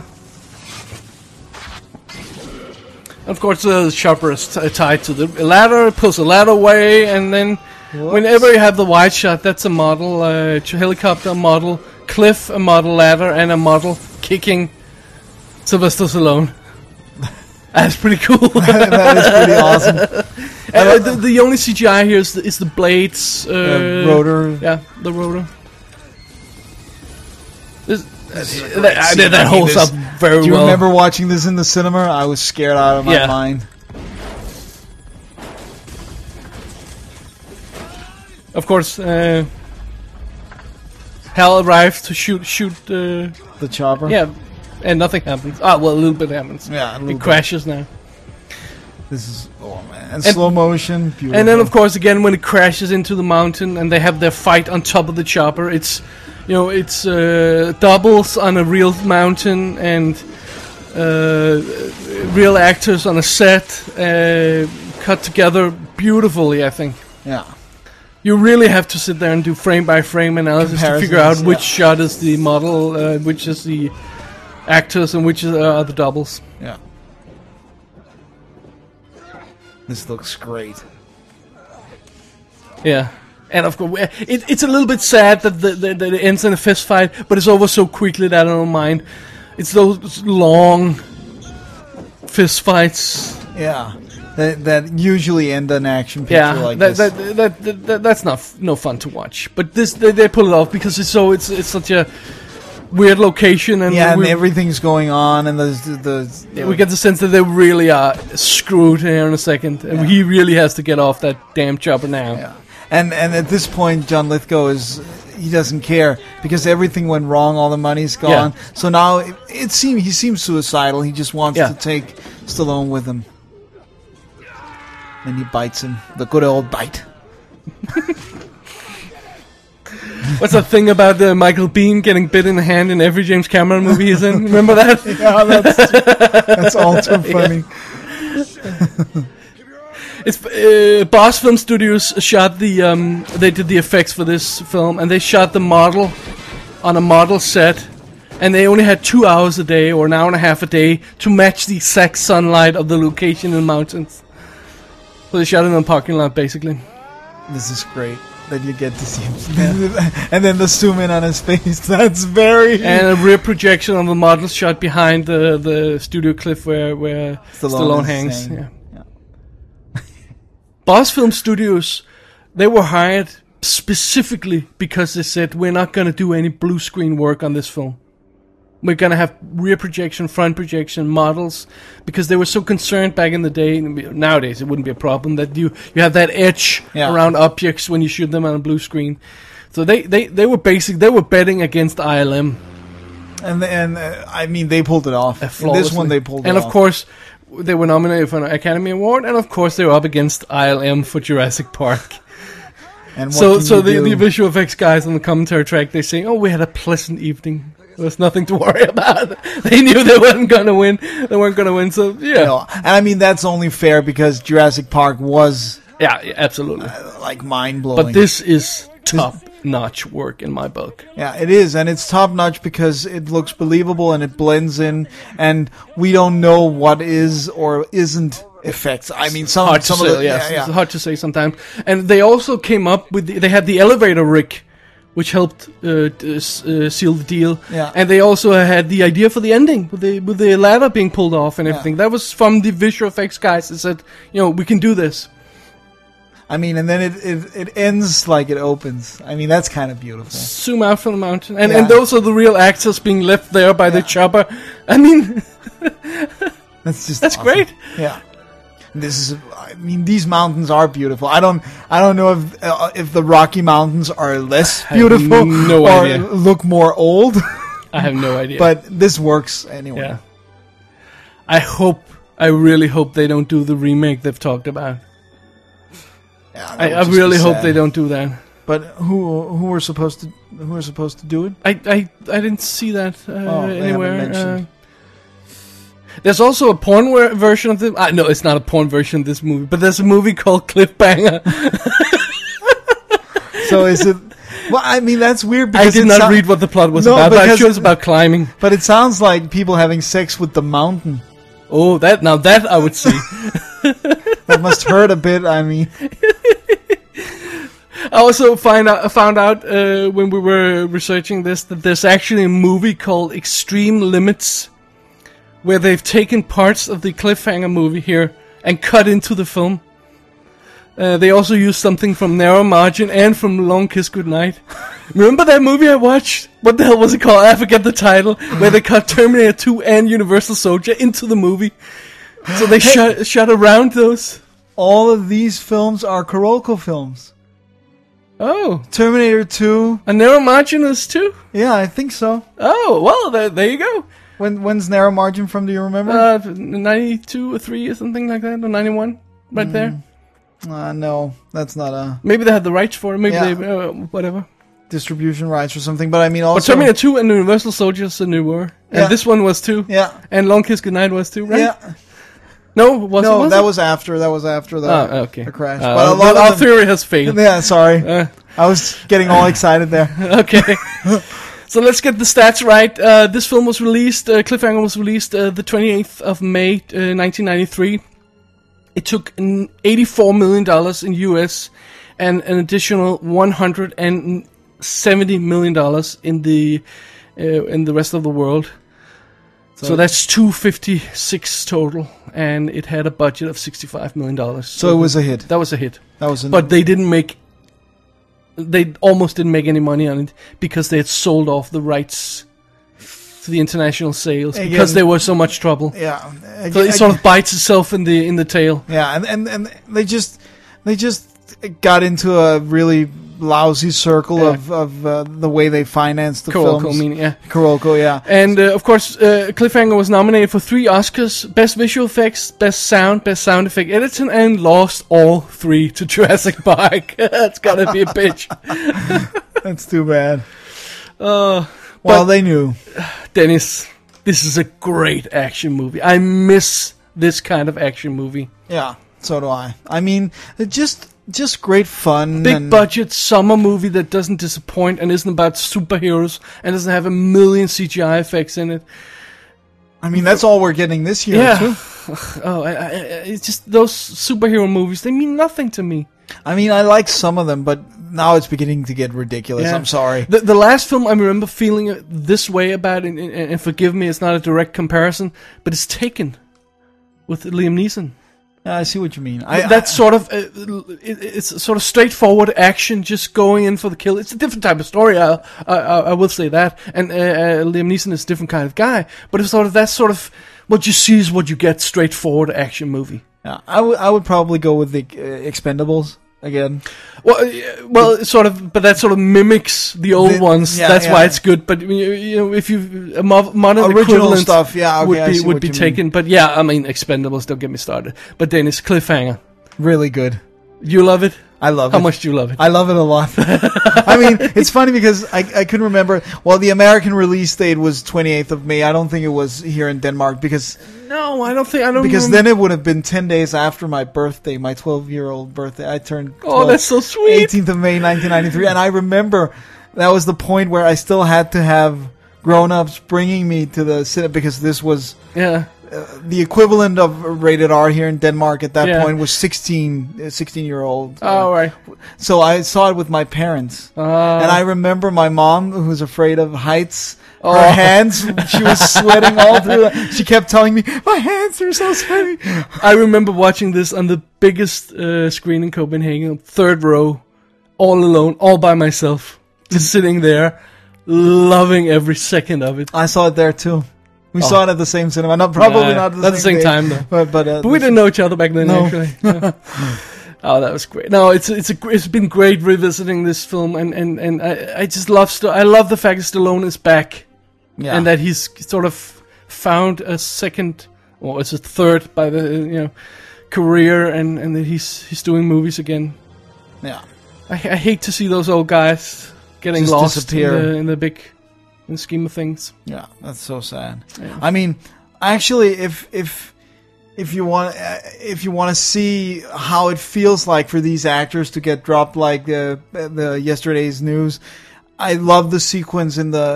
Of course, uh, the chopper is t- tied to the ladder, it pulls the ladder away, and then whenever you have the wide shot, that's a model, uh, ch- helicopter model, cliff, a model ladder, and a model kicking Sylvester Stallone. [laughs] that's pretty cool.
[laughs] that is pretty awesome.
[laughs] Uh, the, the only CGI here is the, is the blades, uh,
The rotor.
Yeah, the rotor. This, uh, that, I- that holds up very
Do you
well.
remember watching this in the cinema? I was scared out of my
Yeah.
mind.
Of course, uh, Hal arrived to shoot shoot. Uh,
The chopper.
yeah, and nothing happens. Ah, well, a little bit happens.
Yeah, a little
it
bit.
crashes now.
This is oh man. And, slow motion. Beautiful.
And then, of course, again when it crashes into the mountain and they have their fight on top of the chopper, it's you know it's uh, doubles on a real mountain and uh, real actors on a set uh, cut together beautifully. I think
yeah.
you really have to sit there and do frame by frame analysis to figure out
Comparisons,
which
yeah.
shot is the model, uh, which is the actors and which are the doubles.
Yeah. This looks great.
Yeah. And of course, it, it's a little bit sad that the, the, that it ends in a fist fight, but it's over so quickly that I don't mind. It's those long fist fights.
Yeah. That, that usually end an action picture
Yeah,
like
that,
this.
that, that, that, that- that's not f- no fun to watch. But this they, they pull it off because it's so it's it's such a weird location and
yeah, and
we,
everything's going on, and there's the, the
we get the sense that they really are screwed here in a second, and he really has to get off that damn chopper now.
Yeah. And and at this point, John Lithgow is he doesn't care because everything went wrong. All the money's gone. So now it, it seems he seems suicidal. He just wants
Yeah.
to take Stallone with him. Then he bites him. The good
[laughs]
old bite.
What's the thing about uh, Michael Bean getting bit in the hand in every James Cameron movie he's in? Remember that?
[laughs] Yeah, that's that's all
[laughs]
too funny.
It's uh, Boss Film Studios shot the um, they did the effects for this film, and they shot the model on a model set, and they only had two hours a day or an hour and a half a day to match the exact sunlight of the location in the mountains. So they shot it in a parking lot, basically.
Hmm. This is great that you get to see him. [laughs] and then the zoom in on his face. [laughs] That's very
And a rear projection of the model shot behind the, the studio cliff where where Stallone,
is
hangs.
saying-
Yeah. Boss Film Studios, they were hired specifically because they said we're not going to do any blue screen work on this film. We're going to have rear projection, front projection, models, because they were so concerned back in the day. and we- Nowadays, it wouldn't be a problem that you you have that edge
Yeah.
around objects when you shoot them on a blue screen. So they, they, they were basic. They were betting against ILM.
And and uh, I mean they pulled it off. In this
flawlessly.
one they pulled it
And
off.
of course, they were nominated for an Academy Award, and of course, they were up against ILM for Jurassic Park.
And what
so,
can
so
you
the,
do?
the visual effects guys on the commentary track, they say, "Oh, we had a pleasant evening. There's nothing to [laughs] worry about." they knew they weren't gonna win. They weren't gonna win. So, yeah,
No, and I mean that's only fair because Jurassic Park was
yeah, yeah, absolutely.
uh, like mind blowing.
but this is top notch work in my book.
yeah, it is, and it's top notch because it looks believable and it blends in, and we don't know what is or isn't effects. I mean, some
hard
some
to
of
say.
the
yes,
yeah,
it's
yeah.
hard to say sometimes. And they also came up with the, they had the elevator rig, which helped uh, t- s- uh, seal the deal.
Yeah.
And they also had the idea for the ending with the with the ladder being pulled off and everything. That was from the visual effects guys. They said, you know, we can do this.
I mean, and then it, it it ends like it opens. I mean, that's kind of beautiful.
Zoom out from the mountain, and and
Yeah.
those are the real actors being left there by the
Yeah.
chopper. I mean, [laughs]
That's just
That's
awesome.
great.
Yeah. This is. I mean, these mountains are beautiful. I don't. I don't know if uh, if the Rocky Mountains are less beautiful
no
or
idea.
look
[laughs]
more old,
I have no idea.
but this works anyway.
yeah, I hope. I really hope they don't do the remake they've talked about.
Yeah, that
I,
would
I
just be
really hope
sad.
they don't do that.
But who who were supposed to who are supposed to do it?
I, I, I didn't see that uh,
Oh, they haven't
anywhere.
mentioned.
uh, there's also a porn wer- version of this. Uh, no, it's not a porn version of this movie, but there's a movie called Cliffbanger.
So is it? Well, I mean that's weird.
[laughs]
Because
I did
it
not
sou-
read what the plot was
No,
about, but I'm
because-
sure it's about climbing.
But it sounds like people having sex with the mountain.
Oh, that now that I would
[laughs]
see.
That must hurt a bit. I mean,
I also find out, found out uh, when we were researching this that there's actually a movie called Extreme Limits, where they've taken parts of the cliffhanger movie here and cut into the film. Uh, they also used something from Narrow Margin and from Long Kiss Goodnight. [laughs] Remember that movie I watched? What the hell was it called? I forget the title. Where they cut Terminator 2 and Universal Soldier into the movie. So they shut shut around those.
all of these films are Kuroko films.
Oh,
Terminator Two.
and Narrow Margin is too.
Yeah, I think so.
Oh, well, there, there you go.
When when's narrow margin from? Do you remember?
Uh, 92 or 3 or something like that, or 91, right there.
Uh, no, that's not a
Maybe they had the rights for it, maybe
Yeah.
they, uh, whatever.
distribution rights or something. But I mean, also
But Terminator 2 and Universal Soldiers, the new war. And
Yeah.
this one was too.
Yeah.
And Long Kiss Goodnight was too, right?
Yeah,
No, was
no,
it?
that
it?
was after. That was after the,
Ah, okay.
the crash.
Uh,
but a
well,
lot
our
of them,
theory has failed.
Yeah, sorry.
Uh, [laughs]
I was getting all excited there.
okay. So let's get the stats right. Uh, this film was released, uh, Cliffhanger was released uh, the 28th of May, uh, 1993. It took n- $84 million in US and an additional $170 million in the, uh, in the rest of the world. So, that's 256 total, and it had a budget of 65 million dollars.
So it was a hit.
that was a hit,
That was an,
but they didn't make. They almost didn't make any money on it because they had sold off the rights to the international sales because
Again-
they were so much trouble.
yeah.
So it sort of bites itself in the in the tail.
Yeah, and, and and they just they just got into a really lousy circle
Yeah.
of of uh, the way they financed the
Kuroko,
films.
meaning, yeah.
Kuroko,
[laughs]
yeah.
And uh, of course, uh, Cliffhanger was nominated for three Oscars: Best Visual Effects, Best Sound, Best Sound Effect Editing, and lost all three to Jurassic [laughs] Park. That's gotta be a
[laughs]
bitch.
That's too bad.
Uh,
Well, they knew.
Dennis, this is a great action movie. I miss this kind of action movie.
Yeah, so do I. I mean, it just just great fun.
Big
and,
budget summer movie that doesn't disappoint and isn't about superheroes and doesn't have a million CGI effects in it.
I mean, that's all we're getting this year.
Yeah.
Too.
Oh, I, I, I- it's just those superhero movies. They mean nothing to me.
I mean, I like some of them, but now it's beginning to get ridiculous.
Yeah.
I'm sorry.
The, the last film I remember feeling uh, this way about, and, and, and forgive me, it's not a direct comparison, but it's Taken with Liam Neeson.
Yeah, I see what you mean. I,
That's sort of uh, it, it's sort of straightforward action, just going in for the kill. It's a different type of story. I I, I I will say that, and uh, uh, Liam Neeson is a different kind of guy. But it's sort of that sort of what you see is what you get. Straightforward action movie.
I, yeah, I would I would probably go with the uh, Expendables again.
Well, uh, well, it's sort of, but that sort of mimics the old
The-
ones.
yeah,
That's why
yeah.
it's good. But you, you know, if you a mo- modern
Original
equivalent
stuff, yeah, okay,
would
I
be
see
would
what
be
you mean.
taken. But yeah, I mean, Expendables. Don't get me started. But Dennis Cliffhanger,
Really good.
you love it.
I love
How
it.
much do you love it?
I love it a lot. [laughs] I mean, it's funny because I, I couldn't remember. Well, the American release date was 28th of May. I don't think it was here in Denmark because
no, I don't think I don't
because
remember-
then it would have been 10 days after my birthday, my 12 year old birthday. I turned
Oh,
12,
that's so sweet.
18th of May 1993, and I remember that was the point where I still had to have grown ups bringing me to the cinema because this was.
Yeah.
The equivalent of rated R here in Denmark at that
Yeah.
point was 16, 16 year old.
Oh, All right. Uh-huh.
So I saw it with my parents, and I remember my mom, who was afraid of heights. Her hands, she [laughs] was sweating all through. the- She kept telling me, "My hands are so sweaty."
I remember watching this on the biggest uh, screen in Copenhagen, third row, all alone, all by myself, just sitting there, loving every second of it.
I saw it there too. We saw it at the same cinema, not probably
Yeah,
Oh. not at the
not the
same,
same
day,
time, though.
But but, uh,
But we didn't know each other back then,
No.
actually. Yeah. oh, that was great. No, it's it's a, gr- it's been great revisiting this film, and and and I I just love St- I love the fact that Stallone is back.
yeah.
and that he's sort of found a second or it's a third by the uh, you know career and and that he's he's doing movies again
yeah.
i, I hate to see those old guys getting
Just
lost
disappear.
In, the, in the big in the scheme of things
Yeah, that's so sad. I mean, actually, if if if you want uh, if you want to see how it feels like for these actors to get dropped like the the yesterday's news, I love the sequence in the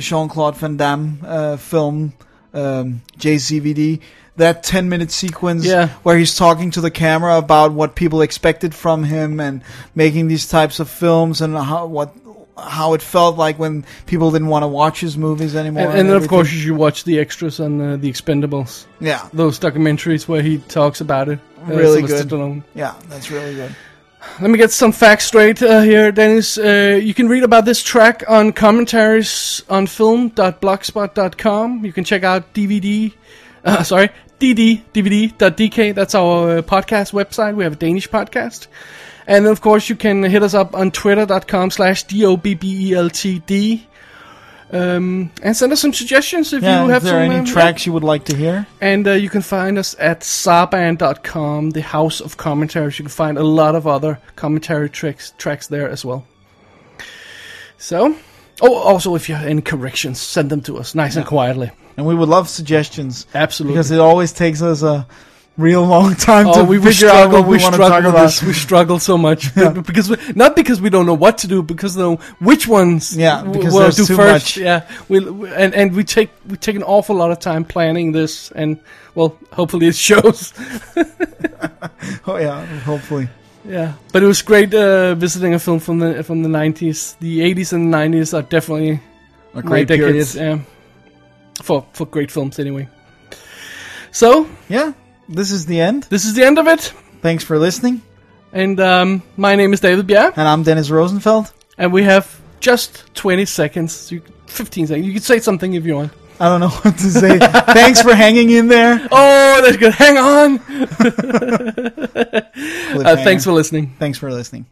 Jean Claude Van Damme uh, film um, JCVD. That ten minute sequence
Yeah.
where he's talking to the camera about what people expected from him and making these types of films and how what how it felt like when people didn't want to watch his movies anymore.
and, and then of
everything.
course you should watch the extras on uh, the expendables
yeah,
those documentaries where he talks about it uh,
Really
Sylvester
good.
Stallone.
yeah, that's really good.
Let me get some facts straight uh, here, Dennis. Uh, you can read about this track on commentaries on film.blogspot.com. You can check out DVD, uh, [laughs] sorry, DD, DVD.dk. That's our uh, podcast website. We have a Danish podcast. And then, of course, you can hit us up on twitter.com slash E D-O-B-B-E-L-T-D. Um, and send us some suggestions if
Yeah,
you
is
have
there
some,
any
um,
tracks you would like to hear?
and uh, you can find us at saban.com, the house of commentaries. You can find a lot of other commentary tricks, tracks there as well. So, oh, also if you have any corrections, send them to us nice and quietly.
And we would love suggestions
Absolutely.
because it always takes us a real long [laughs] time
Oh,
to
we, we
figure out
struggle.
what we,
We
want to talk
struggle.
about.
This, we struggle so
[laughs]
much Be- because we, not because we don't know what to do, because though which ones
Yeah,
w-
because
we'll
there's
do
too
first.
much.
Yeah, we, we- and and we take we take an awful lot of time planning this, and well, hopefully it [laughs] shows.
[laughs] Oh yeah, hopefully.
yeah, but it was great uh, visiting a film from the from the nineties. The eighties and nineties are definitely
A
my
great period.
decades. Yeah, for for great films anyway. So
Yeah, this is the end.
this is the end of it,
Thanks for listening.
and um, my name is David Bjerre.
And I'm Dennis Rosenfeld.
and we have just 20 seconds, you, 15 seconds. You can say something if you want.
I don't know [laughs] what to say.
[laughs]
Thanks for hanging in there.
Oh, that's good. Hang on. Uh,
Cliffhanger.
thanks for listening.
thanks for listening.